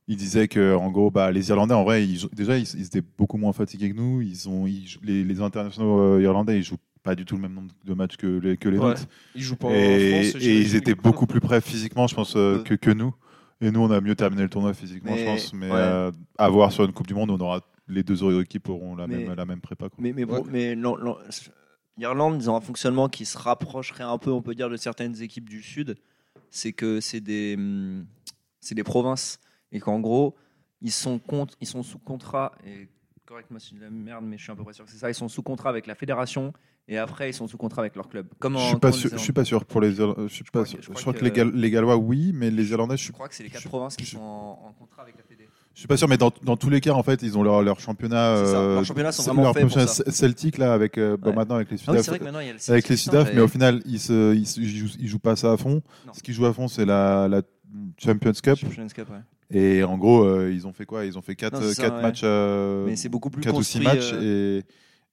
Speaker 3: ils disaient que en gros, bah, les Irlandais, en vrai, ils, jouent- déjà, ils, ils étaient beaucoup moins fatigués que nous. Ils ont, ils jouent- les, les internationaux euh, irlandais, ils jouent pas du tout le même nombre de matchs que les, que les
Speaker 1: Ouais.
Speaker 3: nôtres.
Speaker 1: Ils jouent pas en
Speaker 3: et,
Speaker 1: France.
Speaker 3: et ils
Speaker 1: j'imagine.
Speaker 3: étaient beaucoup plus prêts physiquement, je pense, euh, que, que nous. Et nous, on a mieux terminé le tournoi physiquement, je
Speaker 2: Mais-
Speaker 3: pense. Mais
Speaker 2: ouais.
Speaker 3: euh, à voir sur une Coupe du Monde, on aura les deux autres équipes auront la,
Speaker 2: Mais-
Speaker 3: même, la même prépa. quoi.
Speaker 2: Mais, mais, bon,
Speaker 1: Ouais.
Speaker 2: mais l'An- l'An- l'Irlande, ils ont un fonctionnement qui se rapprocherait un peu, on peut dire, de certaines équipes du Sud. C'est que c'est des, hum, c'est des provinces. Et qu'en gros, ils sont, contre, ils sont sous contrat. Et correcte-moi si c'est de la merde, mais je suis à peu près sûr que c'est ça. Ils sont sous contrat avec la fédération. Et après, ils sont sous contrat avec leur club. Comme
Speaker 3: Je
Speaker 2: en-
Speaker 3: suis
Speaker 2: comme
Speaker 3: pas
Speaker 2: en
Speaker 3: sûr. Je
Speaker 2: Nouvelle-Zélande.
Speaker 3: suis pas sûr pour les. Irla- Je suis
Speaker 2: crois
Speaker 3: pas
Speaker 2: que-
Speaker 3: sûr.
Speaker 2: je
Speaker 3: Je
Speaker 2: crois
Speaker 3: crois que,
Speaker 2: que-
Speaker 3: les, Gal- les Gallois, oui, mais les Irlandais, je suis.
Speaker 2: Je crois que c'est les quatre
Speaker 3: je-
Speaker 2: provinces qui
Speaker 3: je-
Speaker 2: sont en, en contrat avec la Fédé.
Speaker 3: Je suis pas sûr, mais dans, dans tous les cas, en fait, ils ont leur, leur championnat.
Speaker 2: C'est ça,
Speaker 3: euh,
Speaker 2: leurs championnats sont
Speaker 3: c'est-
Speaker 2: vraiment
Speaker 3: leur
Speaker 2: faits pour
Speaker 3: championnat
Speaker 2: ça.
Speaker 3: ce- celtique là, avec euh, bah,
Speaker 2: Ouais.
Speaker 3: maintenant avec les
Speaker 2: Ah oui,
Speaker 3: Sudaf.
Speaker 2: c'est vrai que maintenant il y a le hein,
Speaker 3: avec les
Speaker 2: Putain,
Speaker 3: Sudaf, mais au
Speaker 2: j'avais-
Speaker 3: final, ils se, ils, se- ils jouent, ils jouent pas ça à fond.
Speaker 2: Non.
Speaker 3: Ce qu'ils jouent à fond, c'est la, la Champions Cup.
Speaker 2: Champions Cup, ouais.
Speaker 3: Et en gros, euh, ils ont fait quoi Ils ont fait 4
Speaker 2: Non, c'est ça, ouais.
Speaker 3: matchs. euh,
Speaker 2: Mais c'est beaucoup plus
Speaker 3: quatre ou six
Speaker 2: construit.
Speaker 3: matchs
Speaker 2: euh,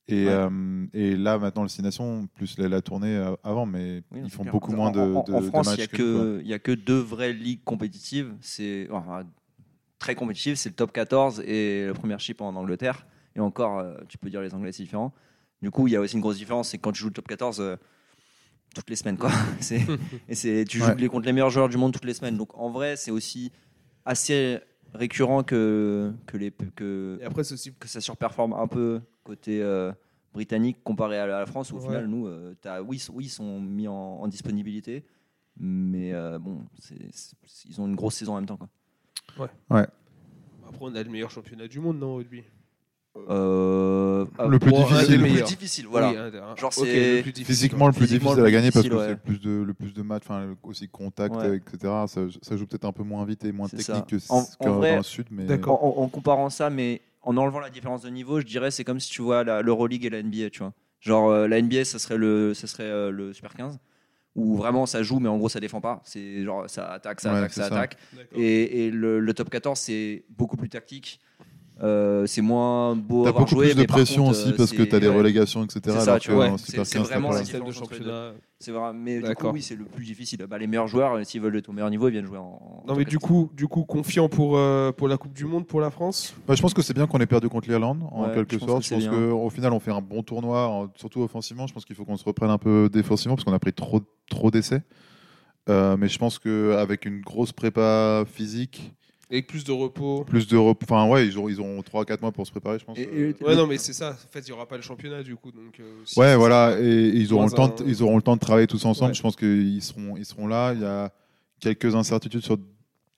Speaker 3: et et,
Speaker 2: ouais.
Speaker 3: euh, et là maintenant le Nations plus la, la tournée euh, avant mais
Speaker 2: Oui, non,
Speaker 3: ils
Speaker 2: c'est
Speaker 3: font
Speaker 2: clair.
Speaker 3: beaucoup
Speaker 2: En-
Speaker 3: moins de,
Speaker 2: en-
Speaker 3: de-
Speaker 2: En
Speaker 3: de
Speaker 2: France, il
Speaker 3: matchs
Speaker 2: n'y a,
Speaker 3: que nous, quoi.
Speaker 2: que- il y a que deux vraies ligues compétitives. C'est enfin, très compétitif, c'est le top 14 et le Premiership en Angleterre. Et encore, euh, tu peux dire les Anglais, c'est différent. Du coup, il y a aussi une grosse différence, c'est que quand tu joues le top 14 euh, toutes les semaines, quoi. C'est- et c'est tu joues
Speaker 3: Ouais.
Speaker 2: les- contre les meilleurs joueurs du monde toutes les semaines. Donc en vrai, c'est aussi assez récurrent que que les que
Speaker 1: Et après, c'est aussi
Speaker 2: que ça surperforme un peu côté euh, britannique comparé à la à la France où au
Speaker 1: Ouais.
Speaker 2: final nous euh, t'as- oui, ils sont- oui ils sont mis en, en disponibilité mais euh, bon c'est- c'est- ils ont une grosse saison en même temps quoi.
Speaker 1: Après, on a le meilleur championnat du monde, non, au rugby
Speaker 2: Euh, ah,
Speaker 3: Le euh, plus
Speaker 2: bon, un des
Speaker 3: difficile.
Speaker 2: plus
Speaker 1: Meilleur.
Speaker 2: difficile voilà
Speaker 1: Oui, un- hein, un-
Speaker 2: Genre,
Speaker 1: ok,
Speaker 2: c'est-
Speaker 1: le plus difficile,
Speaker 3: Physiquement, le plus
Speaker 2: Physiquement,
Speaker 3: difficile à
Speaker 2: le plus
Speaker 3: gagner parce que
Speaker 2: difficile,
Speaker 3: c'est
Speaker 2: ouais.
Speaker 3: le plus de le plus de matchs, enfin le- aussi contact,
Speaker 2: Ouais.
Speaker 3: etc. Ça, ça joue peut-être un peu moins vite et moins
Speaker 2: C'est
Speaker 3: technique
Speaker 2: ça.
Speaker 3: que ce-
Speaker 2: En- en
Speaker 3: que
Speaker 2: vrai-
Speaker 3: dans le sud, mais
Speaker 2: en, en- en comparant ça mais en enlevant la différence de niveau je dirais c'est comme si tu vois la- l'Euroleague et la NBA tu vois genre euh, la NBA ça serait le ça serait euh, le Super 15 où vraiment ça joue mais en gros ça défend pas c'est genre ça attaque ça
Speaker 3: Ouais,
Speaker 2: attaque
Speaker 3: c'est
Speaker 2: ça
Speaker 3: ça.
Speaker 2: attaque
Speaker 1: D'accord.
Speaker 2: Et, et le, le top 14, c'est beaucoup plus tactique. Euh, c'est moins beau
Speaker 3: t'as
Speaker 2: à avoir
Speaker 3: beaucoup
Speaker 2: joué.
Speaker 3: plus de
Speaker 2: mais par
Speaker 3: pression
Speaker 2: contre,
Speaker 3: aussi
Speaker 2: euh,
Speaker 3: parce que
Speaker 2: c'est-
Speaker 3: t'as des
Speaker 2: ouais,
Speaker 3: relégations, etc.
Speaker 2: C'est ça,
Speaker 3: alors
Speaker 2: tu
Speaker 3: que
Speaker 1: vois.
Speaker 3: en
Speaker 1: Ouais,
Speaker 3: Super
Speaker 2: c'est
Speaker 3: 15,
Speaker 2: vraiment
Speaker 3: t'as
Speaker 2: la
Speaker 3: pas-
Speaker 1: Système de
Speaker 2: différence entre les
Speaker 1: championnat.
Speaker 2: C'est vrai, mais du coup,
Speaker 1: D'accord.
Speaker 2: oui, c'est le plus difficile. Bah, les meilleurs joueurs, euh, s'ils veulent être au meilleur niveau, ils viennent jouer en. en
Speaker 1: Non, mais
Speaker 2: top
Speaker 1: du
Speaker 2: 14.
Speaker 1: coup, du coup confiant pour, euh, pour la Coupe du Monde, pour la France
Speaker 3: Bah, je pense que c'est bien qu'on ait perdu contre l'Irlande en
Speaker 2: Ouais,
Speaker 3: quelque
Speaker 2: je pense
Speaker 3: sorte.
Speaker 2: que
Speaker 3: Je
Speaker 2: c'est
Speaker 3: pense
Speaker 2: bien.
Speaker 3: qu'au final, on fait un bon tournoi, en- surtout offensivement. Je pense qu'il faut qu'on se reprenne un peu défensivement parce qu'on a pris trop, trop d'essais. Euh, mais je pense qu'avec une grosse prépa physique,
Speaker 1: Avec plus de repos
Speaker 3: plus de. rep- Enfin, ouais, ils auront, ils auront 3-4 mois pour se préparer, je pense.
Speaker 2: Et-
Speaker 3: Euh,
Speaker 2: et-
Speaker 1: Ouais, non, mais c'est ça. En fait, il n'y aura pas le championnat, du coup. Donc, euh, si
Speaker 3: Ouais,
Speaker 1: c'est-
Speaker 3: voilà, et ils auront,
Speaker 1: moins
Speaker 3: le temps de,
Speaker 1: un-
Speaker 3: ils auront le temps de travailler tous ensemble.
Speaker 1: Ouais.
Speaker 3: Je pense qu'ils seront, ils seront là. Il y a quelques incertitudes sur,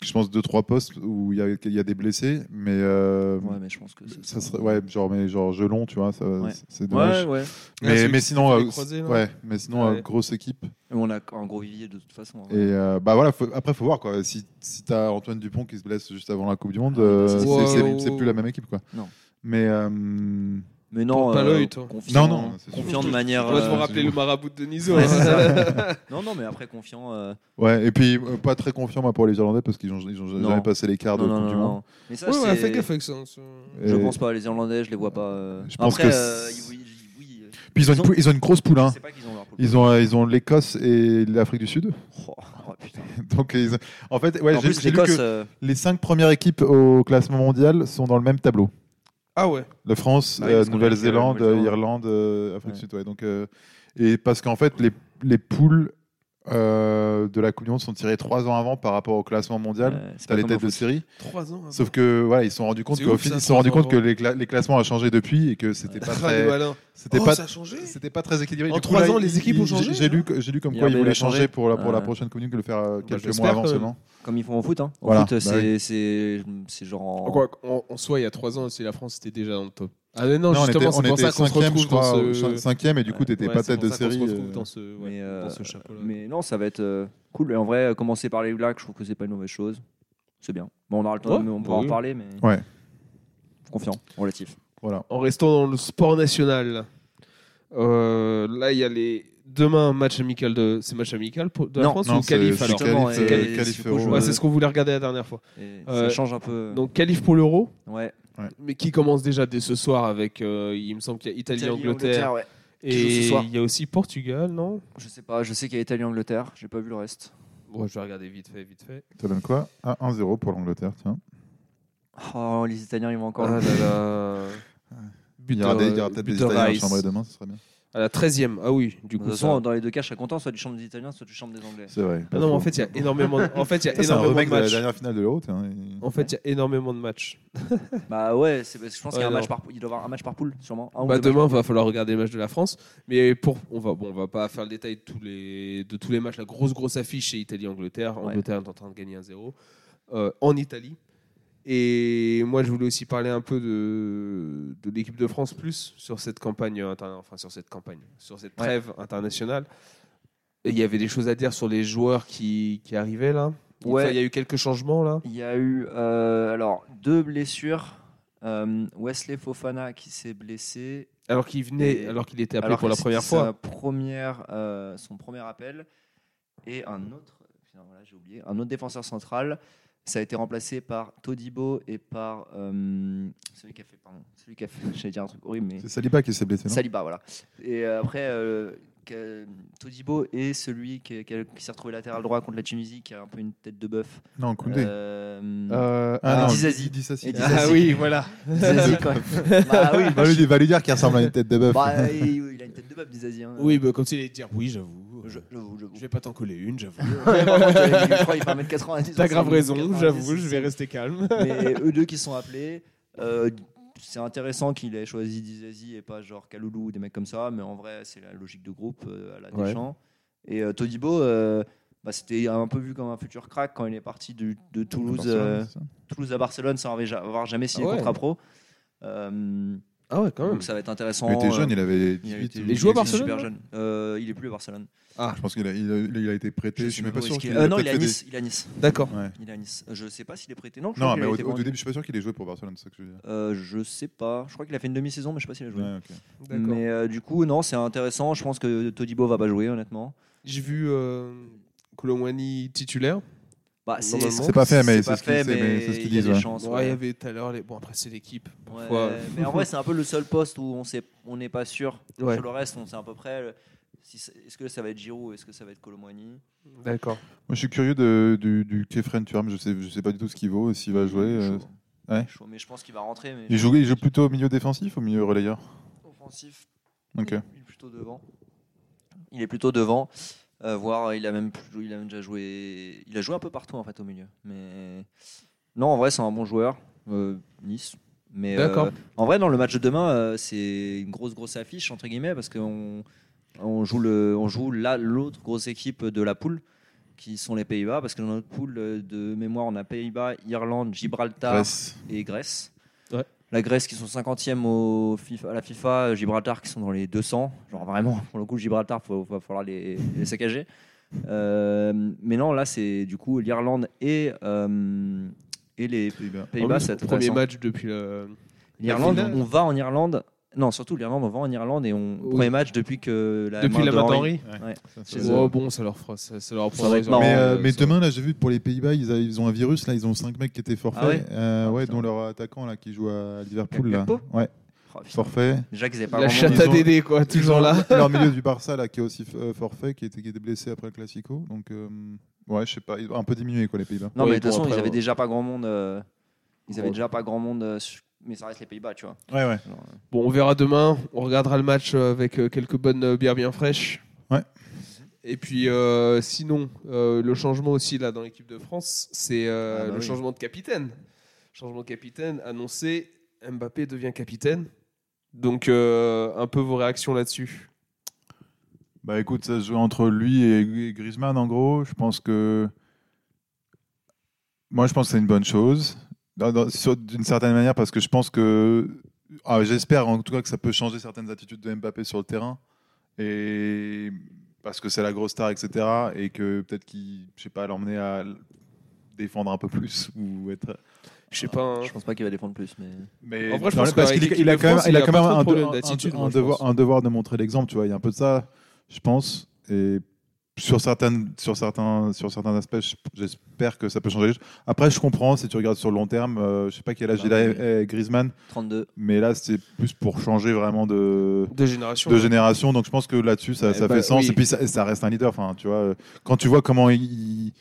Speaker 3: je pense, deux trois postes où il y a, il y a des blessés, mais euh,
Speaker 2: Ouais, mais je pense que. c'est-
Speaker 3: ça serait, ouais, genre, mais genre gelon, tu vois, ça-
Speaker 2: Ouais.
Speaker 3: c'est
Speaker 2: Ouais,
Speaker 3: dommage.
Speaker 2: ouais.
Speaker 1: Ouais,
Speaker 3: Mais,
Speaker 1: celui
Speaker 3: mais
Speaker 1: qui
Speaker 3: sinon,
Speaker 1: s'est fait
Speaker 3: euh,
Speaker 1: croiser, là.
Speaker 3: ouais, mais sinon, euh,
Speaker 1: Ouais.
Speaker 3: grosse équipe.
Speaker 2: Mais on a un gros vivier de toute façon. hein.
Speaker 3: Et euh, bah voilà, faut- après, faut voir quoi. Si, si t'as Antoine Dupont qui se blesse juste avant la Coupe du Monde, euh,
Speaker 2: Ah, ça,
Speaker 3: c'est
Speaker 1: c'est-
Speaker 3: c'est- c'est plus la même équipe, quoi.
Speaker 2: Non.
Speaker 3: Mais euh,
Speaker 2: Mais non,
Speaker 1: Porte pas
Speaker 2: euh,
Speaker 1: l'œil, toi.
Speaker 2: confiant,
Speaker 3: Non, non, c'est sûr.
Speaker 2: confiant de manière.
Speaker 1: On va se
Speaker 2: euh,
Speaker 1: rappeler le marabout de Niso.
Speaker 2: Ouais,
Speaker 1: hein.
Speaker 2: c'est ça. non, non, mais après confiant. euh,
Speaker 3: ouais, et puis euh, pas très confiant moi pour les Irlandais parce qu'ils ont, ils ont
Speaker 2: Non.
Speaker 3: jamais passé les quarts de
Speaker 2: non, non,
Speaker 3: Coupe du
Speaker 2: non,
Speaker 3: Monde.
Speaker 2: non. Mais ça,
Speaker 1: Ouais, ouais,
Speaker 2: c'est-
Speaker 1: fais gaffe avec ça. hein. ça.
Speaker 2: Je
Speaker 3: Et-
Speaker 2: pense pas. Les Irlandais, je les vois pas. euh.
Speaker 3: Je pense
Speaker 2: Après,
Speaker 3: que
Speaker 2: euh,
Speaker 3: c'est-
Speaker 2: oui, oui, oui, euh,
Speaker 3: Puis ils ont,
Speaker 2: Ils
Speaker 3: une,
Speaker 2: ont-
Speaker 3: pou- ils ont une grosse poule.
Speaker 2: je
Speaker 3: Hein.
Speaker 2: sais pas qu'ils ont leur poule.
Speaker 3: Ils ont euh, ils ont l'Écosse et l'Afrique du Sud.
Speaker 2: Oh, oh, putain.
Speaker 3: Donc ils- en fait, ouais,
Speaker 2: en
Speaker 3: j'ai
Speaker 2: plus,
Speaker 3: j'ai lu que
Speaker 2: l'Écosse. euh,
Speaker 3: les cinq premières équipes au classement mondial sont dans le même tableau.
Speaker 1: Ah ouais.
Speaker 3: La France,
Speaker 2: Ah oui,
Speaker 3: euh,
Speaker 2: parce qu'on a
Speaker 3: Nouvelle-Zélande,
Speaker 2: avec, euh, Nouvelle-Zélande.
Speaker 3: Irlande, euh, Afrique
Speaker 2: Ouais.
Speaker 3: du Sud. ouais. Donc, euh, et parce qu'en fait, les, les poules euh, de la Coupe du Monde sont tirées trois ans avant par rapport au classement mondial.
Speaker 2: Euh, c'est
Speaker 3: T'as
Speaker 2: pas
Speaker 3: les
Speaker 2: comme au
Speaker 3: têtes de
Speaker 2: foot.
Speaker 3: série.
Speaker 1: Trois ans. hein.
Speaker 3: Sauf que voilà, ils se sont rendus compte,
Speaker 1: C'est
Speaker 3: qu'au
Speaker 1: ouf,
Speaker 3: fin-
Speaker 1: ça,
Speaker 3: ils se sont rendus
Speaker 1: trois
Speaker 3: compte
Speaker 1: ans
Speaker 3: que les, cla- les classements ont changé depuis et que c'était
Speaker 2: Ah,
Speaker 3: pas
Speaker 1: Très...
Speaker 3: très, c'était
Speaker 1: Ah, Oh,
Speaker 3: pas,
Speaker 1: ça a changé
Speaker 3: c'était pas très équilibré.
Speaker 1: En
Speaker 3: Du coup,
Speaker 1: trois
Speaker 3: là,
Speaker 1: ans,
Speaker 3: ils-
Speaker 1: les équipes
Speaker 3: ils-
Speaker 1: ont changé,
Speaker 3: J'ai j'ai lu, que- j'ai lu comme quoi
Speaker 2: Merde, il
Speaker 3: ils
Speaker 2: a
Speaker 3: voulaient
Speaker 2: changé.
Speaker 3: changer pour la, pour la
Speaker 2: Ouais.
Speaker 3: prochaine Coupe du Monde, que le faire euh, quelques
Speaker 1: j'espère
Speaker 3: mois avant
Speaker 1: quand même.
Speaker 3: seulement.
Speaker 2: Comme ils font au foot. Hein. Au
Speaker 3: Voilà,
Speaker 2: foot,
Speaker 3: bah
Speaker 2: c'est c'est- c'est genre. en-
Speaker 1: Quoi, en, en soi, il y a trois ans, si la France était déjà dans le top. Ah mais non,
Speaker 3: Non, on était-
Speaker 1: justement,
Speaker 3: on
Speaker 1: c'est pour
Speaker 3: était
Speaker 1: ça qu'on se
Speaker 3: cinquième, je
Speaker 1: retrouve dans
Speaker 3: crois,
Speaker 1: ce.
Speaker 3: au- cinquième, et du coup, t'étais
Speaker 1: Ouais,
Speaker 3: pas
Speaker 1: c'est
Speaker 3: tête
Speaker 1: pour
Speaker 3: de
Speaker 1: ça qu'on se
Speaker 3: série.
Speaker 1: retrouve
Speaker 3: euh,
Speaker 1: dans ce, ouais,
Speaker 2: mais, euh,
Speaker 1: dans ce chapeau-là.
Speaker 2: Mais non, ça va être euh, cool. Et en vrai, euh, commencer par les Blacks, je trouve que c'est pas une mauvaise chose. C'est bien. Bon, on aura le temps,
Speaker 1: Ouais,
Speaker 2: mais on pourra
Speaker 1: Bah oui.
Speaker 2: en parler, mais
Speaker 3: Ouais.
Speaker 2: confiant, relatif.
Speaker 3: Voilà.
Speaker 1: En restant dans le sport national, euh, là, il y a les. Demain, match amical de. C'est match amical pour- de la
Speaker 2: Non,
Speaker 1: France
Speaker 3: non,
Speaker 1: ou
Speaker 3: c'est-
Speaker 1: qualif
Speaker 3: c'est
Speaker 1: alors
Speaker 3: qualif,
Speaker 2: Justement,
Speaker 3: euh,
Speaker 2: et- et
Speaker 3: qualif
Speaker 2: du coup,
Speaker 3: euro.
Speaker 2: je-
Speaker 1: Ouais, C'est ce qu'on voulait regarder la dernière fois.
Speaker 2: Et
Speaker 1: Euh,
Speaker 2: ça change un peu.
Speaker 1: Donc, qualif pour l'Euro,
Speaker 2: ouais.
Speaker 1: mais qui commence déjà dès ce soir avec. euh, il me semble qu'il y a Italie, Angleterre.
Speaker 2: ouais. Qui joue
Speaker 1: Et
Speaker 2: ce soir.
Speaker 1: il y a aussi Portugal, non
Speaker 2: Je sais pas, je sais qu'il y a Italie-Angleterre, j'ai pas vu le reste.
Speaker 1: Bon, je vais regarder vite fait, vite fait.
Speaker 3: Ça donne quoi Ah, 1-0 pour l'Angleterre, tiens.
Speaker 2: Oh, les Italiens, ils vont encore.
Speaker 1: Ah là là.
Speaker 3: Il y aura des- il y aura peut-être des
Speaker 1: euh, Buteur
Speaker 3: Italiens
Speaker 1: Rice.
Speaker 3: chambrés demain, ce serait bien.
Speaker 1: À la 13e. Ah oui, du
Speaker 2: De toute
Speaker 1: coup.
Speaker 2: façon,
Speaker 1: ça-
Speaker 2: dans les deux cas, je serais content, soit du chambre des Italiens, soit du chambre des Anglais.
Speaker 3: C'est vrai.
Speaker 1: Ah non, mais en fait, il y a énormément de, en fait, il y a
Speaker 3: c'est un
Speaker 1: énormément
Speaker 3: remake
Speaker 1: de
Speaker 3: de la
Speaker 1: matchs.
Speaker 3: dernière finale de l'Euro. tiens, et-
Speaker 1: En fait, il y a énormément de matchs.
Speaker 2: Bah ouais, c'est- je
Speaker 1: Ouais,
Speaker 2: pense qu'il y a un
Speaker 1: non.
Speaker 2: match par, il doit y avoir un match par poule, sûrement. Un ou
Speaker 1: Bah,
Speaker 2: deux matchs.
Speaker 1: demain, il va falloir regarder les matchs de la France. Mais pour, on va, bon, on va pas faire le détail de tous les, de tous les matchs. La grosse, grosse affiche, c'est Italie-Angleterre.
Speaker 2: Ouais.
Speaker 1: Angleterre est en train de gagner 1-0 euh, en Italie. Et moi, je voulais aussi parler un peu de, de l'équipe de France plus sur cette campagne, euh, interna- enfin sur cette campagne, sur cette
Speaker 2: Ouais.
Speaker 1: trêve internationale. Et Il y avait des choses à dire sur les joueurs qui, qui arrivaient là.
Speaker 2: Ouais.
Speaker 1: Enfin, Il y a eu quelques changements là.
Speaker 2: Il y a eu euh, alors deux blessures. Euh, Wesley Fofana qui s'est blessé.
Speaker 1: Alors qu'il venait,
Speaker 2: Et-
Speaker 1: alors qu'il était appelé
Speaker 2: alors
Speaker 1: pour
Speaker 2: que
Speaker 1: la première
Speaker 2: c'était
Speaker 1: fois.
Speaker 2: sa première, euh, son premier appel. Et un autre, putain, voilà, j'ai oublié, un autre défenseur central. Ça a été remplacé par Todibo et par euh, celui qui a fait, pardon, celui qui a fait, j'allais dire un truc horrible, mais
Speaker 3: C'est Saliba qui s'est blessé. non
Speaker 2: Saliba, voilà. Et euh, après, euh, que- Todibo est celui qui, qui a- qui s'est retrouvé latéral droit contre la Tunisie, qui a un peu une tête de bœuf.
Speaker 3: Non, Koundé.
Speaker 2: Euh,
Speaker 3: Euh,
Speaker 2: ah,
Speaker 3: non,
Speaker 2: Disasi.
Speaker 3: Disasi.
Speaker 2: Et
Speaker 3: Ah,
Speaker 2: Disasi.
Speaker 1: oui, voilà.
Speaker 2: Zazie, quand même. bah oui,
Speaker 3: Va lui, va lui dire qu'il ressemble à une tête de bœuf.
Speaker 2: bah, il, il a une tête de bœuf, Dizazi. Hein.
Speaker 1: Oui, bah, comme s'il allait te dire oui, j'avoue.
Speaker 2: Je, j'avoue, j'avoue.
Speaker 1: Je vais pas t'en coller une, j'avoue.
Speaker 2: Ouais, par contre, euh, je crois qu'il fait 1m90.
Speaker 1: T'as grave
Speaker 2: 1m90,
Speaker 1: raison,
Speaker 2: 1m90,
Speaker 1: j'avoue, je vais rester calme.
Speaker 2: Mais eux deux qui sont appelés, euh, c'est intéressant qu'il ait choisi Dizazi et pas genre Kaloulou ou des mecs comme ça, mais en vrai, c'est la logique de groupe euh, à la
Speaker 1: Ouais.
Speaker 2: Deschamps. Et euh, Todibo, euh, bah, c'était un peu vu comme un futur crack quand il est parti du- de Toulouse, euh, Toulouse à Barcelone sans avoir ja- avoir jamais signé
Speaker 1: Ah ouais.
Speaker 2: contrat pro. Euh,
Speaker 1: Ah ouais, quand
Speaker 2: donc ça va être intéressant.
Speaker 3: Il était
Speaker 2: euh,
Speaker 3: jeune, il
Speaker 2: il
Speaker 3: avait
Speaker 2: a
Speaker 3: 18
Speaker 2: été-
Speaker 3: ou-
Speaker 1: Les joueurs
Speaker 2: il était
Speaker 1: Barcelone,
Speaker 2: super
Speaker 1: là
Speaker 2: jeune. Euh, il est plus à Barcelone.
Speaker 3: Ah, Je pense qu'il a, il a, il a été prêté. Je suis même pas
Speaker 2: plus où
Speaker 3: sûr
Speaker 2: est-ce
Speaker 3: qu'il
Speaker 2: qu'il est. Euh,
Speaker 3: ait
Speaker 2: non,
Speaker 3: peut-être
Speaker 2: il est à
Speaker 3: fait des-
Speaker 2: Nice. Il est à Nice.
Speaker 1: D'accord.
Speaker 3: Ouais.
Speaker 2: Il est à Nice. Euh, Je sais pas s'il est prêté. Non, je
Speaker 3: Non,
Speaker 2: crois qu'il
Speaker 3: mais
Speaker 2: a
Speaker 3: au,
Speaker 2: été
Speaker 3: au
Speaker 2: vendu.
Speaker 3: début, je suis pas sûr qu'il ait joué pour Barcelone. C'est ça que je veux dire.
Speaker 2: Euh, je sais pas. Je crois qu'il a fait une demi-saison, mais je sais pas s'il a joué.
Speaker 3: Ouais, ok.
Speaker 2: mais euh, du coup, non, c'est intéressant. Je pense que Todibo va pas jouer, honnêtement.
Speaker 1: J'ai vu euh, Colomwani titulaire.
Speaker 2: Bah, c'est
Speaker 1: Normalement.
Speaker 3: C'est pas fait, mais
Speaker 2: pas
Speaker 3: c'est ce qu'ils-
Speaker 2: fait,
Speaker 3: c'est- mais c'est ce
Speaker 2: il
Speaker 3: qu'ils
Speaker 2: y a
Speaker 3: disent,
Speaker 2: des
Speaker 3: ouais.
Speaker 2: chances,
Speaker 1: Ouais,
Speaker 2: ouais.
Speaker 1: il y avait tout à l'heure les. Bon, après, c'est l'équipe.
Speaker 2: Ouais,
Speaker 1: Parfois. euh,
Speaker 2: mais en vrai, c'est un peu le seul poste où on sait, on n'est pas sûr.
Speaker 1: Ouais.
Speaker 2: Sur le reste, on sait à peu près. euh, si c'est- Est-ce que ça va être Giroud Est-ce que ça va être Colomwani
Speaker 1: D'accord.
Speaker 3: Moi, je suis curieux de, du, du Kefren Turam. Je sais, je sais pas du tout ce qu'il vaut et s'il va jouer. euh,
Speaker 2: Chaud.
Speaker 3: ouais.
Speaker 2: Chaud, Mais je pense qu'il va rentrer. Mais
Speaker 3: Il joue, il joue plutôt au milieu défensif ou au milieu relayeur
Speaker 2: offensif.
Speaker 3: Ok.
Speaker 2: Il est plutôt devant. Il est plutôt devant. euh, voire il a même plus- il a même déjà joué. Il a joué un peu partout en fait au milieu. Mais non, en vrai c'est un bon joueur. euh, nice. Mais euh,
Speaker 1: D'accord.
Speaker 2: en vrai dans le match de demain euh, c'est une grosse grosse affiche entre guillemets parce qu'on on joue le on joue la- l'autre grosse équipe de la poule qui sont les Pays-Bas parce que dans notre poule euh, de mémoire on a Pays-Bas, Irlande, Gibraltar
Speaker 3: Grèce.
Speaker 2: et Grèce.
Speaker 1: Ouais.
Speaker 2: La Grèce qui sont 50e au FIFA, à la FIFA, euh, Gibraltar qui sont dans les 200. Genre vraiment, pour le coup, Gibraltar, il va falloir les, les saccager. Euh, mais non, là, c'est du coup l'Irlande et, euh, et les
Speaker 3: Pays-Bas.
Speaker 2: Pays-Bas.
Speaker 1: c'est
Speaker 2: ça
Speaker 1: le
Speaker 2: va être
Speaker 1: premier
Speaker 2: intéressant.
Speaker 1: match depuis le.
Speaker 2: L'Irlande,
Speaker 1: finale.
Speaker 2: on va en Irlande. Non, surtout l'Irlande, on va en Irlande et on.
Speaker 1: Oui.
Speaker 2: Premier match depuis que la
Speaker 1: depuis la main
Speaker 2: d'Henry.
Speaker 1: d'Henri.
Speaker 3: Ça, ça
Speaker 2: Chez
Speaker 3: va.
Speaker 1: Oh, bon, ça leur fera. Ça, ça leur apprendra,
Speaker 2: va être
Speaker 1: ils auront-
Speaker 2: marrant.
Speaker 3: Mais, euh,
Speaker 1: euh,
Speaker 3: mais
Speaker 1: ça-
Speaker 3: demain, là, j'ai vu pour les Pays-Bas, ils, a- ils ont un virus. Là, ils ont 5 mecs qui étaient forfaits.
Speaker 2: Ah ouais
Speaker 3: Euh, ouais,
Speaker 2: putain.
Speaker 3: dont leur attaquant là, qui joue à Liverpool. Là.
Speaker 2: Gakpo
Speaker 3: Ouais,
Speaker 2: Oh, putain.
Speaker 3: forfait.
Speaker 2: Déjà qu'ils avaient pas
Speaker 1: La
Speaker 2: vraiment-
Speaker 1: chatte
Speaker 3: ils
Speaker 1: à
Speaker 3: ont-
Speaker 1: Dédé, quoi, toujours là.
Speaker 3: Leur milieu du Barça là, qui est aussi euh, forfait, qui était, qui était blessé après le Classico. Donc, euh, ouais, je sais pas. ils- Un peu diminué, quoi, les Pays-Bas.
Speaker 2: Non,
Speaker 1: Ouais,
Speaker 2: mais de toute
Speaker 1: bon,
Speaker 2: façon,
Speaker 1: après,
Speaker 2: ils
Speaker 1: ouais.
Speaker 2: avaient déjà pas grand monde. euh, ils avaient
Speaker 1: Ouais.
Speaker 2: déjà pas grand monde euh, su- mais ça reste les Pays-Bas, tu vois.
Speaker 3: Ouais, ouais.
Speaker 2: Genre, euh,
Speaker 1: Bon, on verra demain. On regardera le match euh, avec euh, quelques bonnes euh, bières bien fraîches.
Speaker 3: Ouais.
Speaker 1: Et puis, euh, sinon, euh, le changement aussi là dans l'équipe de France, c'est euh,
Speaker 2: Ah bah
Speaker 1: le
Speaker 2: oui.
Speaker 1: changement de capitaine. Changement de capitaine annoncé. Mbappé devient capitaine. Donc, euh, un peu vos réactions là-dessus.
Speaker 3: Bah écoute, ça se joue entre lui et Griezmann en gros. Je pense que. Moi, je pense que c'est une bonne chose. Dans- dans- sur- D'une certaine manière, parce que je pense que. ah, J'espère en tout cas que ça peut changer certaines attitudes de Mbappé sur le terrain. Et. Parce que c'est la grosse star, etc. Et que peut-être qu'il. Je sais pas, l'emmener à l- défendre un peu plus. Ou être...
Speaker 1: Je sais pas. hein.
Speaker 2: Je pense pas qu'il va défendre plus, mais.
Speaker 3: Mais
Speaker 1: En vrai, je
Speaker 3: dans
Speaker 1: pense
Speaker 3: le- parce
Speaker 1: qu'avec
Speaker 3: qu'il est-
Speaker 1: l'équipe
Speaker 3: il a
Speaker 1: de
Speaker 3: quand même,
Speaker 1: France,
Speaker 3: il a
Speaker 1: il a
Speaker 3: quand
Speaker 1: pas
Speaker 3: même
Speaker 1: trop de
Speaker 3: un,
Speaker 1: problème
Speaker 3: de- un-
Speaker 1: d'attitude,
Speaker 3: un
Speaker 1: moi, je
Speaker 3: devoir,
Speaker 1: pense.
Speaker 3: un devoir de montrer l'exemple. Tu vois, il y a un peu de ça, je pense. Et sur certaines, sur certains, sur certains aspects, je- j'espère que ça peut changer. Après, je comprends si tu regardes sur le long terme. euh, je sais pas quel âge
Speaker 2: Bah
Speaker 3: il a,
Speaker 2: oui.
Speaker 3: eh, Griezmann,
Speaker 2: 32.
Speaker 3: mais là, c'est plus pour changer vraiment de
Speaker 1: Deux générations.
Speaker 3: de génération. Donc je pense que là-dessus, ça,
Speaker 1: Eh
Speaker 3: ça
Speaker 1: bah,
Speaker 3: fait sens.
Speaker 1: oui.
Speaker 3: Et puis ça, ça reste un leader. Enfin, tu vois, euh, quand tu vois comment il, il-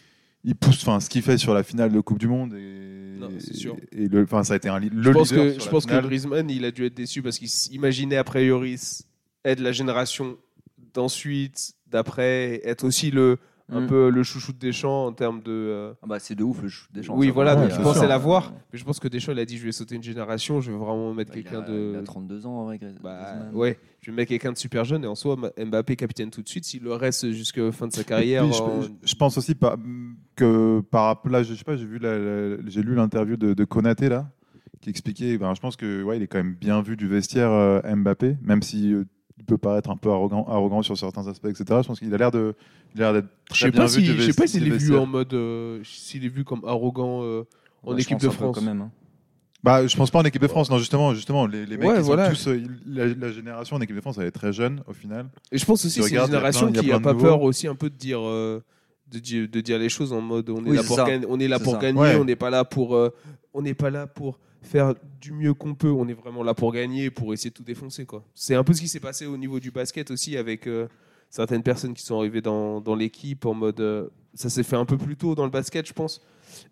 Speaker 3: il pousse, enfin, ce qu'il fait sur la finale de Coupe du Monde, et,
Speaker 1: Non, c'est sûr.
Speaker 3: et le, enfin, ça a été un li- le
Speaker 1: je pense
Speaker 3: leader
Speaker 1: que
Speaker 3: sur
Speaker 1: je
Speaker 3: la
Speaker 1: pense que
Speaker 3: finale.
Speaker 1: Griezmann il a dû être déçu parce qu'il s'imaginait a priori s- être la génération d'ensuite d'après être aussi le un
Speaker 2: Mm.
Speaker 1: peu le chouchou de Deschamps en termes de euh,
Speaker 2: Ah bah, c'est de ouf, le chou- Deschamps.
Speaker 1: oui
Speaker 2: ça,
Speaker 1: voilà
Speaker 2: vraiment,
Speaker 1: donc
Speaker 2: il
Speaker 1: je
Speaker 2: a-
Speaker 1: pensais
Speaker 3: sûr.
Speaker 1: l'avoir mais je pense que Deschamps il a dit je vais sauter une génération je vais vraiment mettre
Speaker 2: Bah, il,
Speaker 1: quelqu'un
Speaker 2: a, il a
Speaker 1: de
Speaker 2: 32 ans en vrai. Griez-
Speaker 1: bah,
Speaker 2: Griezmann.
Speaker 1: ouais je vais mettre quelqu'un de super jeune et en soi M- Mbappé capitaine tout de suite s'il le reste jusqu'à fin de sa carrière
Speaker 3: Et puis, je-
Speaker 1: en-
Speaker 3: je, je pense aussi pas, mm, que par là, je sais pas, j'ai vu la- la- j'ai lu l'interview de, de Konaté là, qui expliquait. ben, je pense que ouais, il est quand même bien vu du vestiaire euh, Mbappé, même si euh, il peut paraître un peu arrogant, arrogant sur certains aspects, etc. Je pense qu'il a l'air de, il a l'air d'être
Speaker 1: je
Speaker 3: très
Speaker 1: sais
Speaker 3: bien
Speaker 1: pas
Speaker 3: vu
Speaker 1: si
Speaker 3: du
Speaker 1: je sais
Speaker 3: vesti-
Speaker 1: pas s'il
Speaker 3: du
Speaker 1: est vu
Speaker 3: vestiaire.
Speaker 1: en mode euh, s'il est vu comme arrogant euh, en
Speaker 2: Ouais, je
Speaker 1: équipe
Speaker 2: pense
Speaker 1: de
Speaker 2: un peu
Speaker 1: France
Speaker 2: quand même. hein.
Speaker 3: Bah, je pense pas en équipe de France. Non, justement, justement, les, les mecs,
Speaker 1: Ouais,
Speaker 3: ils sont
Speaker 1: voilà.
Speaker 3: tous, euh, la, la génération en équipe de France, elle est très jeune au final.
Speaker 1: Et je pense aussi
Speaker 3: Tu
Speaker 1: que c'est une
Speaker 3: regardes, il y a
Speaker 1: génération
Speaker 3: plein- il y a
Speaker 1: qui n'a
Speaker 3: plein
Speaker 1: pas
Speaker 3: de
Speaker 1: peur
Speaker 3: nouveaux.
Speaker 1: aussi un peu de dire, euh, de, di- de dire les choses en mode on est
Speaker 2: Oui,
Speaker 1: là
Speaker 2: c'est
Speaker 1: pour,
Speaker 2: ça.
Speaker 1: gagner, on est là
Speaker 2: C'est
Speaker 1: pour
Speaker 2: ça.
Speaker 1: gagner,
Speaker 3: Ouais.
Speaker 1: on n'est pas là pour, euh, on n'est pas là pour faire du mieux qu'on peut, on est vraiment là pour gagner, pour essayer de tout défoncer quoi. C'est un peu ce qui s'est passé au niveau du basket aussi avec euh, certaines personnes qui sont arrivées dans, dans l'équipe en mode euh, ça s'est fait un peu plus tôt dans le basket je pense,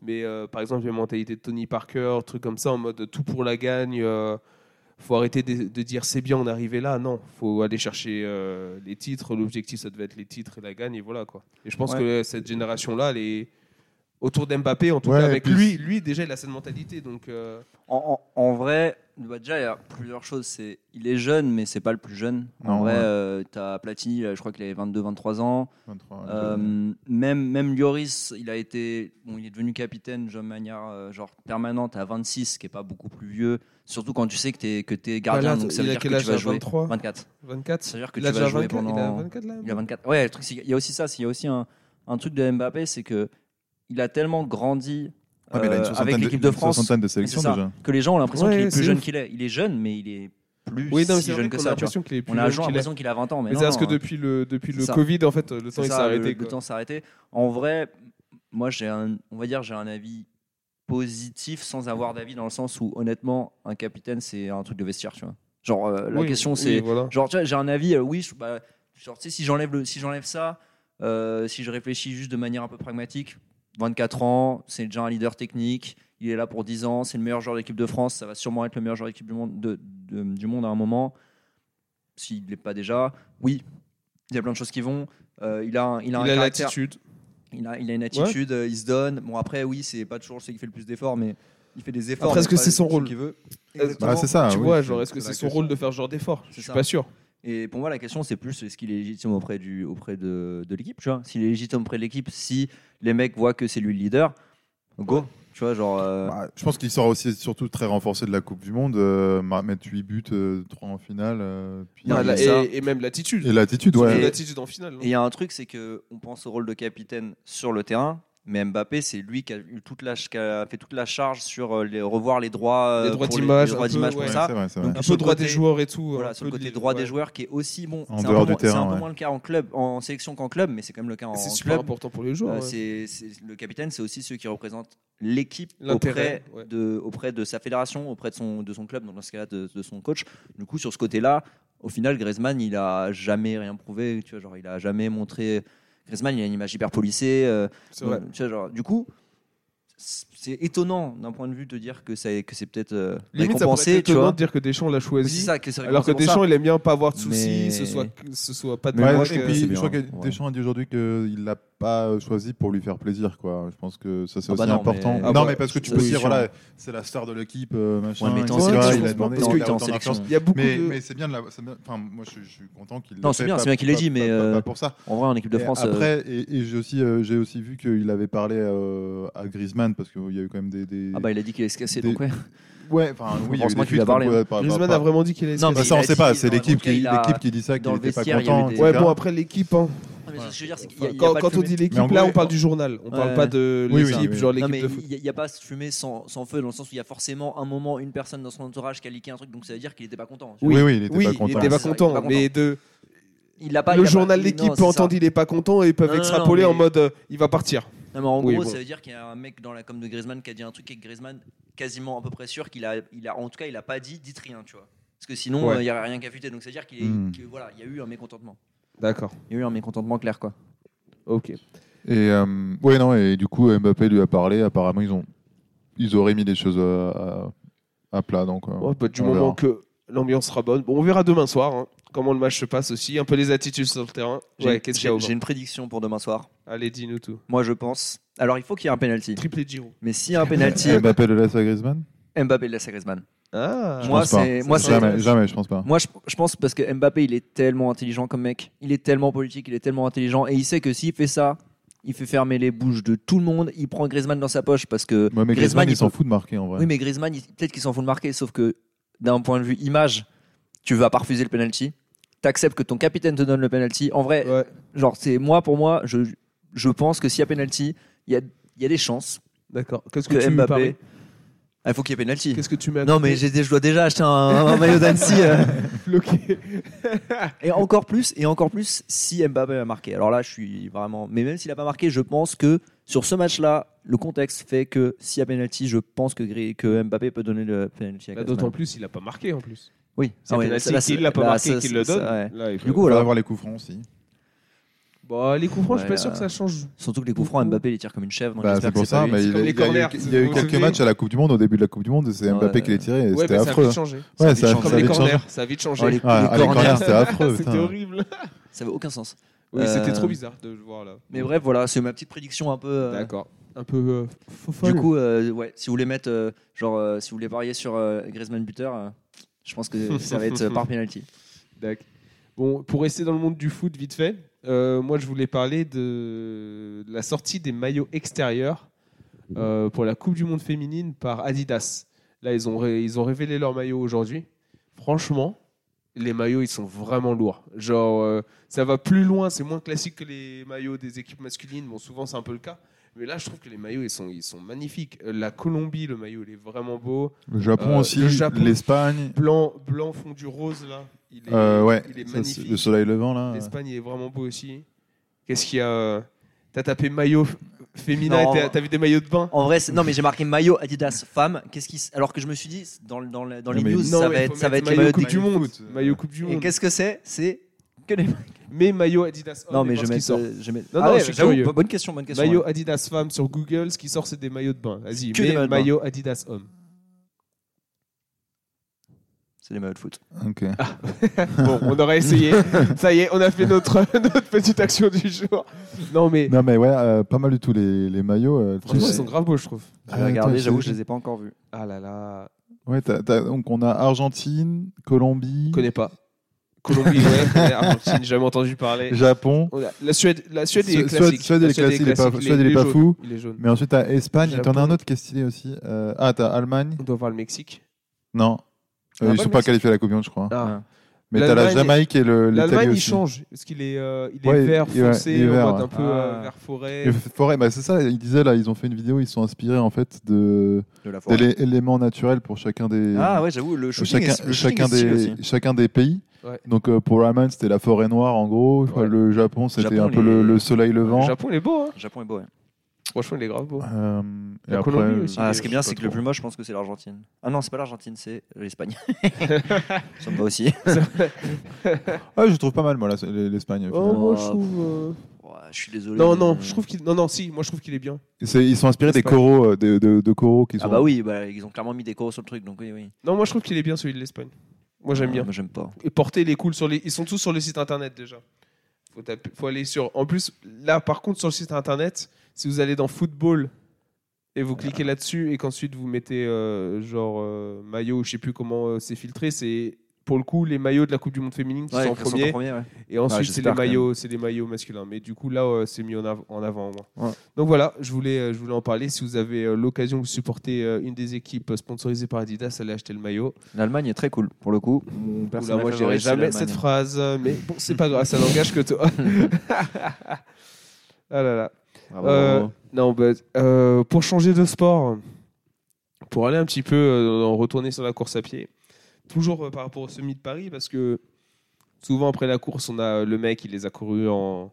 Speaker 1: mais euh, par exemple la mentalité de Tony Parker, truc comme ça en mode tout pour la gagne. euh, faut arrêter de, de dire c'est bien, on est arrivé là. Non, faut aller chercher euh, les titres. L'objectif, ça devait être les titres et la gagne, et voilà quoi. Et je pense
Speaker 2: Ouais.
Speaker 1: que cette génération-là, elle est autour d'Mbappé, en tout
Speaker 3: Ouais,
Speaker 1: cas
Speaker 3: et
Speaker 1: avec
Speaker 3: puis-
Speaker 1: lui, lui déjà il a cette mentalité. Donc euh,
Speaker 2: En, en- en vrai, bah, déjà, il y a plusieurs choses. C'est, il est jeune, mais c'est pas le plus jeune. en
Speaker 3: Non,
Speaker 2: vrai,
Speaker 3: ouais.
Speaker 2: euh, t'as Platini, là, je crois qu'il avait 22-23 ans.
Speaker 3: 23,
Speaker 2: Euh, même, même Lloris, il a été, bon, il est devenu capitaine de manière euh, genre permanente à 26, ce qui est pas beaucoup plus vieux. Surtout quand tu sais que t'es que t'es gardien,
Speaker 1: Voilà,
Speaker 2: donc ça
Speaker 1: il
Speaker 2: veut
Speaker 1: a
Speaker 2: dire que
Speaker 1: quel âge,
Speaker 2: tu vas
Speaker 1: Bah là,
Speaker 2: jouer.
Speaker 1: 23?
Speaker 2: 24.
Speaker 1: 24.
Speaker 2: Ça veut dire que
Speaker 1: Il a
Speaker 2: tu vas
Speaker 1: déjà
Speaker 2: jouer
Speaker 1: 24,
Speaker 2: pendant.
Speaker 1: il a 24 là.
Speaker 2: Il a 24. Ouais, le truc, c'est qu'il y a aussi ça. c'est- Il y a aussi un, un truc de Mbappé, c'est que il a tellement grandi
Speaker 3: Ah, mais il a une
Speaker 2: euh,
Speaker 3: soixantaine
Speaker 2: avec l'équipe de
Speaker 3: une
Speaker 2: France
Speaker 3: soixantaine de
Speaker 2: Mais c'est
Speaker 3: sélections
Speaker 2: ça,
Speaker 3: déjà.
Speaker 2: que les gens ont l'impression
Speaker 1: Ouais,
Speaker 2: qu'il est
Speaker 1: c'est
Speaker 2: plus jeune
Speaker 1: ouf.
Speaker 2: qu'il est. Il est jeune, mais il est plus
Speaker 1: Oui, non, mais
Speaker 2: si
Speaker 1: c'est vrai
Speaker 2: jeune que
Speaker 1: qu'on a
Speaker 2: ça. tu vois.
Speaker 1: l'impression qu'il est plus
Speaker 2: On a
Speaker 1: jeune
Speaker 2: genre
Speaker 1: qu'il est.
Speaker 2: l'impression qu'il a 20 ans, mais,
Speaker 1: Mais c'est
Speaker 2: non,
Speaker 1: parce que
Speaker 2: hein.
Speaker 1: depuis le depuis
Speaker 2: C'est
Speaker 1: le
Speaker 2: ça.
Speaker 1: Covid, en fait, le
Speaker 2: C'est
Speaker 1: temps il s'est
Speaker 2: ça, le-
Speaker 1: arrêté.
Speaker 2: Le,
Speaker 1: quoi.
Speaker 2: temps s'est arrêté. En vrai, moi, j'ai un, on va dire, j'ai un avis positif sans avoir d'avis dans le sens où, honnêtement, un capitaine, c'est un truc de vestiaire, tu vois. Genre, euh, la
Speaker 1: Oui,
Speaker 2: question,
Speaker 1: oui,
Speaker 2: c'est
Speaker 1: voilà.
Speaker 2: Genre, tu vois, j'ai un avis, euh, oui, je- bah, genre, tu sais, si j'enlève le- si j'enlève ça, euh, si je réfléchis juste de manière un peu pragmatique, 24 ans, c'est déjà un leader technique, il est là pour 10 ans, c'est le meilleur joueur de l'équipe de France, ça va sûrement être le meilleur joueur d'équipe du monde, de- de- du monde à un moment, s'il ne l'est pas déjà. Oui, il y a plein de choses qui vont. euh, il a, un, il a un
Speaker 1: Il a
Speaker 2: caractère,
Speaker 1: l'attitude.
Speaker 2: il a, il a une attitude, euh, il se donne. Bon, après, oui, c'est pas toujours celui qui fait le plus d'efforts, mais il fait des efforts.
Speaker 1: Après, est-ce
Speaker 2: mais
Speaker 1: que
Speaker 2: pas
Speaker 1: c'est son
Speaker 2: celui
Speaker 1: rôle
Speaker 2: qu'il veut.
Speaker 3: Bah, c'est ça.
Speaker 1: Tu
Speaker 3: oui.
Speaker 1: vois, genre est-ce que
Speaker 3: C'est
Speaker 1: c'est
Speaker 3: la
Speaker 1: son
Speaker 3: question.
Speaker 1: rôle de faire ce genre d'effort Je
Speaker 2: C'est
Speaker 1: suis
Speaker 2: ça.
Speaker 1: pas sûr.
Speaker 2: Et pour moi, la question, c'est plus est-ce qu'il est légitime auprès, du, auprès de, de l'équipe, tu vois S'il est légitime auprès de l'équipe, si les mecs voient que c'est lui le leader, go, tu vois, genre... euh,
Speaker 3: Bah, je pense qu'il sort aussi surtout très renforcé de la Coupe du Monde, euh, ma- mettre 8 buts, 3 en finale. euh, puis-
Speaker 2: Non,
Speaker 1: Ah, là,
Speaker 2: mais ça-
Speaker 1: et, et même l'attitude.
Speaker 3: et l'attitude,
Speaker 1: Surtout
Speaker 3: ouais.
Speaker 1: L'attitude en finale. hein.
Speaker 2: Et il y a un truc, c'est que on pense au rôle de capitaine sur le terrain, mais Mbappé, c'est lui qui a, eu toute la, ch- qui a fait toute la charge sur euh, les, revoir les droits,
Speaker 1: Les
Speaker 2: euh,
Speaker 1: droits
Speaker 2: pour
Speaker 1: d'image,
Speaker 2: les
Speaker 1: un
Speaker 2: droits
Speaker 1: peu,
Speaker 2: d'image pour
Speaker 1: ouais.
Speaker 3: Ouais,
Speaker 2: ça.
Speaker 3: c'est vrai, c'est vrai.
Speaker 2: Donc,
Speaker 1: un
Speaker 2: sur
Speaker 1: peu
Speaker 2: le
Speaker 1: droit des
Speaker 2: côtés-
Speaker 1: joueurs et tout.
Speaker 2: Voilà,
Speaker 1: un
Speaker 2: sur le
Speaker 1: peu
Speaker 2: côté
Speaker 1: des-
Speaker 2: droit des
Speaker 1: ouais.
Speaker 2: joueurs qui est aussi bon.
Speaker 3: En
Speaker 2: C'est un peu
Speaker 3: dehors du
Speaker 2: moins- c'est un
Speaker 3: terrain,
Speaker 2: peu
Speaker 3: ouais.
Speaker 2: moins le cas en club, en sélection qu'en club, mais c'est quand même le cas en
Speaker 1: C'est
Speaker 2: club.
Speaker 1: super important pour les joueurs.
Speaker 2: Euh,
Speaker 1: ouais.
Speaker 2: c'est- c'est- le capitaine, c'est aussi ceux qui représentent l'équipe
Speaker 1: L'intérêt,
Speaker 2: auprès,
Speaker 1: ouais.
Speaker 2: de, auprès de sa fédération, auprès de son, de son club, donc dans ce cas-là de, de son coach. Du coup, sur ce côté-là, au final, Griezmann, il a jamais rien prouvé. Tu vois, genre, il a jamais montré. Griezmann, il a une image hyper polissée. euh,
Speaker 1: C'est vrai.
Speaker 2: donc, tu vois, genre, du coup, c'est étonnant d'un point de vue de dire que, ça, que c'est peut-être euh,
Speaker 1: Limite, ça pourrait
Speaker 2: récompensé,
Speaker 1: être
Speaker 2: tu
Speaker 1: étonnant
Speaker 2: vois.
Speaker 1: de dire que Deschamps l'a
Speaker 2: Oui,
Speaker 1: choisi.
Speaker 2: c'est ça, que c'est
Speaker 1: Alors que
Speaker 2: récompensé pour
Speaker 1: Deschamps, il aime bien pas avoir de soucis,
Speaker 2: Mais-
Speaker 1: ce, soit, ce soit pas de
Speaker 3: Mais
Speaker 1: manque,
Speaker 3: ouais,
Speaker 1: euh,
Speaker 3: et puis,
Speaker 2: c'est
Speaker 3: je
Speaker 2: bien,
Speaker 3: crois que
Speaker 2: ouais.
Speaker 3: Deschamps a dit aujourd'hui qu'il l'a pas euh, choisi pour lui faire plaisir. Quoi. Je pense que ça, c'est
Speaker 2: Ah bah
Speaker 3: aussi
Speaker 2: non,
Speaker 3: important.
Speaker 2: mais-
Speaker 3: non,
Speaker 1: Ah bah,
Speaker 3: mais parce que tu
Speaker 2: c'est
Speaker 3: peux
Speaker 2: une
Speaker 3: dire,
Speaker 2: solution.
Speaker 3: voilà, c'est la star de l'équipe, euh, machin.
Speaker 2: Ouais, mais t'es en
Speaker 3: etc.
Speaker 2: sélection,
Speaker 3: il a
Speaker 2: c'est
Speaker 3: demandé
Speaker 2: pas-
Speaker 3: en
Speaker 2: t'es
Speaker 3: termes
Speaker 2: en
Speaker 3: d'influence.
Speaker 2: sélection.
Speaker 1: Il y a beaucoup
Speaker 3: Mais,
Speaker 1: de...
Speaker 3: mais c'est bien de la. c'est bien- Enfin, moi, je, je suis content qu'il.
Speaker 2: Non,
Speaker 3: l'ait
Speaker 2: c'est
Speaker 3: fait,
Speaker 2: bien,
Speaker 3: pas-
Speaker 2: c'est bien qu'il l'ait
Speaker 3: pas-
Speaker 2: dit, mais,
Speaker 3: pas- pas-
Speaker 2: euh,
Speaker 3: pas pour ça.
Speaker 2: En vrai, en équipe de
Speaker 3: Et
Speaker 2: France, euh,
Speaker 3: Après, et, et j'ai aussi, euh, j'ai aussi vu qu'il avait parlé euh, à Griezmann parce qu'il y a eu quand même des. des-
Speaker 2: ah bah il a dit qu'il allait se casser,
Speaker 3: Des-
Speaker 2: donc ouais.
Speaker 3: ouais, enfin, oui, il y a eu
Speaker 2: Franchement,
Speaker 3: des
Speaker 2: tu lui as
Speaker 3: fuites,
Speaker 2: parlé,
Speaker 3: donc,
Speaker 2: hein.
Speaker 3: ouais, pas- pas-
Speaker 1: Griezmann
Speaker 3: pas-
Speaker 1: a vraiment dit qu'il allait se
Speaker 2: Non,
Speaker 3: Bah,
Speaker 1: casser.
Speaker 2: mais
Speaker 3: ça, on
Speaker 2: il a
Speaker 3: sait pas.
Speaker 2: dit,
Speaker 3: C'est
Speaker 2: dans-
Speaker 3: l'équipe
Speaker 2: en tout cas,
Speaker 3: qui,
Speaker 2: il a-
Speaker 3: l'équipe qui dit ça, qu'il
Speaker 2: dans le
Speaker 3: n'était pas
Speaker 2: vestiaire, il y
Speaker 3: content.
Speaker 2: avait des-
Speaker 3: etc.
Speaker 1: Ouais, bon, après l'équipe. hein.
Speaker 2: mais ce que je veux dire, c'est qu'il y a- il y a
Speaker 1: Quand,
Speaker 2: pas de
Speaker 1: quand on
Speaker 2: fumée.
Speaker 1: dit l'équipe,
Speaker 3: Mais en
Speaker 1: là,
Speaker 3: gros,
Speaker 1: on parle du journal. On parle
Speaker 2: Ouais.
Speaker 1: pas de
Speaker 3: Oui, oui,
Speaker 1: l'équipe,
Speaker 3: oui.
Speaker 1: genre
Speaker 2: Non,
Speaker 1: l'équipe
Speaker 2: mais
Speaker 1: de foot.
Speaker 2: il n'y a, pas de fumée sans, sans feu, dans le sens où il y a forcément un moment, une personne dans son entourage qui a liqué un truc, donc ça veut dire qu'il n'était pas content.
Speaker 3: Oui, oui, il était
Speaker 1: Oui,
Speaker 3: pas
Speaker 1: il
Speaker 3: content.
Speaker 1: était pas
Speaker 2: C'est ça, il était
Speaker 1: content,
Speaker 2: pas content.
Speaker 1: mais de
Speaker 2: Il l'a pas,
Speaker 1: le
Speaker 2: il a pas-
Speaker 1: journal
Speaker 2: non,
Speaker 1: l'équipe
Speaker 2: c'est
Speaker 1: peut
Speaker 2: ça.
Speaker 1: entendre il est pas content et ils peuvent
Speaker 2: Non, non, non,
Speaker 1: extrapoler
Speaker 2: mais-
Speaker 1: en mode euh, il va partir.
Speaker 2: Non, mais en
Speaker 1: Oui,
Speaker 2: gros,
Speaker 1: bon.
Speaker 2: ça veut dire qu'il y a un mec dans la com de Griezmann qui a dit un truc et que Griezmann, quasiment à peu près sûr qu'il a, il a, en tout cas, il a pas dit, dites rien, tu vois. Parce que sinon,
Speaker 1: Ouais.
Speaker 2: euh, il n'y avait rien qu'à fuiter. Donc, ça veut dire qu'il est-
Speaker 3: Hmm.
Speaker 2: que, voilà, il y a eu un mécontentement.
Speaker 1: D'accord.
Speaker 2: Il y a eu un mécontentement clair, quoi.
Speaker 1: Ok.
Speaker 3: Et euh, ouais, non, et du coup, Mbappé lui a parlé. Apparemment, ils ont, ils auraient mis les choses à, à- à plat, donc. euh,
Speaker 1: Ouais, bah, du
Speaker 3: on
Speaker 1: moment
Speaker 3: verra.
Speaker 1: que l'ambiance sera bonne, Bon, on verra demain soir hein, comment le match se passe aussi, un peu les attitudes sur le terrain.
Speaker 2: J'ai-
Speaker 1: Ouais, qu'est-ce qu'il y a au
Speaker 2: J'ai j'ai une prédiction pour demain soir.
Speaker 1: vent Allez, dis-nous tout.
Speaker 2: Moi, je pense. Alors, il faut qu'il y ait un penalty.
Speaker 1: Triplé de Giroud.
Speaker 2: Mais s'il y a un penalty,
Speaker 3: Mbappé le laisse à Griezmann
Speaker 2: Mbappé le laisse à Griezmann.
Speaker 1: Ah.
Speaker 3: Je
Speaker 2: Moi,
Speaker 3: pense pas.
Speaker 2: c'est- moi, c'est-
Speaker 3: jamais, jamais, je pense pas.
Speaker 2: Moi, je, je pense parce que Mbappé, il est tellement intelligent comme mec. Il est tellement politique, il est tellement intelligent. Et il sait que s'il fait ça, il fait fermer les bouches de tout le monde. Il prend Griezmann dans sa poche parce que.
Speaker 3: Ouais, mais Griezmann, il s'en
Speaker 2: peut-
Speaker 3: fout de marquer en vrai.
Speaker 2: Oui, mais Griezmann, il- peut-être qu'il s'en fout de marquer. Sauf que d'un point de vue image, tu vas pas refuser le penalty. T'acceptes que ton capitaine te donne le penalty. En vrai,
Speaker 1: Ouais,
Speaker 2: genre, c'est moi, pour moi, je, je pense que s'il y a penalty, il y a, il y a des chances
Speaker 1: d'accord. Qu'est-ce que,
Speaker 2: que
Speaker 1: tu
Speaker 2: Mbappé.
Speaker 1: paries
Speaker 2: Ah, Il faut qu'il y ait penalty.
Speaker 1: Qu'est-ce que tu mets à
Speaker 2: Non,
Speaker 1: côté
Speaker 2: mais j'ai, dé- je dois déjà acheter un, un maillot d'Annecy. euh.
Speaker 1: bloqué
Speaker 2: Et encore plus, et encore plus si Mbappé a marqué. Alors là, je suis vraiment. Mais même s'il n'a pas marqué, je pense que sur ce match-là, le contexte fait que s'il y a penalty, je pense que, Gré- que Mbappé peut donner le penalty à
Speaker 1: Bah,
Speaker 2: Griezmann.
Speaker 1: D'autant plus, il a pas marqué en plus.
Speaker 2: Oui,
Speaker 1: C'est
Speaker 2: Ah ouais,
Speaker 1: penalty
Speaker 2: ça, là,
Speaker 1: qu'il
Speaker 2: c'est-
Speaker 1: l'a pas
Speaker 2: là,
Speaker 1: marqué
Speaker 2: ça,
Speaker 1: qu'il le
Speaker 2: ça,
Speaker 1: donne.
Speaker 2: ouais.
Speaker 1: Là, il peut-
Speaker 2: Du
Speaker 3: Il
Speaker 2: coup,
Speaker 3: va
Speaker 2: alors,
Speaker 3: avoir les coups francs aussi.
Speaker 1: Bon, les coups francs, je suis
Speaker 2: Ouais,
Speaker 1: pas sûr que ça change.
Speaker 2: surtout que les coups francs, Mbappé les tire comme une chèvre. Donc
Speaker 3: Bah,
Speaker 2: j'espère
Speaker 3: c'est
Speaker 2: que
Speaker 3: pour
Speaker 2: c'est pas
Speaker 3: ça,
Speaker 2: lui.
Speaker 3: mais
Speaker 1: C'est
Speaker 3: il,
Speaker 1: comme
Speaker 3: a-
Speaker 1: les
Speaker 3: il y a eu-
Speaker 1: corners,
Speaker 3: il y a eu
Speaker 1: vous
Speaker 3: quelques
Speaker 1: vous
Speaker 3: matchs à la Coupe du Monde, au début de la Coupe du Monde, c'est
Speaker 2: Ouais,
Speaker 3: Mbappé
Speaker 2: ouais.
Speaker 3: qui les tirait et
Speaker 1: Ouais, mais
Speaker 3: c'était
Speaker 1: ça a
Speaker 3: affreux.
Speaker 1: vite changé.
Speaker 3: Ouais,
Speaker 1: Ça a
Speaker 3: ça-
Speaker 1: vite
Speaker 3: ça
Speaker 1: changé.
Speaker 3: a
Speaker 1: Comme les
Speaker 3: vite changé.
Speaker 1: corners, ça a vite
Speaker 2: Oh,
Speaker 1: changé.
Speaker 2: les-
Speaker 3: Ouais, ah, les
Speaker 2: corners.
Speaker 3: corners, c'était affreux.
Speaker 1: C'était
Speaker 3: putain.
Speaker 1: horrible.
Speaker 2: Ça avait aucun sens.
Speaker 1: Oui, c'était
Speaker 2: Euh,
Speaker 1: trop bizarre de le voir là.
Speaker 2: Mais bref, voilà, c'est ma petite prédiction un peu. euh,
Speaker 1: D'accord. Un peu euh, faux
Speaker 2: du
Speaker 1: folle.
Speaker 2: coup, euh, ouais, si vous voulez mettre, euh, genre, euh, si vous voulez parier sur euh, Griezmann buteur, euh, je pense que ça va être euh, par penalty.
Speaker 1: Dac. Bon, pour rester dans le monde du foot, vite fait, euh, moi je voulais parler de la sortie des maillots extérieurs euh, pour la Coupe du Monde féminine par Adidas. Là, ils ont, ré- ils ont révélé leurs maillots aujourd'hui. Franchement, les maillots, ils sont vraiment lourds. Genre, euh, ça va plus loin, c'est moins classique que les maillots des équipes masculines. Bon, souvent, c'est un peu le cas. Mais là, je trouve que les maillots, ils sont, ils sont magnifiques. Euh, La Colombie, le maillot, il est vraiment beau.
Speaker 3: Le Japon
Speaker 1: Euh,
Speaker 3: aussi,
Speaker 1: le Japon.
Speaker 3: l'Espagne,
Speaker 1: Blanc, blanc fond du rose, là. Il est,
Speaker 3: euh, ouais,
Speaker 1: il est
Speaker 3: ça, c'est-
Speaker 1: magnifique.
Speaker 3: le Ah, soleil levant là.
Speaker 1: L'Espagne est vraiment beau aussi. Qu'est-ce qu'il y a euh, T'as tapé maillot f- féminin
Speaker 2: Non.
Speaker 1: et t'as- t'as vu des maillots de bain
Speaker 2: En vrai, c'est- non, mais j'ai marqué maillot Adidas femme. Qu'est-ce qui, s- alors que je me suis dit dans, le- dans, le- dans les
Speaker 3: Non, mais
Speaker 2: news,
Speaker 1: Non,
Speaker 2: ça
Speaker 1: mais
Speaker 2: va
Speaker 1: faut
Speaker 2: être, ça va
Speaker 1: mettre
Speaker 2: être les
Speaker 1: maillot
Speaker 2: maillots
Speaker 1: Coupe
Speaker 2: des-
Speaker 1: du Monde.
Speaker 3: foot.
Speaker 1: Maillot Coupe du
Speaker 2: Et
Speaker 1: Monde.
Speaker 2: qu'est-ce que c'est C'est que les.
Speaker 1: Mais maillot Adidas. homme,
Speaker 2: non,
Speaker 1: et
Speaker 2: mais
Speaker 1: voir
Speaker 2: je
Speaker 1: ce qui
Speaker 2: mets.
Speaker 1: sort.
Speaker 2: euh, je mets-
Speaker 1: Non,
Speaker 2: Ah
Speaker 1: non,
Speaker 2: ouais,
Speaker 1: je suis
Speaker 2: j'avoue,
Speaker 1: curieux.
Speaker 2: bo- Bonne question, bonne question.
Speaker 1: Maillot
Speaker 2: ouais.
Speaker 1: Adidas femme sur Google, ce qui sort c'est des maillots de bain. Vas-y,
Speaker 2: Que
Speaker 1: mais
Speaker 2: des maillots de bain.
Speaker 1: maillot Adidas homme.
Speaker 2: C'est les maillots de foot.
Speaker 3: Ok.
Speaker 1: Bon, on aurait essayé. Ça y est, on a fait notre, notre petite action du jour. Non mais
Speaker 3: Non mais ouais, euh, pas mal du tout les, les maillots. euh,
Speaker 1: franchement,
Speaker 3: tu-
Speaker 1: ils sont grave beaux, je trouve.
Speaker 2: J'ai
Speaker 3: Ah,
Speaker 2: regardé,
Speaker 3: attends,
Speaker 2: j'avoue,
Speaker 3: c'est-
Speaker 2: je les ai pas encore vus.
Speaker 1: Ah là là,
Speaker 3: Ouais, t'as- t'as- donc on a Argentine, Colombie,
Speaker 1: je connais pas. Colombie, ouais, Argentine, jamais entendu parler.
Speaker 3: Japon.
Speaker 1: On a- La Suède, la Suède est
Speaker 3: Suède-
Speaker 1: classique.
Speaker 3: Suède est
Speaker 1: La
Speaker 3: classique, il est pas-
Speaker 1: classique,
Speaker 3: Suède, il est pas
Speaker 1: jaune,
Speaker 3: fou.
Speaker 1: Il est jaune.
Speaker 3: Mais ensuite t'as Espagne. et T'en as un
Speaker 1: Japon.
Speaker 3: autre qui est stylé aussi. euh, ah t'as Allemagne.
Speaker 1: On doit voir le Mexique.
Speaker 3: Non.
Speaker 1: On a pas
Speaker 3: Euh, ils
Speaker 1: le
Speaker 3: sont pas
Speaker 1: Mexique.
Speaker 3: qualifiés à la Coupe du Monde, je crois.
Speaker 1: Ah.
Speaker 3: Mais t'as la
Speaker 1: L'Allemagne-
Speaker 3: Jamaïque et le- l'Italie
Speaker 1: L'Allemagne, il
Speaker 3: aussi.
Speaker 1: change. Parce qu'il est, euh, il est
Speaker 3: Ouais,
Speaker 1: vert
Speaker 3: il- ouais,
Speaker 1: foncé,
Speaker 3: il est
Speaker 1: en
Speaker 3: vert,
Speaker 1: mode
Speaker 3: ouais.
Speaker 1: un peu euh,
Speaker 2: Ah.
Speaker 1: vert forêt.
Speaker 3: Et forêt, bah c'est ça, ils disaient là, ils ont fait une vidéo, ils sont inspirés en fait de
Speaker 2: De la
Speaker 3: d'éléments naturels pour chacun des
Speaker 2: Ah ouais, j'avoue, le shooting
Speaker 3: chacun,
Speaker 2: est- le shooting
Speaker 3: chacun
Speaker 2: est stylé aussi.
Speaker 3: des chacun des pays.
Speaker 1: Ouais.
Speaker 3: Donc euh, pour l'Allemagne, c'était la forêt noire en gros,
Speaker 1: Ouais.
Speaker 3: le Japon, c'était
Speaker 2: Japon,
Speaker 3: un peu le,
Speaker 2: les-
Speaker 3: le soleil
Speaker 1: Le
Speaker 3: levant.
Speaker 1: Japon, il est beau. Hein.
Speaker 2: Le Japon est beau. ouais.
Speaker 1: Franchement, il est grave beau.
Speaker 3: Euh, et
Speaker 1: La
Speaker 3: après,
Speaker 1: Colombie aussi.
Speaker 2: Ah,
Speaker 1: je
Speaker 2: ce qui
Speaker 1: sais
Speaker 2: est bien,
Speaker 1: pas
Speaker 2: c'est que le
Speaker 1: trop.
Speaker 2: plus moche, je pense que c'est l'Argentine. Ah non, c'est pas l'Argentine, c'est l'Espagne. Ça me va aussi.
Speaker 3: Ah, je trouve pas mal moi là, c'est l'Espagne.
Speaker 1: Oh,
Speaker 3: finalement.
Speaker 1: moi, je trouve. euh,
Speaker 2: Ouah, je suis désolé.
Speaker 1: Non,
Speaker 2: mais-
Speaker 1: non, je trouve qu'il. Non, non, si, moi je trouve qu'il est bien.
Speaker 3: C'est- Ils sont inspirés
Speaker 1: C'est
Speaker 3: des
Speaker 1: pas-
Speaker 3: coraux, euh, de, de, de coraux qui sont.
Speaker 2: Ah bah oui, bah, ils ont clairement mis des coraux sur le truc, donc oui, oui.
Speaker 1: Non, moi je trouve qu'il est bien celui de l'Espagne. Moi j'aime
Speaker 2: Ah,
Speaker 1: bien.
Speaker 2: Moi j'aime pas.
Speaker 1: Et porter les cool sur les. Ils sont tous sur le site internet déjà. Faut, taper- faut aller sur. En plus, là par contre, sur le site internet, si vous allez dans football et vous cliquez là-dessus et qu'ensuite vous mettez euh, genre euh, maillot, je sais plus comment euh, c'est filtré, c'est pour le coup les maillots de la Coupe du Monde féminine qui
Speaker 2: Ouais,
Speaker 1: sont en
Speaker 2: ils sont
Speaker 1: premier.
Speaker 2: ouais.
Speaker 1: Et ensuite,
Speaker 2: Ouais,
Speaker 1: c'est
Speaker 2: j'espère
Speaker 1: les
Speaker 2: quand même.
Speaker 1: maillots, c'est les maillots masculins. Mais du coup, là, euh, c'est mis en, av- en avant. au moins.
Speaker 2: Ouais.
Speaker 1: Donc voilà, je voulais, euh, je voulais en parler. Si vous avez euh, l'occasion de supporter euh, une des équipes sponsorisées par Adidas, allez acheter le maillot.
Speaker 2: L'Allemagne est très cool pour le coup. Mon
Speaker 1: Oula,
Speaker 2: personnage
Speaker 1: moi, je
Speaker 2: favori,
Speaker 1: dirai
Speaker 2: c'est
Speaker 1: jamais
Speaker 2: l'Allemagne.
Speaker 1: cette phrase, euh, mais bon, c'est pas grave, ça n'engage que toi. ah là là.
Speaker 2: Bravo.
Speaker 1: Euh, non, bah, euh, pour changer de sport, pour aller un petit peu euh, en retourner sur la course à pied, toujours euh, par rapport au semi de Paris, parce que souvent après la course, on a euh, le mec, il les a courus en,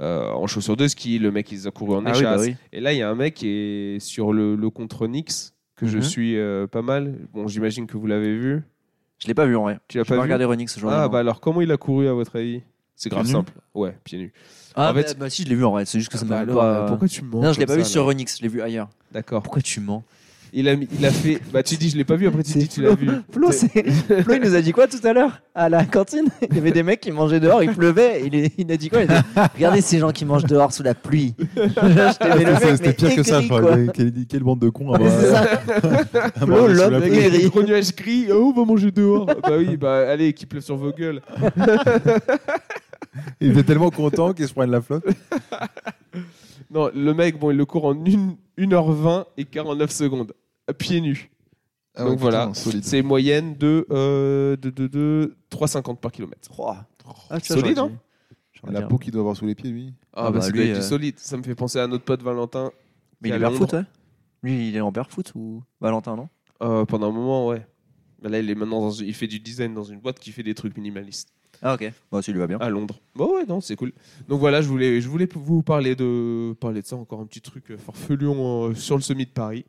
Speaker 1: euh, en chaussures de ski, le mec, il les a courus en
Speaker 2: Ah oui, bah
Speaker 1: échasse.
Speaker 2: oui.
Speaker 1: Et là, il y a un mec qui est sur le, le contre Nix, que je
Speaker 2: Mhm.
Speaker 1: suis euh, pas mal. Bon, j'imagine que vous l'avez vu.
Speaker 2: Je l'ai pas vu en vrai.
Speaker 1: Tu l'as
Speaker 2: J'ai pas,
Speaker 1: pas, vu
Speaker 2: regardé Renix ce
Speaker 1: Ah,
Speaker 2: jour-là. non.
Speaker 1: bah alors, comment il a couru à votre avis C'est grave
Speaker 3: Pieds nus
Speaker 1: simple. Ouais, pieds nus.
Speaker 2: Ah,
Speaker 1: en
Speaker 2: bah,
Speaker 1: fait-
Speaker 2: bah, si, je l'ai vu en vrai. C'est juste que ça
Speaker 1: Ah,
Speaker 2: m'a
Speaker 1: bah, alors,
Speaker 2: pas.
Speaker 1: euh, pourquoi tu mens
Speaker 2: non, je l'ai
Speaker 1: comme
Speaker 2: pas vu
Speaker 1: ça,
Speaker 2: sur
Speaker 1: là
Speaker 2: Renix, je l'ai vu ailleurs.
Speaker 1: D'accord.
Speaker 2: Pourquoi tu mens
Speaker 1: Il a, mis- il a fait. Bah, tu dis, je l'ai pas vu, après tu
Speaker 2: C'est
Speaker 1: dis, tu l'as vu.
Speaker 2: Flo,
Speaker 1: C'est-
Speaker 2: il nous a dit quoi tout à l'heure À la cantine, il y avait des mecs qui mangeaient dehors, il pleuvait. Il, a dit quoi Regardez ces gens qui mangent dehors sous la pluie.
Speaker 3: Ah, c'est- C'était pire que ça, je crois. Quelle, quelle bande de cons à avoir- à avoir
Speaker 2: Flo,
Speaker 3: sous la
Speaker 2: l'homme
Speaker 3: pluie.
Speaker 1: Il y a des
Speaker 2: Gris.
Speaker 1: gros nuages gris. Oh, on va manger dehors. bah oui, bah allez, qui pleuve sur vos gueules.
Speaker 3: Il était tellement content qu'il se prenne la flotte.
Speaker 1: Non, le mec, bon, il le court en 1, 1h20 et 49 secondes. à Pieds nus.
Speaker 3: Ah
Speaker 1: Donc
Speaker 3: ouais,
Speaker 1: voilà.
Speaker 3: putain, solide.
Speaker 1: C'est moyenne de, euh, de, de, de 3,50 par kilomètre. Solide, hein
Speaker 3: La peau qu'il doit avoir sous les pieds, lui.
Speaker 1: Ah,
Speaker 2: Ah
Speaker 1: bah,
Speaker 2: bah,
Speaker 1: c'est
Speaker 2: lui,
Speaker 1: du
Speaker 2: euh,
Speaker 1: solide. Ça me fait penser à notre pote Valentin.
Speaker 2: Mais il
Speaker 1: à
Speaker 2: est
Speaker 1: Londres.
Speaker 2: barefoot, ouais Lui, il est en barefoot ou Valentin, non
Speaker 1: Euh, pendant un moment, ouais. Bah Là, il est maintenant dans, il fait du design dans une boîte qui fait des trucs minimalistes.
Speaker 2: Ah, ok. Bah, si, lui va bien.
Speaker 1: à Londres. Bon ouais, non, c'est cool. Donc voilà, je voulais, je voulais vous parler de, parler de ça, encore un petit truc euh, farfelu euh, sur le semi de Paris.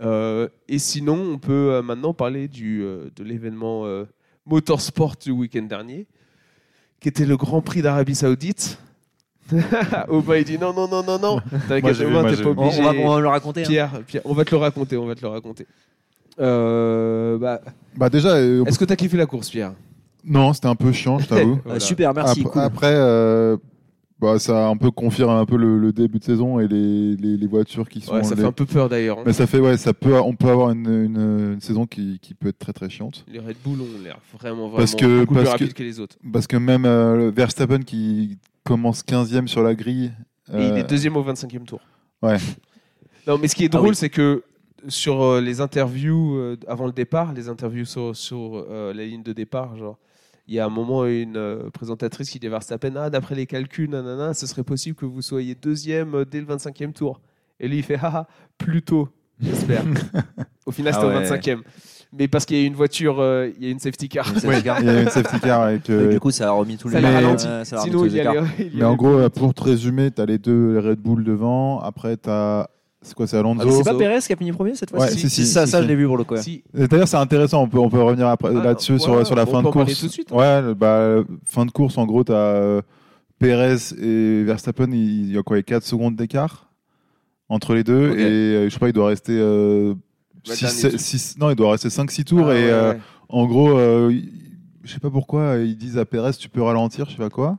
Speaker 1: Euh, et sinon, on peut euh, maintenant parler du, euh, de l'événement euh, Motorsport du week-end dernier, qui était le Grand Prix d'Arabie Saoudite. Oba, il dit non, non, non, non, non. T'inquiète,
Speaker 3: j'ai vu,
Speaker 1: Oba,
Speaker 3: moi,
Speaker 1: t'es
Speaker 3: j'ai
Speaker 1: pas
Speaker 3: vu.
Speaker 2: Bon,
Speaker 1: obligé.
Speaker 2: on, va, on va le raconter. hein.
Speaker 1: Pierre, Pierre, on va te le raconter, on va te le raconter. Euh, bah,
Speaker 3: Bah, déjà, euh, on peut-
Speaker 1: Est-ce que t'as kiffé la course, Pierre
Speaker 3: non, c'était un peu chiant, je t'avoue.
Speaker 2: Ah,
Speaker 1: Voilà.
Speaker 2: Super, merci.
Speaker 3: Ap-
Speaker 2: cool.
Speaker 3: Après, euh, bah, ça un peu confirme un peu le, le début de saison et les, les, les voitures qui sont.
Speaker 1: Ouais, ça
Speaker 3: les-
Speaker 1: fait un peu peur d'ailleurs. hein.
Speaker 3: Mais ça fait, ouais, ça peut, on peut avoir une, une- une saison qui, qui peut être très très chiante.
Speaker 1: Les Red Bull ont l'air vraiment, vraiment
Speaker 3: Parce que-
Speaker 1: beaucoup
Speaker 3: parce
Speaker 1: plus rapides
Speaker 3: que-
Speaker 1: que... les autres.
Speaker 3: Parce que même euh, Verstappen qui commence 15e sur la grille.
Speaker 1: Et il
Speaker 3: euh,
Speaker 1: est deuxième au 25e tour.
Speaker 3: Ouais.
Speaker 1: Non, mais ce qui est
Speaker 2: Ah
Speaker 1: drôle,
Speaker 2: oui.
Speaker 1: c'est que sur euh, les interviews euh, avant le départ, les interviews sur, sur euh, la ligne de départ, genre, il y a un moment une euh, présentatrice qui dit à Verstappen Ah, d'après les calculs, nanana, ce serait possible que vous soyez deuxième euh, dès le 25e tour. Et lui, il fait Ah, ah, plus tôt, j'espère. au final,
Speaker 2: Ah
Speaker 1: c'était
Speaker 2: ouais.
Speaker 1: au 25e. Mais parce qu'il y a une voiture, euh, il y a une safety car.
Speaker 2: Une safety
Speaker 3: ouais,
Speaker 2: car.
Speaker 3: euh, il y a une safety car avec.
Speaker 2: Donc,
Speaker 3: euh,
Speaker 2: Du coup, ça a remis tous
Speaker 1: Ça
Speaker 2: les
Speaker 1: l'a
Speaker 2: Ouais,
Speaker 1: ralenti.
Speaker 2: ça a remis
Speaker 1: Sinon,
Speaker 2: tous
Speaker 1: il
Speaker 2: les
Speaker 1: y a
Speaker 2: écarts.
Speaker 1: les- il y
Speaker 3: mais
Speaker 1: a
Speaker 3: en
Speaker 1: les-
Speaker 3: gros, euh, pour te résumer, t'as les deux les Red Bull devant. Après, t'as. C'est quoi, c'est Alonso
Speaker 2: Ah, C'est pas Perez qui a fini premier cette
Speaker 3: Ouais,
Speaker 2: fois-ci
Speaker 3: si, si,
Speaker 2: ça,
Speaker 3: si,
Speaker 2: ça
Speaker 3: si.
Speaker 2: je l'ai vu pour le coup. ouais.
Speaker 1: Si,
Speaker 3: Et D'ailleurs, c'est intéressant. On peut, on peut revenir après
Speaker 1: Ah,
Speaker 3: là-dessus
Speaker 1: voilà,
Speaker 3: sur, sur la
Speaker 1: on
Speaker 3: fin
Speaker 1: peut
Speaker 3: de
Speaker 1: en parler
Speaker 3: course.
Speaker 1: tout de suite, hein.
Speaker 3: Ouais, le- bah, fin de course, en gros, tu as Perez et Verstappen. Il il y a quoi 4 secondes d'écart entre les deux.
Speaker 1: Ok.
Speaker 3: Et euh, je crois il doit rester. euh,
Speaker 1: Le
Speaker 3: six-
Speaker 1: dernier tour.
Speaker 3: six- non, il doit rester 5-6 tours.
Speaker 1: Ah,
Speaker 3: et
Speaker 1: ouais,
Speaker 3: euh,
Speaker 1: ouais.
Speaker 3: en gros, euh, il- je sais pas pourquoi, euh, ils disent à Perez tu peux ralentir, je sais pas quoi.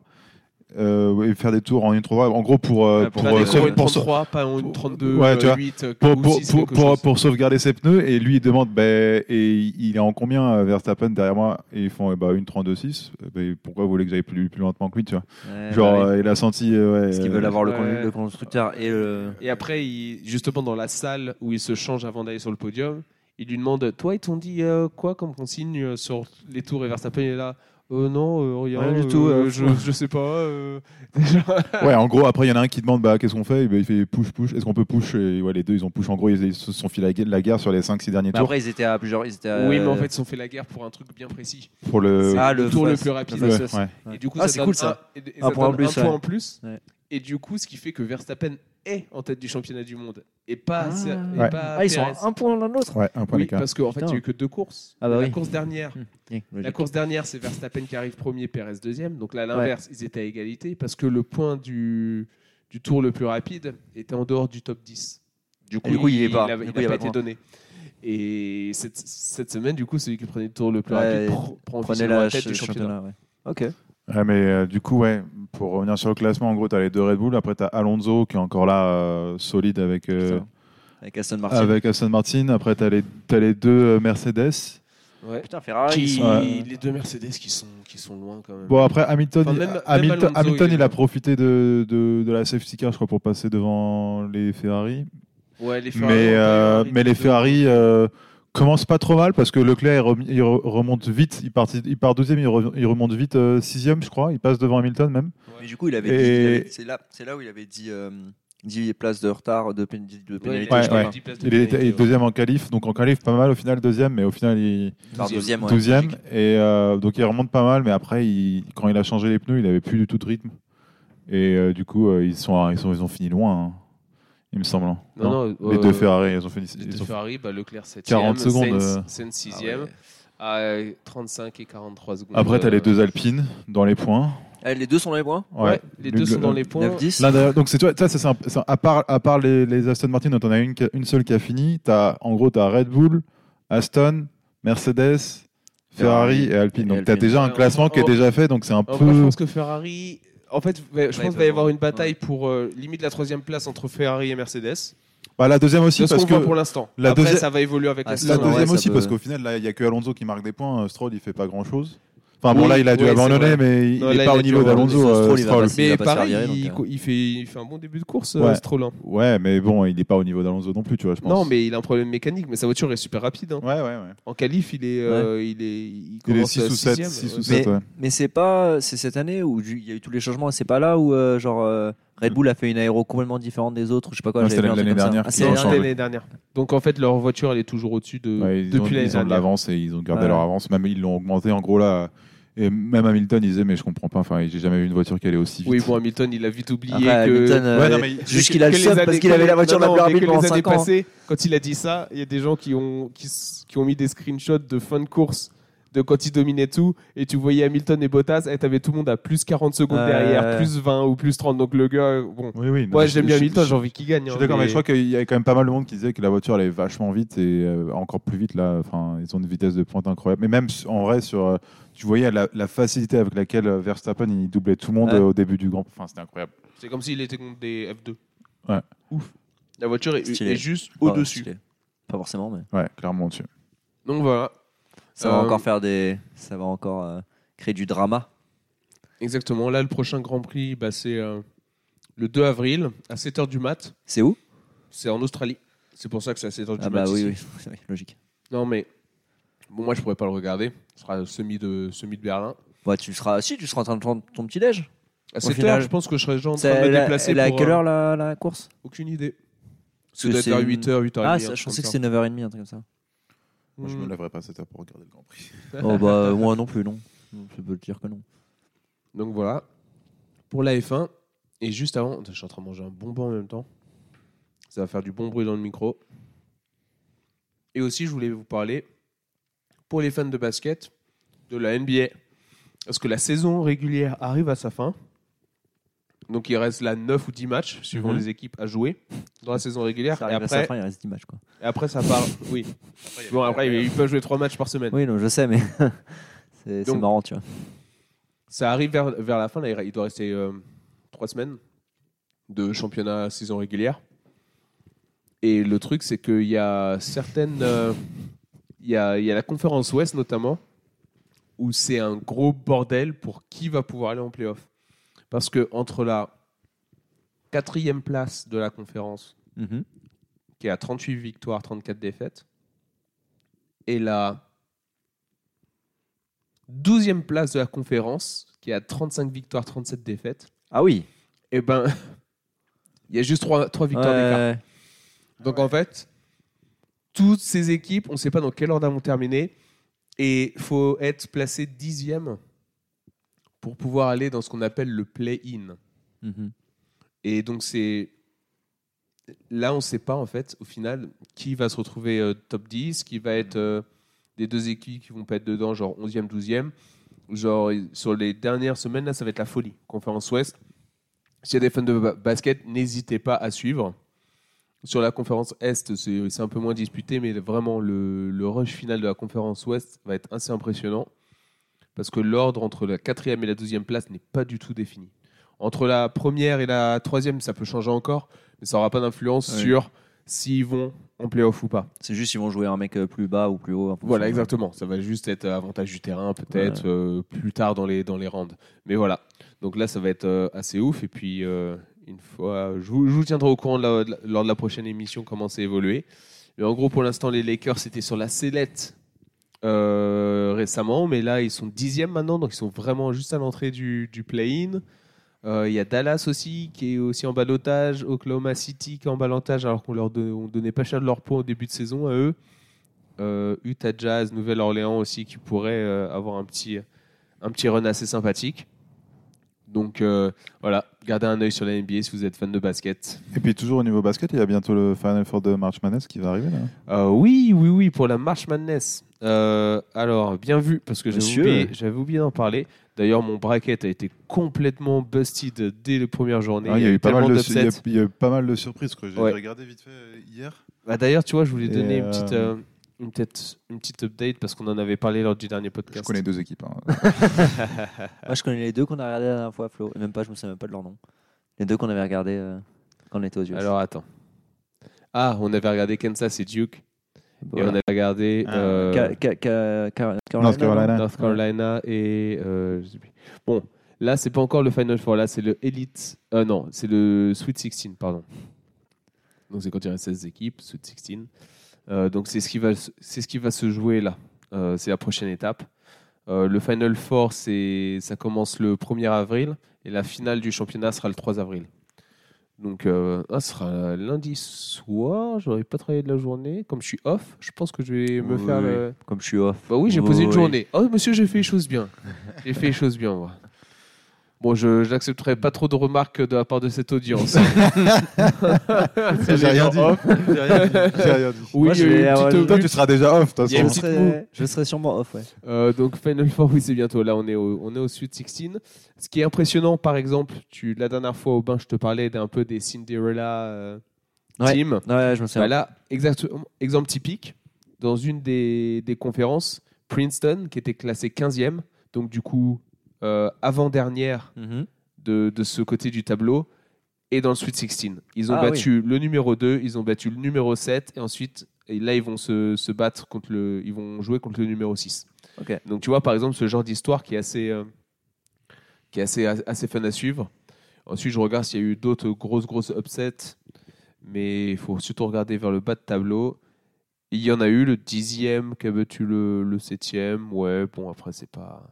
Speaker 3: euh, et faire des tours en une trois. En gros, pour, euh,
Speaker 1: Ouais,
Speaker 3: pour,
Speaker 1: pas
Speaker 3: euh,
Speaker 1: des
Speaker 3: sauve-
Speaker 1: cours, une
Speaker 3: pour sau-
Speaker 1: 33, pas une 32,
Speaker 3: Ouais,
Speaker 1: euh,
Speaker 3: tu vois,
Speaker 1: 8, euh,
Speaker 3: pour,
Speaker 1: ou
Speaker 3: pour,
Speaker 1: 6,
Speaker 3: pour,
Speaker 1: quelque
Speaker 3: pour-
Speaker 1: chose.
Speaker 3: pour sauvegarder ses pneus et lui il demande ben et il est en combien euh, Verstappen derrière moi et ils font eh ben, une 32.6 Eh ben, pourquoi vous voulez que j'aille plus, plus lentement que lui tu vois
Speaker 2: Ouais,
Speaker 1: Eh
Speaker 3: genre
Speaker 1: ben
Speaker 2: bah oui.
Speaker 3: euh, il a senti euh, ouais,
Speaker 2: Parce qu'ils
Speaker 3: euh,
Speaker 2: veulent avoir le, con-
Speaker 1: ouais.
Speaker 2: le constructeur et le.
Speaker 1: Et après, il- justement, dans la salle où il se change avant d'aller sur le podium, il lui demande Toi, ils t'ont dit euh, quoi comme consigne euh, sur les tours Et Verstappen il est là Euh, Non, euh, rien,
Speaker 2: Rien du
Speaker 1: euh,
Speaker 2: tout, euh,
Speaker 1: je, je sais pas. euh, déjà.
Speaker 3: euh, ouais en gros après il y en a un qui demande bah qu'est-ce qu'on fait Eh ben, il fait push push est-ce qu'on peut push et ouais les deux ils ont push en gros ils, ils se sont fait la, gue- la guerre sur les 5-6 derniers
Speaker 2: Bah,
Speaker 3: tours
Speaker 2: après, ils étaient à plusieurs. Ils étaient à-
Speaker 1: Oui, mais en fait, ils se sont fait la guerre pour un truc bien précis.
Speaker 3: pour Euh, le
Speaker 1: C'est
Speaker 2: Euh, Ah,
Speaker 1: le,
Speaker 2: le
Speaker 1: tour le
Speaker 2: face-
Speaker 1: plus
Speaker 2: le
Speaker 1: rapide.
Speaker 3: ouais,
Speaker 2: face-
Speaker 3: ouais.
Speaker 1: Et du coup, ça
Speaker 2: Ah, c'est
Speaker 1: donne
Speaker 2: cool, ça.
Speaker 1: Un, et- et
Speaker 2: Un
Speaker 1: ça
Speaker 2: point en
Speaker 1: donne
Speaker 2: plus,
Speaker 1: un point
Speaker 2: ouais.
Speaker 1: en plus.
Speaker 2: Ouais.
Speaker 1: Et du coup, ce qui fait que Verstappen est en tête du championnat du monde. Et pas.
Speaker 5: Ah.
Speaker 1: Ser- et
Speaker 3: Ouais.
Speaker 1: pas
Speaker 5: Ah, ils sont
Speaker 1: Perez.
Speaker 5: à un point l'un de l'autre.
Speaker 3: Ouais, un point
Speaker 1: Oui,
Speaker 3: d'écart.
Speaker 1: parce qu'en fait, il
Speaker 5: Putain.
Speaker 1: n'y a eu que deux courses.
Speaker 5: Ah bah
Speaker 1: la
Speaker 5: oui.
Speaker 1: course dernière, la
Speaker 5: Logique.
Speaker 1: course dernière, c'est Verstappen qui arrive premier, Perez deuxième. Donc là, à l'inverse, ils étaient à égalité parce que le point du, du tour le plus rapide était en dehors du top 10. Du
Speaker 2: du coup, il est pas.
Speaker 1: a-
Speaker 2: Du
Speaker 1: il
Speaker 2: coup,
Speaker 1: n'a
Speaker 2: il y a
Speaker 1: pas
Speaker 2: pas
Speaker 1: été
Speaker 2: de point.
Speaker 1: donné. Et cette, cette semaine, du coup, celui qui prenait le tour le plus
Speaker 2: Ouais,
Speaker 1: rapide
Speaker 2: et
Speaker 1: pr- prend
Speaker 2: Prenez
Speaker 1: officiellement
Speaker 2: la
Speaker 1: la tête du
Speaker 2: ch-
Speaker 1: championnat.
Speaker 2: championnat. ouais. Ok.
Speaker 3: Ouais, mais euh, du coup, ouais, pour revenir sur le classement, en gros, tu as les deux Red Bull. Après, tu as Alonso qui est encore là, euh, solide avec, euh,
Speaker 2: Putain. Avec Aston Martin.
Speaker 3: avec Aston Martin. Après, tu as, les deux euh, Mercedes.
Speaker 2: Putain, Ferrari.
Speaker 1: Qui-
Speaker 2: ils sont-
Speaker 3: Ouais.
Speaker 1: Ah, Les deux Mercedes qui sont, qui sont loin quand même.
Speaker 3: Bon, après, Hamilton,
Speaker 1: Enfin,
Speaker 3: il-
Speaker 1: même- même
Speaker 3: Hamilton,
Speaker 1: Alonso,
Speaker 3: Hamilton,
Speaker 1: il est
Speaker 3: il a
Speaker 1: bon.
Speaker 3: profité de, de, de la safety car, je crois, pour passer devant les Ferrari.
Speaker 1: Ouais, les Ferrari,
Speaker 3: mais, euh,
Speaker 1: Ferrari,
Speaker 3: mais les
Speaker 1: deux.
Speaker 3: Ferrari euh, commencent pas trop mal parce que Leclerc il rem- il re- remonte vite, il part, il part deuxième, il, re- il remonte vite euh, sixième, je crois, il passe devant Hamilton même.
Speaker 2: Mais du coup, il avait dit-
Speaker 3: Et-
Speaker 2: il avait- c'est là, c'est là où il avait dit euh, 10 places de retard, de, pén- de
Speaker 1: Ouais, il
Speaker 2: pénalité.
Speaker 1: était-
Speaker 3: Ouais,
Speaker 1: je crois,
Speaker 3: ouais.
Speaker 1: dix places de
Speaker 3: Il est, il est
Speaker 1: pénalité, ouais.
Speaker 3: deuxième en qualif, donc en qualif pas mal au final deuxième, mais au final il
Speaker 2: Par deuxième, ouais.
Speaker 3: douzième et euh, donc il remonte pas mal, mais après il- quand il a changé les pneus, il avait plus du tout de rythme et euh, du coup euh, ils sont ils sont ils ont fini loin, hein, il me semble. hein.
Speaker 1: Non,
Speaker 3: Non
Speaker 1: non,
Speaker 3: les
Speaker 1: euh,
Speaker 3: deux Ferrari, ils ont fini.
Speaker 1: Les
Speaker 3: ils
Speaker 1: deux
Speaker 3: ont-
Speaker 1: Ferrari, bah, Leclerc 7
Speaker 3: 40 secondes, euh.
Speaker 1: Sainz, Sainz 6
Speaker 2: Ah
Speaker 1: e
Speaker 2: ouais.
Speaker 1: à 35 et 43 secondes.
Speaker 3: Après t'as
Speaker 1: Euh,
Speaker 3: les deux Alpines dans les points.
Speaker 2: Eh, les deux sont dans les points.
Speaker 1: Ouais, les deux
Speaker 3: L'une-
Speaker 1: sont dans les points.
Speaker 2: 9-10.
Speaker 3: L'un derrière- donc c'est toi, ça, ça, c'est un- c'est un- à part à part les, les Aston Martin, dont on a une, qui- une seule qui a fini. T'as en gros t'as Red Bull, Aston, Mercedes, Ferrari et Alpine.
Speaker 2: Et
Speaker 3: Donc t'as
Speaker 2: Alpine.
Speaker 3: déjà un
Speaker 1: Alors,
Speaker 3: classement qui est
Speaker 1: oh.
Speaker 3: déjà fait, donc c'est un peu.
Speaker 1: Alors, moi, je pense que Ferrari. En fait, ouais, je
Speaker 2: Ouais,
Speaker 1: pense
Speaker 2: ils
Speaker 1: qu'il va y avoir
Speaker 2: peuvent-
Speaker 1: une bataille pour euh, limite la troisième place entre Ferrari et Mercedes.
Speaker 3: Bah, la deuxième aussi
Speaker 1: C'est ce
Speaker 3: parce
Speaker 1: qu'on
Speaker 3: que
Speaker 1: voit pour l'instant.
Speaker 3: la
Speaker 1: Après,
Speaker 3: deuxième-
Speaker 1: ça va évoluer avec
Speaker 2: Ah,
Speaker 1: la
Speaker 2: c'est
Speaker 3: la
Speaker 2: Non, non,
Speaker 3: deuxième
Speaker 2: ouais, ça
Speaker 3: aussi
Speaker 2: peut-
Speaker 3: parce qu'au final là il y a que Alonso qui marque des points. Euh, Stroll il fait pas grand chose. Enfin bon
Speaker 1: Oui,
Speaker 3: là il a dû
Speaker 1: ouais, c'est
Speaker 3: abandonner mais il
Speaker 1: Non,
Speaker 3: n'est
Speaker 1: là,
Speaker 3: pas
Speaker 1: il a
Speaker 3: au
Speaker 1: dû
Speaker 3: niveau
Speaker 1: abandonner.
Speaker 3: d'Alonso. euh,
Speaker 2: Stroll, il va
Speaker 3: Stroll.
Speaker 2: passer.
Speaker 1: Mais
Speaker 2: va pas se
Speaker 1: pareil,
Speaker 2: faire virer,
Speaker 1: il,
Speaker 2: donc, euh.
Speaker 1: il fait, il fait un bon début de course,
Speaker 3: Ouais.
Speaker 1: euh, Stroll, hein.
Speaker 3: Ouais mais bon il n'est pas au niveau d'Alonso non plus tu vois je pense.
Speaker 1: Non, mais il a un problème mécanique, mais sa voiture est super rapide. hein.
Speaker 3: Ouais ouais ouais.
Speaker 1: En qualif, il est, euh, il est, il
Speaker 3: Il est
Speaker 1: commence à
Speaker 3: 6 ou 7
Speaker 1: sixième, euh, ouais.
Speaker 3: 6 ou 7 ouais.
Speaker 2: Mais c'est pas, c'est cette année où du- il y a eu tous les changements. et C'est pas là où euh, genre euh, Red Bull a fait une aéro complètement différente des autres. ou Je sais pas quoi.
Speaker 3: Non,
Speaker 2: j'avais
Speaker 3: c'était
Speaker 2: vu un truc
Speaker 3: l'année
Speaker 2: comme ça.
Speaker 3: dernière
Speaker 2: Ah,
Speaker 3: qu'ils
Speaker 2: c'est
Speaker 3: ont
Speaker 2: l'année
Speaker 3: changé.
Speaker 1: C'était l'année dernière. Donc en fait, leur voiture, elle est toujours au-dessus de
Speaker 3: Ouais, ils ont,
Speaker 1: depuis l'année
Speaker 3: ils ont de
Speaker 1: dernière.
Speaker 3: l'avance et ils ont gardé
Speaker 2: Ouais.
Speaker 3: leur avance. Même ils l'ont augmenté en gros là. Et même Hamilton il disait mais je comprends pas. Enfin j'ai jamais vu une voiture qui allait aussi vite.
Speaker 1: Oui, bon, Hamilton, il a vite oublié
Speaker 2: Après,
Speaker 1: que.
Speaker 2: Hamilton, euh,
Speaker 3: Ouais, non, mais il-
Speaker 2: juste qu'il a le
Speaker 1: Que les
Speaker 2: seum parce
Speaker 1: années-
Speaker 2: qu'il avait la voiture
Speaker 1: Non,
Speaker 2: la
Speaker 1: non,
Speaker 2: plus
Speaker 1: mais
Speaker 2: rapide
Speaker 1: que
Speaker 2: pendant
Speaker 1: les années
Speaker 2: 5 ans.
Speaker 1: passées, quand il a dit ça, il y a des gens qui ont, qui, s- qui ont mis des screenshots de fin de course de quand il dominait tout et tu voyais Hamilton et Bottas et t'avais tout le monde à plus 40 secondes
Speaker 2: Ouais, ouais,
Speaker 1: derrière
Speaker 2: ouais.
Speaker 1: plus 20 ou plus 30 donc le gars euh, bon
Speaker 3: Oui, oui, non,
Speaker 1: moi
Speaker 3: mais
Speaker 1: j'aime
Speaker 3: je-
Speaker 1: bien
Speaker 3: je-
Speaker 1: Hamilton
Speaker 3: je-
Speaker 1: j'ai envie qu'il gagne
Speaker 3: Je suis
Speaker 1: hein,
Speaker 3: d'accord, mais
Speaker 1: mais-
Speaker 3: je crois qu'il y avait quand même pas mal de monde qui disait que la voiture allait vachement vite et euh, encore plus vite là. Enfin, ils ont une vitesse de pointe incroyable. Mais même en vrai, sur, euh, tu voyais la, la facilité avec laquelle euh, Verstappen il doublait tout le monde
Speaker 2: Ouais.
Speaker 3: euh, au début du Grand. Enfin, c'était incroyable.
Speaker 1: c'est comme s'il était contre des F2
Speaker 3: Ouais.
Speaker 1: ouf la voiture est,
Speaker 2: Stylé.
Speaker 1: est juste
Speaker 2: Ouais,
Speaker 1: au-dessus
Speaker 2: stylé. Pas forcément, mais
Speaker 3: Ouais, clairement dessus.
Speaker 1: donc voilà
Speaker 2: ça va
Speaker 1: Euh,
Speaker 2: encore faire des, ça va encore euh, créer du drama.
Speaker 1: exactement là le prochain Grand Prix bah, c'est euh, le 2 avril à 7h du mat
Speaker 2: C'est où
Speaker 1: c'est en Australie c'est pour ça que c'est à 7h du
Speaker 2: Ah
Speaker 1: mat
Speaker 2: bah oui,
Speaker 1: ici.
Speaker 2: oui, oui, logique.
Speaker 1: Non, mais bon, moi, je pourrais pas le regarder. Ce sera le semi de, semi de Berlin.
Speaker 2: Bah tu seras, si tu seras en train de prendre ton petit déj.
Speaker 1: À
Speaker 2: Au
Speaker 1: 7
Speaker 2: final-
Speaker 1: heures, je pense que je serais déjà en
Speaker 2: C'est
Speaker 1: train de me
Speaker 2: la-
Speaker 1: déplacer.
Speaker 2: elle est à
Speaker 1: pour,
Speaker 2: quelle
Speaker 1: euh,
Speaker 2: heure la, la course
Speaker 1: Aucune idée.
Speaker 2: que
Speaker 1: C'est doit être
Speaker 2: c'est
Speaker 1: vers
Speaker 2: une-
Speaker 1: 8h, 8h30.
Speaker 2: Ah, ça, je pensais que
Speaker 1: hein.
Speaker 2: c'était 9h30, un truc comme ça.
Speaker 3: Moi,
Speaker 1: Hmm.
Speaker 3: je me lèverai pas à cette heure pour regarder le Grand Prix.
Speaker 2: Oh bah moi non plus, non. Je peux te dire que non.
Speaker 1: Donc voilà. Pour la F1. Et juste avant, je suis en train de manger un bonbon en même temps. Ça va faire du bon bruit dans le micro. Et aussi, je voulais vous parler, pour les fans de basket, de la NBA. Parce que la saison régulière arrive à sa fin. Donc il reste là 9 ou 10 matchs, suivant
Speaker 2: Mhm.
Speaker 1: les équipes, à jouer dans la saison régulière.
Speaker 2: Ça
Speaker 1: Et
Speaker 2: arrive à sa
Speaker 1: après,
Speaker 2: fin, il reste 10 matchs quoi.
Speaker 1: et après, ça part. Oui. Bon, après, ils peuvent jouer 3 matchs par semaine.
Speaker 2: Oui, non, je sais, mais c'est c'est
Speaker 1: Donc-
Speaker 2: marrant, tu vois.
Speaker 1: Ça arrive vers, vers la fin, là, il doit rester euh, trois semaines de championnat saison régulière. Et le truc, c'est qu'il y a certaines. euh, Il y, a, il y a la conférence Ouest notamment, où c'est un gros bordel pour qui va pouvoir aller en playoff. Parce que entre la quatrième place de la conférence,
Speaker 2: Mhm.
Speaker 1: qui est à 38 victoires, 34 défaites, et la 12e place de la conférence, qui est à 35 victoires, 37 défaites,
Speaker 2: Ah oui.
Speaker 1: et ben, il y a juste 3, victoires d'écart.
Speaker 2: Ouais.
Speaker 1: Donc en fait, toutes ces équipes, on ne sait pas dans quelle ordre elles vont terminer, et faut être placé 10e pour pouvoir aller dans ce qu'on appelle le play-in.
Speaker 2: Mhm.
Speaker 1: Et donc, c'est. Là, on ne sait pas, en fait, au final, qui va se retrouver euh, top 10, qui va être euh, des deux équipes qui vont pas être dedans, genre 11e, 12e. Genre, et- sur les dernières semaines, là, ça va être la folie. Conférence Ouest. S'il y a des fans de ba- basket, n'hésitez pas à suivre. Sur la conférence Est, c'est c'est un peu moins disputé, mais vraiment, le, le rush final de la conférence Ouest va être assez impressionnant parce que l'ordre entre la quatrième et la douzième place n'est pas du tout défini. Entre la première et la troisième, ça peut changer encore, mais ça n'aura pas d'influence
Speaker 3: Ouais.
Speaker 1: sur s'ils vont en playoff ou pas.
Speaker 2: C'est juste ils vont jouer un mec euh, plus bas ou plus haut. en fonction
Speaker 1: Voilà,
Speaker 2: de-
Speaker 1: exactement. Ça va juste être euh, avantage du terrain, peut-être euh, plus tard dans les, dans les rounds. Mais voilà. Donc là, ça va être euh, assez ouf. Et puis, euh, une fois, je vous, je vous tiendrai au courant de la- de la- lors de la prochaine émission comment c'est évolué. Mais en gros, pour l'instant, les Lakers étaient sur la sellette euh, récemment. Mais là, ils sont dixièmes maintenant. Donc, ils sont vraiment juste à l'entrée du, du play-in. Euh, Il y a Dallas aussi qui est aussi en balotage, Oklahoma City qui est en balotage alors qu'on leur don- on donnait pas cher de leur poids au début de saison à eux. Euh, Utah Jazz, Nouvelle-Orléans aussi, qui pourrait euh, avoir un petit, un petit run assez sympathique. Donc euh, voilà, gardez un œil sur la NBA si vous êtes fan de basket.
Speaker 3: Et puis toujours au niveau basket, il y a bientôt le Final Four de March Madness qui va arriver là.
Speaker 1: Euh, oui, oui, oui, pour la March Madness. Euh, alors, bien vu, parce que j'avais
Speaker 2: Monsieur.
Speaker 1: oublié, j'avais oublié d'en parler. D'ailleurs, mon bracket a été complètement busted dès les premières journées.
Speaker 3: Ah, il y a eu pas mal
Speaker 1: tellement
Speaker 3: de il y
Speaker 1: d'upsets.
Speaker 3: a- il y a eu pas mal de surprises que j'ai
Speaker 1: Ouais.
Speaker 3: regardé vite fait euh, hier.
Speaker 1: Bah, D'ailleurs, tu vois, je voulais
Speaker 3: Et,
Speaker 1: donner une, petite, euh,
Speaker 3: euh,
Speaker 1: une, petite, une petite update parce qu'on en avait parlé lors du dernier
Speaker 3: Je
Speaker 1: podcast.
Speaker 3: connais deux équipes. hein.
Speaker 2: Moi, Ah, je connais les deux qu'on a regardés la dernière fois, Flo. Et même pas, je me souviens même pas de leur nom. Les deux qu'on avait regardés euh, quand on était aux US.
Speaker 1: Alors attends. Ah, on avait regardé Kansas et Duke.
Speaker 2: Voilà.
Speaker 1: Et on avait regardé
Speaker 3: Ah,
Speaker 1: euh,
Speaker 2: Ca- ca- ca- Car-
Speaker 3: North Carolina.
Speaker 1: North Carolina et. euh, je sais plus. Bon, là, c'est pas encore le Final Four. Là, c'est le Elite. euh, non, c'est le Sweet 16, pardon. Donc, c'est quand il reste 16 équipes, Sweet 16. Euh, donc, c'est ce, qui va se- c'est ce qui va se jouer là. Euh, c'est la prochaine étape. Euh, le Final Four, c'est- ça commence le 1er avril. Et la finale du championnat sera le 3 avril. Donc, euh, ah, ce sera lundi soir. J'aurais pas travaillé de la journée. Comme je suis off, je pense que je vais me
Speaker 2: Oui,
Speaker 1: faire
Speaker 2: oui.
Speaker 1: le-
Speaker 2: Comme je suis off.
Speaker 1: bah oui, j'ai posé une
Speaker 2: Oui.
Speaker 1: journée. Oh monsieur, j'ai fait les choses bien. J'ai fait les choses bien, moi. Bon, je n'accepterai pas trop de remarques de la part de cette audience.
Speaker 3: J'ai rien dit. J'ai rien dit. J'ai rien dit.
Speaker 1: Oui,
Speaker 2: Moi, je
Speaker 1: il y a
Speaker 2: vais
Speaker 1: eu une
Speaker 2: avoir
Speaker 1: petite
Speaker 2: le-
Speaker 3: Toi,
Speaker 1: oblige.
Speaker 3: tu seras déjà off, de toute
Speaker 1: Il y a une
Speaker 3: façon.
Speaker 2: Je
Speaker 1: petite
Speaker 2: serais, je serais sûrement off, ouais.
Speaker 1: Euh, donc Final Four, oui, c'est bientôt. Là, on est au, on est au Sweet 16. Ce qui est impressionnant, par exemple, tu, la dernière fois au bain, je te parlais d'un peu des Cinderella euh,
Speaker 2: Ouais.
Speaker 1: team.
Speaker 2: Ouais, je me souviens.
Speaker 1: Bah là, exactement, exemple typique, dans une des, des conférences, Princeton, qui était classée 15e, donc du coup, euh, avant-dernière
Speaker 2: Mhm.
Speaker 1: de, de ce côté du tableau et dans le Sweet 16. Ils ont
Speaker 2: Ah
Speaker 1: battu le numéro 2, ils ont battu le numéro 7 et ensuite et là ils vont se, se battre contre le ils vont jouer contre le numéro 6.
Speaker 2: Ok.
Speaker 1: Donc tu vois par exemple ce genre d'histoire qui est assez euh, qui est assez assez fun à suivre. Ensuite, je regarde s'il y a eu d'autres grosses grosses upsets mais il faut surtout regarder vers le bas de tableau. Il y en a eu le dixième qui a battu le, le septième. Ouais, bon, après, c'est pas.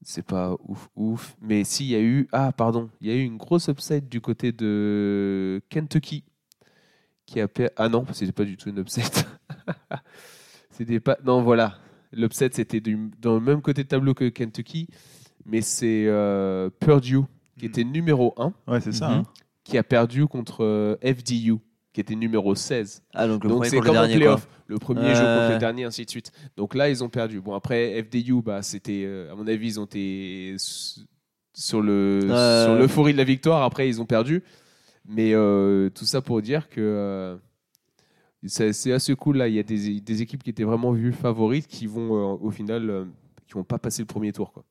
Speaker 1: C'est pas ouf, ouf. Mais s'il y a eu. Ah, pardon. Il y a eu une grosse upset du côté de Kentucky. Qui a per- Ah non, c'était pas du tout une upset. c'était pas. Non, voilà. L'upset, c'était du- dans le même côté de tableau que Kentucky. Mais c'est euh, Purdue, qui était numéro 1
Speaker 3: Ouais, c'est ça.
Speaker 2: Mhm.
Speaker 3: hein.
Speaker 1: qui a perdu contre euh, FDU, qui était numéro 16.
Speaker 2: Ah, donc le
Speaker 1: Donc
Speaker 2: premier
Speaker 1: c'est
Speaker 2: contre
Speaker 1: comme
Speaker 2: le
Speaker 1: en
Speaker 2: dernier.
Speaker 1: playoff. Le premier
Speaker 2: Ouais.
Speaker 1: joue contre le dernier, ainsi de suite. Donc là, ils ont perdu. Bon, après, FDU, bah, c'était, euh, à mon avis, ils ont été s- sur, le,
Speaker 2: Ouais.
Speaker 1: sur l'euphorie de la victoire. Après, ils ont perdu. Mais euh, tout ça pour dire que euh, c'est, c'est assez cool. Là, il y a des, des équipes qui étaient vraiment vues favorites qui vont, euh, au final, euh, qui vont pas passer le premier tour. Quoi.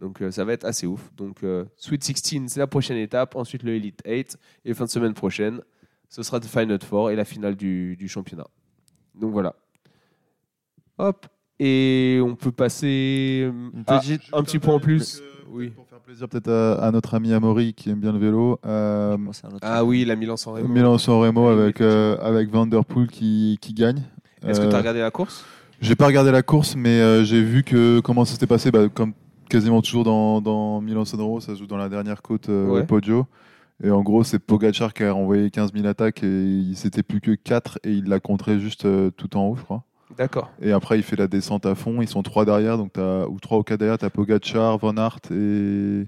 Speaker 1: Donc euh, ça va être assez ouf. Donc euh, Sweet 16, c'est la prochaine étape. Ensuite, le Elite 8. Et fin de semaine prochaine, ce sera le Final Four et la finale du, du championnat. Donc voilà. Hop. Et on peut passer euh,
Speaker 2: Une
Speaker 1: à
Speaker 2: petite-
Speaker 1: un petit point en plus.
Speaker 3: Oui.
Speaker 1: Oui.
Speaker 3: Pour faire plaisir peut-être à, à notre ami Amaury qui aime bien le vélo. euh,
Speaker 2: Bon, c'est un autre
Speaker 1: Ah oui, la Milan San Remo.
Speaker 3: Milan San Remo
Speaker 1: Oui,
Speaker 3: avec, euh, avec Vanderpool qui, qui gagne.
Speaker 1: Est-ce que tu as
Speaker 3: Euh,
Speaker 1: regardé la course
Speaker 3: J'ai pas regardé la course, mais euh, j'ai vu que comment ça s'était passé. Bah, comme quasiment toujours dans, dans Milan San Remo, ça se joue dans la dernière côte euh,
Speaker 1: Ouais.
Speaker 3: au Poggio. Et en gros, c'est Pogacar qui a renvoyé 15 000 attaques et il s'était plus que 4 et il l'a contré juste euh, tout en haut, je crois.
Speaker 1: D'accord.
Speaker 3: Et après, il fait la descente à fond. Ils sont 3 derrière, donc t'as- ou 3 ou 4 derrière. T'as Pogacar, Van Aert et. et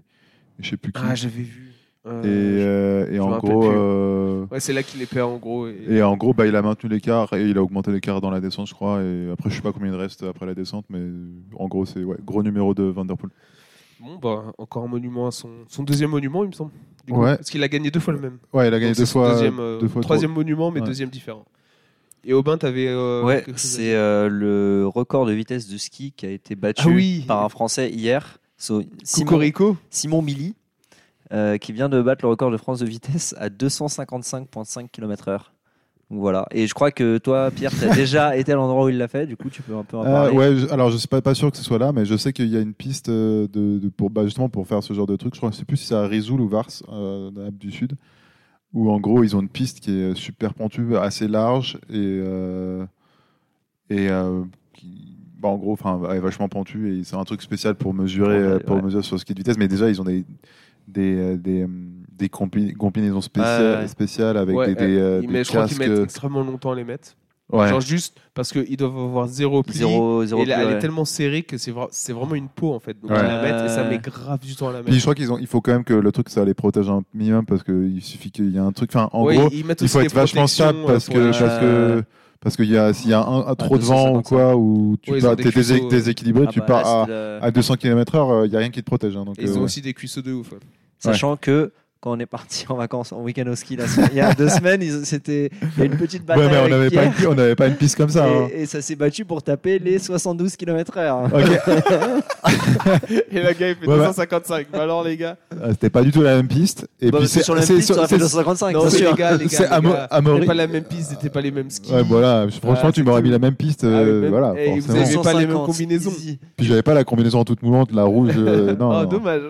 Speaker 3: Je sais plus qui.
Speaker 1: Ah, j'avais vu. Euh,
Speaker 3: Et, euh, et
Speaker 1: je me
Speaker 3: en
Speaker 1: rappelle
Speaker 3: gros,
Speaker 1: plus.
Speaker 3: euh,
Speaker 1: Ouais, c'est là qu'il les perd en gros. Et...
Speaker 3: et en gros, bah, il a maintenu l'écart et il a augmenté l'écart dans la descente, je crois. Et après, je sais pas combien il reste après la descente, mais en gros, c'est ouais, gros numéro de Vanderpool.
Speaker 1: Bon, bah, encore un monument à son, son deuxième monument, il me semble. Du coup,
Speaker 3: Ouais.
Speaker 1: Parce qu'il a gagné deux fois le même.
Speaker 3: Ouais, il a gagné
Speaker 1: Donc, c'est
Speaker 3: deux
Speaker 1: son
Speaker 3: fois,
Speaker 1: deuxième, euh,
Speaker 3: deux fois
Speaker 1: troisième monument, mais
Speaker 3: Ouais.
Speaker 1: deuxième différent. Et Aubin, t'avais. euh,
Speaker 2: Ouais,
Speaker 1: quelque chose à dire
Speaker 2: c'est euh, le record de vitesse de ski qui a été battu
Speaker 1: Ah oui.
Speaker 2: par un Français hier, so- Simon,
Speaker 1: Cocorico
Speaker 2: Simon Milly, euh, qui vient de battre le record de France de vitesse à 255,5 km/h. Donc Voilà. Et je crois que toi, Pierre, tu as déjà été à l'endroit où il l'a fait, du coup, tu peux un
Speaker 1: Ah,
Speaker 2: peu en
Speaker 3: Euh,
Speaker 2: parler.
Speaker 3: ouais, je- alors je suis pas, pas sûr que ce soit là, mais je sais qu'il y a une piste euh, de, de- pour, bah, justement pour faire ce genre de truc. Je crois, je sais plus si c'est à Risoul ou Vars, euh, dans l'Alpe du Sud, où en gros ils ont une piste qui est euh, super pentue, assez large et euh, et euh, qui, bah, en gros, enfin, elle est vachement pentue et c'est un truc spécial pour mesurer
Speaker 2: Pour-
Speaker 3: euh, pour
Speaker 2: ouais.
Speaker 3: mesurer sur le ski de vitesse. Mais déjà ils ont des des euh, des, euh, des combi- combinaisons spéciales,
Speaker 2: Ouais, ouais.
Speaker 3: spéciales avec
Speaker 1: Ouais,
Speaker 3: des, des, euh,
Speaker 1: Il
Speaker 3: des
Speaker 1: met- Je crois qu'ils
Speaker 3: casques.
Speaker 1: mettent extrêmement longtemps à les mettre.
Speaker 3: Ouais.
Speaker 1: Genre juste parce qu'ils doivent avoir zéro pli.
Speaker 2: Zéro, zéro
Speaker 1: et là,
Speaker 2: plus,
Speaker 1: elle
Speaker 2: ouais.
Speaker 1: est tellement serrée que c'est vra- c'est vraiment une peau en fait. Donc
Speaker 3: Ouais.
Speaker 1: ils la mettent et ça
Speaker 2: Ouais.
Speaker 1: met grave du temps à la
Speaker 3: Puis je
Speaker 1: mettre.
Speaker 3: crois qu'ils ont, il faut quand même que le truc ça les protège un minimum parce qu'il suffit qu'il y ait un truc. Enfin, en
Speaker 1: Ouais,
Speaker 3: gros,
Speaker 1: ils mettent
Speaker 3: il faut
Speaker 1: aussi
Speaker 3: être
Speaker 1: des
Speaker 3: vachement stable
Speaker 1: protections,
Speaker 3: parce
Speaker 1: euh, pour
Speaker 3: que,
Speaker 1: la-
Speaker 3: parce que parce qu'il y a s'il y a un, un trop de vent ou
Speaker 2: 255.
Speaker 3: quoi ou tu
Speaker 1: Ouais, ils
Speaker 3: pars-
Speaker 1: ont des
Speaker 3: t'es dés-
Speaker 1: cuisseaux, euh.
Speaker 3: déséquilibré,
Speaker 2: Ah
Speaker 3: tu
Speaker 2: bah,
Speaker 3: pars
Speaker 2: là,
Speaker 3: à,
Speaker 2: c'est le-
Speaker 3: à 200 km/h, il n'y a rien qui te protège. hein, donc,
Speaker 1: Et ils
Speaker 3: euh,
Speaker 1: ont aussi des cuisses de ouf. ouais.
Speaker 2: Sachant que quand on est parti en vacances, en week-end au ski, la semaine- il y a deux semaines, ils- c'était il y a une petite
Speaker 3: ouais,
Speaker 2: bataille.
Speaker 3: mais on
Speaker 2: avec
Speaker 3: n'avait pas,
Speaker 2: Pierre.
Speaker 3: une pi- on avait pas une piste comme ça. hein.
Speaker 2: Et, et ça s'est battu pour taper les 72 km/h.
Speaker 3: Ok.
Speaker 1: Et la gars, il fait
Speaker 3: Ouais, bah.
Speaker 1: 255. Bah alors, les gars.
Speaker 3: Ah, C'était pas du tout la même piste. Et
Speaker 2: Bah,
Speaker 3: puis
Speaker 2: c'est
Speaker 3: c'est
Speaker 2: sur le
Speaker 3: c'est-
Speaker 2: même titre, ça aurait fait
Speaker 3: c'est-
Speaker 2: 255,
Speaker 1: Non,
Speaker 2: c'est
Speaker 1: mais les
Speaker 2: sûr.
Speaker 1: gars, les gars.
Speaker 3: c'est
Speaker 1: les
Speaker 3: Amo-
Speaker 1: gars,
Speaker 3: Amaury-
Speaker 1: c'était pas la même piste, c'était pas les mêmes skis.
Speaker 3: Ouais, bah, voilà. Franchement,
Speaker 1: Ah,
Speaker 3: tu
Speaker 1: c'est
Speaker 3: m'aurais
Speaker 1: tout.
Speaker 3: mis la même piste.
Speaker 1: Ah oui,
Speaker 3: euh,
Speaker 1: même-
Speaker 3: voilà.
Speaker 1: et vous
Speaker 3: forcément.
Speaker 1: avez- pas les mêmes
Speaker 2: 250,
Speaker 1: combinaisons.
Speaker 2: easy.
Speaker 3: Puis j'avais pas la combinaison en toute mouvante, la rouge. euh, non,
Speaker 1: Oh,
Speaker 3: non.
Speaker 1: dommage.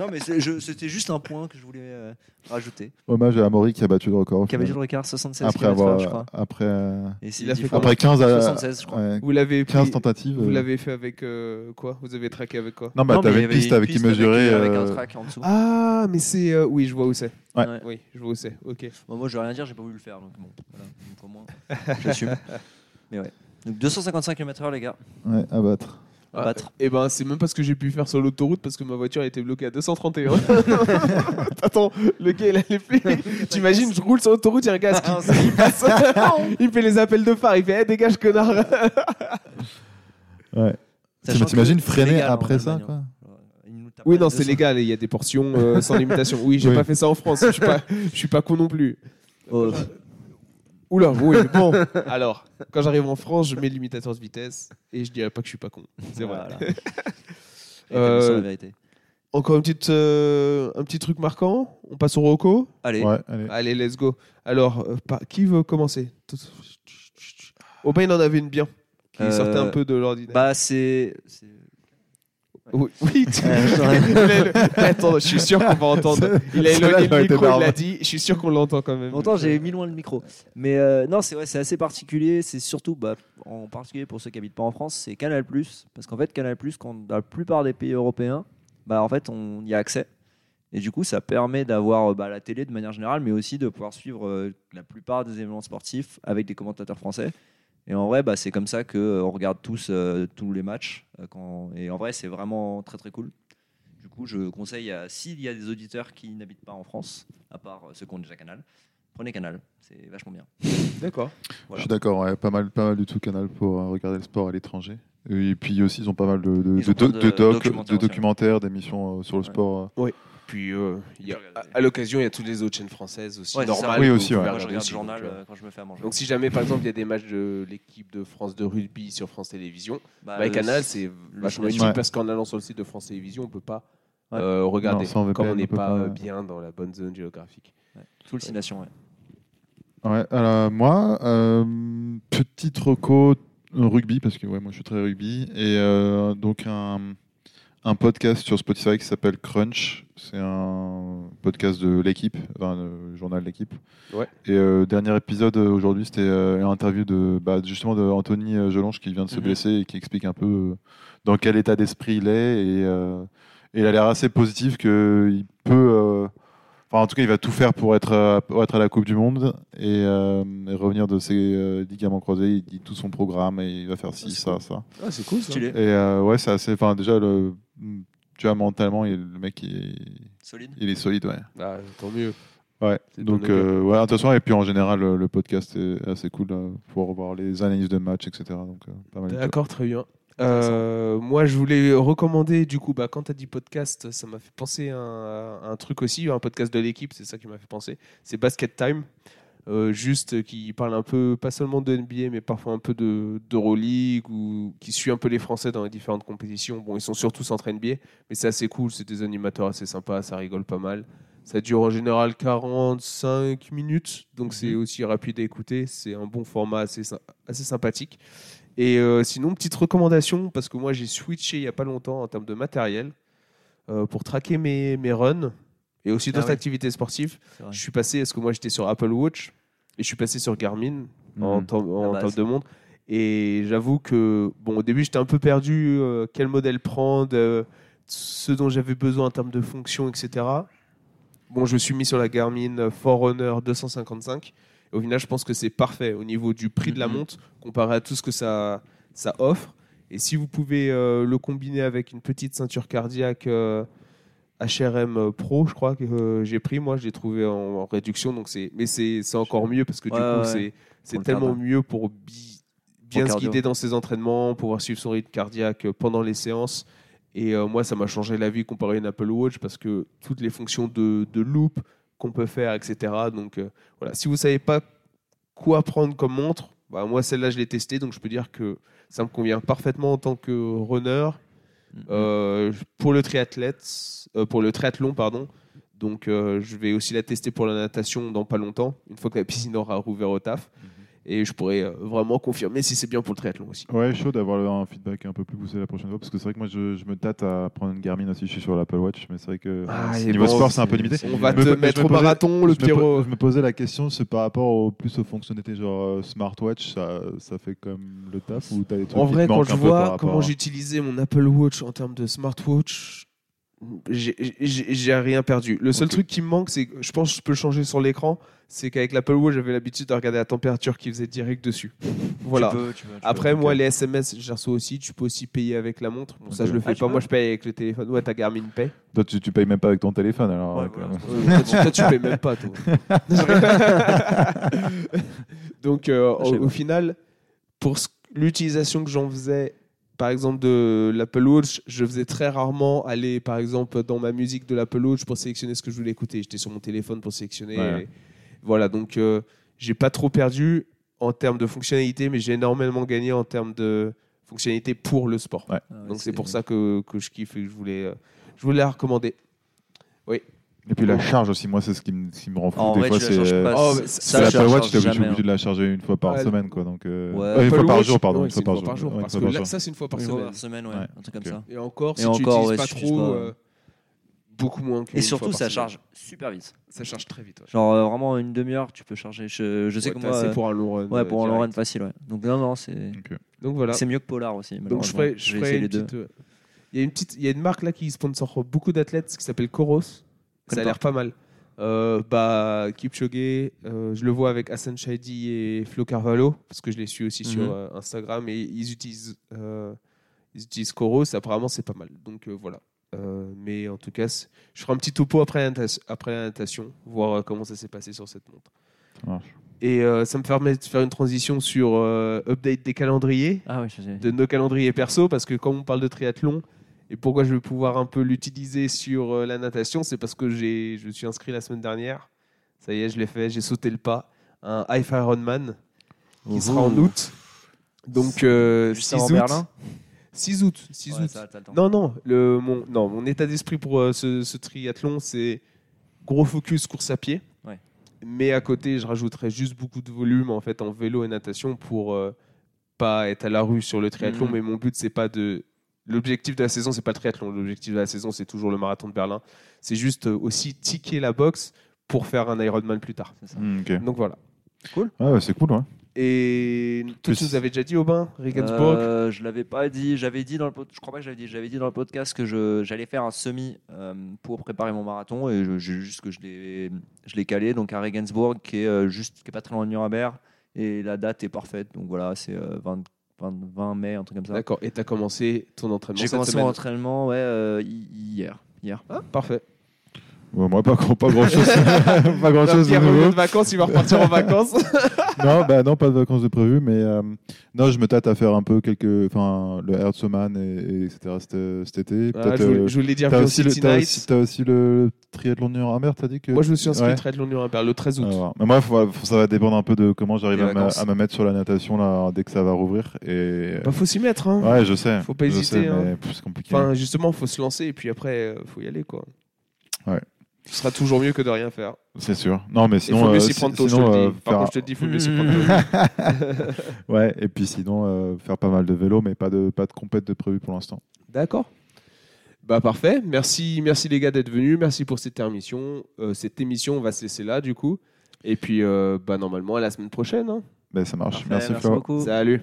Speaker 2: Non, mais c'est- je- c'était juste un point que je voulais euh, rajouter.
Speaker 3: Hommage à Amaury qui a battu le record. au
Speaker 2: Qui avait
Speaker 3: final.
Speaker 2: le regard 76
Speaker 3: après
Speaker 2: km/h,
Speaker 3: avoir
Speaker 2: je crois.
Speaker 3: après euh,
Speaker 2: Et c'est
Speaker 1: Il a
Speaker 2: dix
Speaker 1: fait
Speaker 2: fois
Speaker 1: combien
Speaker 3: après 15 à-
Speaker 2: 76, je crois.
Speaker 3: ouais,
Speaker 1: Vous l'avez
Speaker 3: 15
Speaker 1: pris-
Speaker 3: tentatives
Speaker 1: vous
Speaker 3: euh.
Speaker 1: l'avez fait avec euh, quoi Vous avez traqué avec quoi
Speaker 3: non bah
Speaker 2: Non, mais il
Speaker 3: t'avais
Speaker 2: y
Speaker 3: une
Speaker 2: avait
Speaker 3: piste avec qui mesurait
Speaker 2: Avec, un
Speaker 3: euh,
Speaker 2: track en dessous.
Speaker 1: Ah, mais c'est. euh, oui, je vois où c'est.
Speaker 3: Ouais.
Speaker 2: Ouais.
Speaker 1: Oui, je vois où c'est. Ok.
Speaker 2: Bon, moi, je vais rien dire, j'ai pas voulu le faire. Donc, bon, voilà. Donc, au moins, j'assume. Mais ouais. Donc, 255 km/h, les gars.
Speaker 3: ouais, à battre
Speaker 2: À battre.
Speaker 1: Et ben, c'est même pas ce que j'ai pu faire sur l'autoroute parce que ma voiture était bloquée à 231. Attends, le gars, il allait plus. T'imagines, je roule sur l'autoroute, il y a un gars qui il passe. il me fait les appels de phare, il fait Eh, dégage, connard
Speaker 3: ouais
Speaker 2: Sachant que
Speaker 3: t'imagines
Speaker 2: c'est
Speaker 3: freiner
Speaker 2: légal en
Speaker 3: après ça
Speaker 2: Allemagne,
Speaker 3: quoi
Speaker 2: hein. Ils nous tapent
Speaker 1: Oui,
Speaker 2: pas
Speaker 1: non,
Speaker 2: les
Speaker 1: Ah, c'est
Speaker 2: 200.
Speaker 1: légal, il y a des portions euh, sans limitation. Oui, j'ai
Speaker 3: Oui.
Speaker 1: pas fait ça en France, je suis pas, je suis pas con non plus.
Speaker 2: Oh,
Speaker 1: Oula, oui, bon. Alors, quand j'arrive en France, je mets le limitateur de vitesse et je dirais pas que je suis pas con. C'est vrai.
Speaker 2: voilà. Et
Speaker 1: Euh,
Speaker 2: t'as mis sur la vérité.
Speaker 1: Encore une petite, euh, un petit truc marquant On passe au Rocco
Speaker 2: Allez,
Speaker 3: ouais allez
Speaker 1: Allez, let's go. Alors, euh, par- qui veut commencer Aubin, il en avait une bien, qui
Speaker 2: Euh,
Speaker 1: sortait un peu de l'ordinaire.
Speaker 2: bah c'est. c'est-
Speaker 1: oui, oui, tu-
Speaker 2: Euh,
Speaker 1: Il a le- Attends, je suis sûr qu'on va entendre. Il a
Speaker 3: Celle-là,
Speaker 1: éloigné
Speaker 3: elle
Speaker 1: le
Speaker 3: aurait été
Speaker 1: micro, il
Speaker 3: marrante.
Speaker 1: l'a dit. Je suis sûr qu'on l'entend quand même.
Speaker 2: Longtemps, j'ai mis loin le micro. Mais euh, non, c'est ouais, c'est assez particulier. C'est surtout, bah, en particulier pour ceux qui habitent pas en France, c'est Canal+. Parce qu'en fait, Canal+, quand, dans la plupart des pays européens, bah, en fait, on y a accès. Et du coup, ça permet d'avoir euh, bah, la télé de manière générale, mais aussi de pouvoir suivre euh, la plupart des événements sportifs avec des commentateurs français. Et en vrai, bah, c'est comme ça que euh, on regarde tous euh, tous les matchs. euh, quand- Et en vrai, c'est vraiment très très cool. Du coup, je conseille, à- s'il y a des auditeurs qui n'habitent pas en France, à part euh, ceux qui ont déjà Canal, prenez Canal. C'est vachement bien.
Speaker 1: D'accord.
Speaker 3: je suis d'accord ouais, pas mal pas mal du tout Canal pour euh, regarder le sport à l'étranger et puis aussi ils ont pas mal de de,
Speaker 2: Ils ont
Speaker 3: de-
Speaker 2: plein
Speaker 3: de-
Speaker 2: de
Speaker 3: de doc-
Speaker 2: documentaires
Speaker 3: de
Speaker 2: aussi,
Speaker 3: documentaires d'émissions euh, sur le
Speaker 2: Ouais.
Speaker 3: sport euh.
Speaker 1: Puis, euh, il y a-
Speaker 2: Je vais regarder.
Speaker 1: à, à l'occasion, il y a toutes les autres chaînes françaises aussi.
Speaker 2: Ouais, c'est ça.
Speaker 1: normales,
Speaker 3: Oui,
Speaker 1: que
Speaker 3: aussi,
Speaker 1: vous
Speaker 3: ouais.
Speaker 1: pouvez
Speaker 2: Moi,
Speaker 1: regarder
Speaker 2: je regarde le
Speaker 1: aussi, donc,
Speaker 2: journal
Speaker 1: euh.
Speaker 2: euh, quand je me fais à manger.
Speaker 1: Donc, si jamais, par exemple, il y a des matchs de l'équipe de France de rugby sur France Télévisions,
Speaker 2: Bah,
Speaker 1: bah,
Speaker 2: le-
Speaker 1: Canal, c'est vachement
Speaker 2: cinéma.
Speaker 1: utile
Speaker 3: Ouais.
Speaker 1: parce qu'en allant sur le site de France Télévisions, on peut pas
Speaker 2: Ouais.
Speaker 1: euh, regarder.
Speaker 3: Non, sans VPN,
Speaker 1: comme on
Speaker 3: on
Speaker 1: n'est
Speaker 3: peut
Speaker 1: pas,
Speaker 3: pas,
Speaker 1: euh,
Speaker 3: ouais.
Speaker 1: bien dans la bonne zone géographique.
Speaker 2: Tout le Cination, ouais.
Speaker 3: ouais alors moi euh, petit troco rugby parce que ouais moi je suis très rugby et euh, donc un un podcast sur Spotify qui s'appelle Crunch. C'est un podcast de l'équipe, enfin, le journal de l'équipe.
Speaker 1: Ouais.
Speaker 3: Et euh, dernier épisode euh, aujourd'hui, c'était euh, une interview de, bah, justement de Anthony euh, Gelonge qui vient de se
Speaker 2: Mhm.
Speaker 3: blesser et qui explique un peu euh, dans quel état d'esprit il est. Et, euh, et il a l'air assez positif qu'il peut. euh, Enfin, en tout cas, il va tout faire pour être, à- pour être à la Coupe du Monde et, euh, et revenir de ses euh, ligaments croisés. Il dit tout son programme et il va faire ci, ça, ça.
Speaker 1: Ah, c'est cool ça.
Speaker 2: Stylé.
Speaker 3: Et euh, ouais, c'est assez. Enfin, déjà, le, tu vois, mentalement, il- le mec, il,
Speaker 2: Solide.
Speaker 3: il est solide, ouais.
Speaker 1: Ah, tant mieux.
Speaker 3: Ouais,
Speaker 1: C'est ton
Speaker 3: donc,
Speaker 1: degré.
Speaker 3: euh, ouais, attention, et puis en général, le, le podcast est assez cool là, pour voir les analyses de matchs, etc. Donc, euh, pas mal de choses.
Speaker 1: D'accord, très bien. Euh, moi, je voulais recommander, du coup, bah, quand tu as dit podcast, ça m'a fait penser à un, à un truc aussi, un podcast de l'équipe, c'est ça qui m'a fait penser. C'est Basket Time, euh, juste euh, qui parle un peu, pas seulement de NBA, mais parfois un peu de- d'Euroleague, ou qui suit un peu les Français dans les différentes compétitions. Bon, ils sont surtout centre NBA, mais c'est assez cool, c'est des animateurs assez sympas, ça rigole pas mal. Ça dure en général 45 minutes, donc c'est
Speaker 2: Mhm.
Speaker 1: aussi rapide à écouter, c'est un bon format assez, sy- assez sympathique. Et euh, sinon, petite recommandation, parce que moi j'ai switché il n'y a pas longtemps en termes de matériel euh, pour traquer mes, mes runs et aussi d'autres
Speaker 2: ouais.
Speaker 1: activités sportives.
Speaker 2: Ah C'est vrai.
Speaker 1: Je suis passé, parce que moi j'étais sur Apple Watch et je suis passé sur Garmin en,
Speaker 3: Mhm.
Speaker 1: temps- en
Speaker 2: base.
Speaker 1: termes de montre. Et j'avoue que, bon, au début j'étais un peu perdu, euh, quel modèle prendre, euh, ce dont j'avais besoin en termes de fonction, etc. Bon, je me suis mis sur la Garmin Forerunner 255. Et au final, je pense que c'est parfait au niveau du prix de la
Speaker 2: Mhm.
Speaker 1: montre comparé à tout ce que ça, ça offre. Et si vous pouvez euh, le combiner avec une petite ceinture cardiaque euh, HRM Pro, je crois que euh, j'ai pris, moi, je l'ai trouvé en, en réduction. Donc c'est, mais c'est c'est encore mieux parce que du
Speaker 2: Ouais,
Speaker 1: coup,
Speaker 2: ouais.
Speaker 1: c'est- c'est
Speaker 2: le faire,
Speaker 1: tellement
Speaker 2: ouais.
Speaker 1: mieux pour bi- bien se
Speaker 2: cardio.
Speaker 1: guider dans ses entraînements, pouvoir suivre son rythme cardiaque euh, pendant les séances. Et euh, moi, ça m'a changé la vie comparé à une Apple Watch parce que toutes les fonctions de, de loop qu'on peut faire, etc. Donc euh, voilà, si vous savez pas quoi prendre comme montre, bah, moi celle-là je l'ai testée, donc je peux dire que ça me convient parfaitement en tant que runner euh, pour le triathlète, euh, pour le triathlon pardon. Donc euh, je vais aussi la tester pour la natation dans pas longtemps, une fois que la piscine aura rouvert au taf,
Speaker 3: Mhm.
Speaker 1: et je pourrai euh, vraiment confirmer si c'est bien pour le triathlon aussi.
Speaker 3: Ouais, chaud d'avoir un feedback un peu plus poussé la prochaine fois, parce que c'est vrai que moi, je, je me tâte à prendre une Garmin aussi, je suis sur l'Apple Watch, mais c'est vrai que
Speaker 1: Ah,
Speaker 3: euh,
Speaker 1: et
Speaker 3: niveau
Speaker 1: bon,
Speaker 3: sport, c'est un
Speaker 1: c'est-
Speaker 3: peu limité.
Speaker 1: On va
Speaker 3: Mais-
Speaker 1: te
Speaker 3: mais je
Speaker 1: mettre
Speaker 3: me
Speaker 1: au
Speaker 3: posais-
Speaker 1: marathon, le
Speaker 3: je, me, po-
Speaker 1: Pierrot.
Speaker 3: je me posais la question, c'est par rapport au, plus aux fonctionnalités genre euh, smartwatch, ça, ça fait comme le taf ou t'as des trucs
Speaker 1: En
Speaker 3: qui
Speaker 1: vrai,
Speaker 3: te
Speaker 1: quand
Speaker 3: manquent
Speaker 1: je
Speaker 3: un peu par
Speaker 1: vois
Speaker 3: rapport
Speaker 1: comment
Speaker 3: à-
Speaker 1: j'utilisais mon Apple Watch en termes de smartwatch, j'ai- j'ai j'ai rien perdu. Le seul
Speaker 3: Ok.
Speaker 1: truc qui me manque, c'est que je pense que je peux le changer sur l'écran, c'est qu'avec l'Apple Watch, j'avais l'habitude de regarder la température qui faisait direct dessus. Voilà. Après,
Speaker 5: euh,
Speaker 1: moi, les SMS, je les reçois aussi. Tu peux aussi payer avec la montre. Bon, ça,
Speaker 3: Ok.
Speaker 1: je le fais
Speaker 5: Ah, tu
Speaker 1: pas.
Speaker 5: peux
Speaker 1: Moi, je paye avec le téléphone. Ouais, ta Garmin paye.
Speaker 3: Toi, tu, tu payes même pas avec ton téléphone, alors.
Speaker 2: Ouais,
Speaker 3: euh, quand
Speaker 2: voilà,
Speaker 3: même.
Speaker 2: c'est pour ça.
Speaker 1: Euh, toi, tu- toi, tu payes même pas, toi. Donc, euh,
Speaker 2: Je sais
Speaker 1: au, au
Speaker 2: pas.
Speaker 1: final, pour ce- l'utilisation que j'en faisais, par exemple, de l'Apple Watch, je faisais très rarement aller, par exemple, dans ma musique de l'Apple Watch pour sélectionner ce que je voulais écouter. J'étais sur mon téléphone pour sélectionner.
Speaker 3: Ouais.
Speaker 1: Et voilà, donc, euh, j'ai pas trop perdu en termes de fonctionnalité, mais j'ai énormément gagné en termes de fonctionnalité pour le sport.
Speaker 3: Ouais.
Speaker 1: Donc, c'est pour ça que, que je kiffe et que je voulais, euh, je voulais la recommander.
Speaker 3: Et puis la charge aussi, moi, c'est ce qui me, ce qui me rend fou.
Speaker 2: En
Speaker 3: des
Speaker 2: vrai,
Speaker 3: fois,
Speaker 2: tu la
Speaker 3: c'est.
Speaker 2: changes pas.
Speaker 1: Oh, mais
Speaker 2: Ça,
Speaker 1: ça,
Speaker 3: C'est
Speaker 2: je la
Speaker 3: l'Apple Watch,
Speaker 2: change
Speaker 3: t'es obligé, je suis
Speaker 2: jamais,
Speaker 3: obligé de la charger une fois par
Speaker 1: Ouais.
Speaker 3: semaine, quoi. Donc, euh,
Speaker 2: Ouais.
Speaker 3: une
Speaker 1: Apple
Speaker 3: fois par
Speaker 1: Watch,
Speaker 3: jour, pardon.
Speaker 1: ouais,
Speaker 3: Une
Speaker 1: c'est
Speaker 3: fois par jour. Ouais, une
Speaker 1: parce
Speaker 3: fois
Speaker 1: que
Speaker 3: par
Speaker 1: là,
Speaker 3: jour.
Speaker 1: ça, c'est une fois par
Speaker 2: Une fois
Speaker 1: semaine.
Speaker 2: par semaine, ouais,
Speaker 3: Ouais,
Speaker 2: un truc
Speaker 3: ok.
Speaker 2: comme ça.
Speaker 1: Et encore,
Speaker 2: Et
Speaker 1: si tu
Speaker 2: encore,
Speaker 1: n'utilises
Speaker 2: ouais,
Speaker 1: pas
Speaker 2: si tu
Speaker 1: trop,
Speaker 2: utilises pas,
Speaker 1: euh, beaucoup moins que.
Speaker 2: Et surtout, ça charge super vite.
Speaker 1: Ça charge très vite. ouais.
Speaker 2: Genre euh, vraiment une demi-heure, tu peux charger. Je, je sais
Speaker 1: Ouais,
Speaker 2: que
Speaker 1: t'as
Speaker 2: moi,
Speaker 1: assez
Speaker 2: euh,
Speaker 1: pour un long run.
Speaker 2: ouais, pour
Speaker 1: euh,
Speaker 2: un long
Speaker 1: direct.
Speaker 2: run facile, ouais. Donc non, non, c'est
Speaker 3: Ok.
Speaker 1: Donc voilà.
Speaker 2: c'est mieux que Polar aussi.
Speaker 1: Donc je
Speaker 2: malheureusement.
Speaker 1: ferai, je
Speaker 2: J'ai
Speaker 1: ferai
Speaker 2: essayé
Speaker 1: une
Speaker 2: les deux.
Speaker 1: petite. euh, Il y a une petite, il y a une marque là qui sponsor beaucoup d'athlètes qui s'appelle Coros. Ça
Speaker 2: Connais
Speaker 1: a l'air pas mal. Euh, bah, Kipchoge, euh, je le vois avec Hassan Shahidi et Flo Carvalho parce que je les suis aussi
Speaker 2: Mhm.
Speaker 1: sur euh, Instagram et ils utilisent, euh, ils utilisent Coros. Apparemment, c'est pas mal. Donc euh, voilà. Euh, mais en tout cas, c'est- je ferai un petit topo après la natation, après la natation voir euh, comment ça s'est passé sur cette montre.
Speaker 3: Ça marche.
Speaker 1: Et euh, ça me permet de faire une transition sur euh, update des calendriers
Speaker 2: Ah oui, je sais.
Speaker 1: de nos calendriers perso parce que quand on parle de triathlon et pourquoi je vais pouvoir un peu l'utiliser sur euh, la natation, c'est parce que j'ai je me suis inscrit la semaine dernière. Ça y est, je l'ai fait, j'ai sauté le pas. Un Half Ironman qui sera en août. Donc euh,
Speaker 2: Juste
Speaker 1: 6
Speaker 2: avant
Speaker 1: août.
Speaker 2: Berlin
Speaker 1: 6 août, 6
Speaker 2: Ouais,
Speaker 1: août.
Speaker 2: ça, t'as le temps.
Speaker 1: Non, non, le, mon, non, mon état d'esprit pour euh, ce, ce triathlon, c'est gros focus course à pied.
Speaker 2: Ouais.
Speaker 1: Mais à côté, je rajouterais juste beaucoup de volume en fait en vélo et natation pour euh, pas être à la rue sur le triathlon.
Speaker 2: Mhm.
Speaker 1: Mais mon but, c'est pas de. L'objectif de la saison, c'est pas le triathlon. L'objectif de la saison, c'est toujours le marathon de Berlin. C'est juste euh, aussi ticker la boxe pour faire un Ironman plus tard.
Speaker 3: Mm, ok.
Speaker 1: Donc voilà.
Speaker 3: Ouais, ouais, c'est cool, hein. ouais.
Speaker 1: Et toi, tu
Speaker 3: Plus-
Speaker 1: nous avais déjà dit, Aubin, Regensburg.
Speaker 2: Euh, je l'avais pas dit. J'avais dit dans le pod- je crois pas que j'avais dit. J'avais dit dans le podcast que je- j'allais faire un semi euh, pour préparer mon marathon et je, j'ai juste que je l'ai je l'ai calé donc à Regensburg qui est euh, juste qui est pas très loin de Nuremberg et la date est parfaite donc voilà c'est euh, 20 20, 20 mai, un truc comme ça.
Speaker 1: D'accord. Et t'as commencé ton entraînement
Speaker 2: J'ai
Speaker 1: cette
Speaker 2: commencé
Speaker 1: semaine.
Speaker 2: mon entraînement ouais, euh, hi- hier. hier.
Speaker 1: Ah, parfait.
Speaker 3: Ouais, moi, pas, grand- pas grand chose. pas grand chose de
Speaker 1: Pierre, au lieu
Speaker 3: nouveau.
Speaker 1: de vacances, il va repartir en vacances.
Speaker 3: non, bah non, pas de vacances de prévu, mais euh, non, je me tâte à faire un peu quelques, enfin, le Herzman et, et etc. cet, cet été.
Speaker 1: Ah,
Speaker 3: Peut-être,
Speaker 1: je, voulais,
Speaker 3: euh,
Speaker 1: je voulais dire
Speaker 3: t'as
Speaker 1: Vivo
Speaker 3: aussi, le-
Speaker 1: City
Speaker 3: t'as
Speaker 1: Nights.
Speaker 3: aussi- t'as aussi le triathlon Nuremberg, t'as dit que.
Speaker 1: Moi, je me suis inscrit
Speaker 3: Ouais. Ah
Speaker 1: au Triathlon Nuremberg le 13 août.
Speaker 3: À voir. Mais moi, faut- faut- ça va dépendre un peu de comment j'arrive
Speaker 1: Les
Speaker 3: à, me-
Speaker 1: vacances.
Speaker 3: à me mettre sur la natation là, dès que ça va rouvrir. Et
Speaker 1: Bah, faut s'y mettre. Hein.
Speaker 3: ouais, je sais.
Speaker 1: Faut pas
Speaker 3: je
Speaker 1: hésiter,
Speaker 3: sais,
Speaker 1: hein.
Speaker 3: mais, pff, c'est compliqué.
Speaker 1: Enfin, justement, faut se lancer et puis après, euh, faut y aller, quoi.
Speaker 3: Ouais.
Speaker 1: Ce sera toujours mieux que de rien faire.
Speaker 3: c'est sûr. Non, mais
Speaker 1: Il
Speaker 3: sinon,
Speaker 1: faut mieux
Speaker 3: euh,
Speaker 1: s'y
Speaker 3: si-
Speaker 1: prendre tôt,
Speaker 3: sinon,
Speaker 1: je te le
Speaker 3: euh,
Speaker 1: dis. Par
Speaker 3: faire-
Speaker 1: contre, je te le dis, faut mieux s'y prendre tôt.
Speaker 3: ouais. Et puis sinon, euh, faire pas mal de vélo, mais pas de pas de compète de prévu pour l'instant.
Speaker 1: D'accord. Bah parfait. Merci, merci les gars d'être venus. Merci pour cette émission. Euh, cette émission, on va se laisser là, du coup. Et puis, euh, bah normalement, à la semaine prochaine. hein.
Speaker 3: Mais ça
Speaker 2: Parfait,
Speaker 3: marche. merci,
Speaker 2: merci
Speaker 3: Flo.
Speaker 2: beaucoup.
Speaker 1: Salut.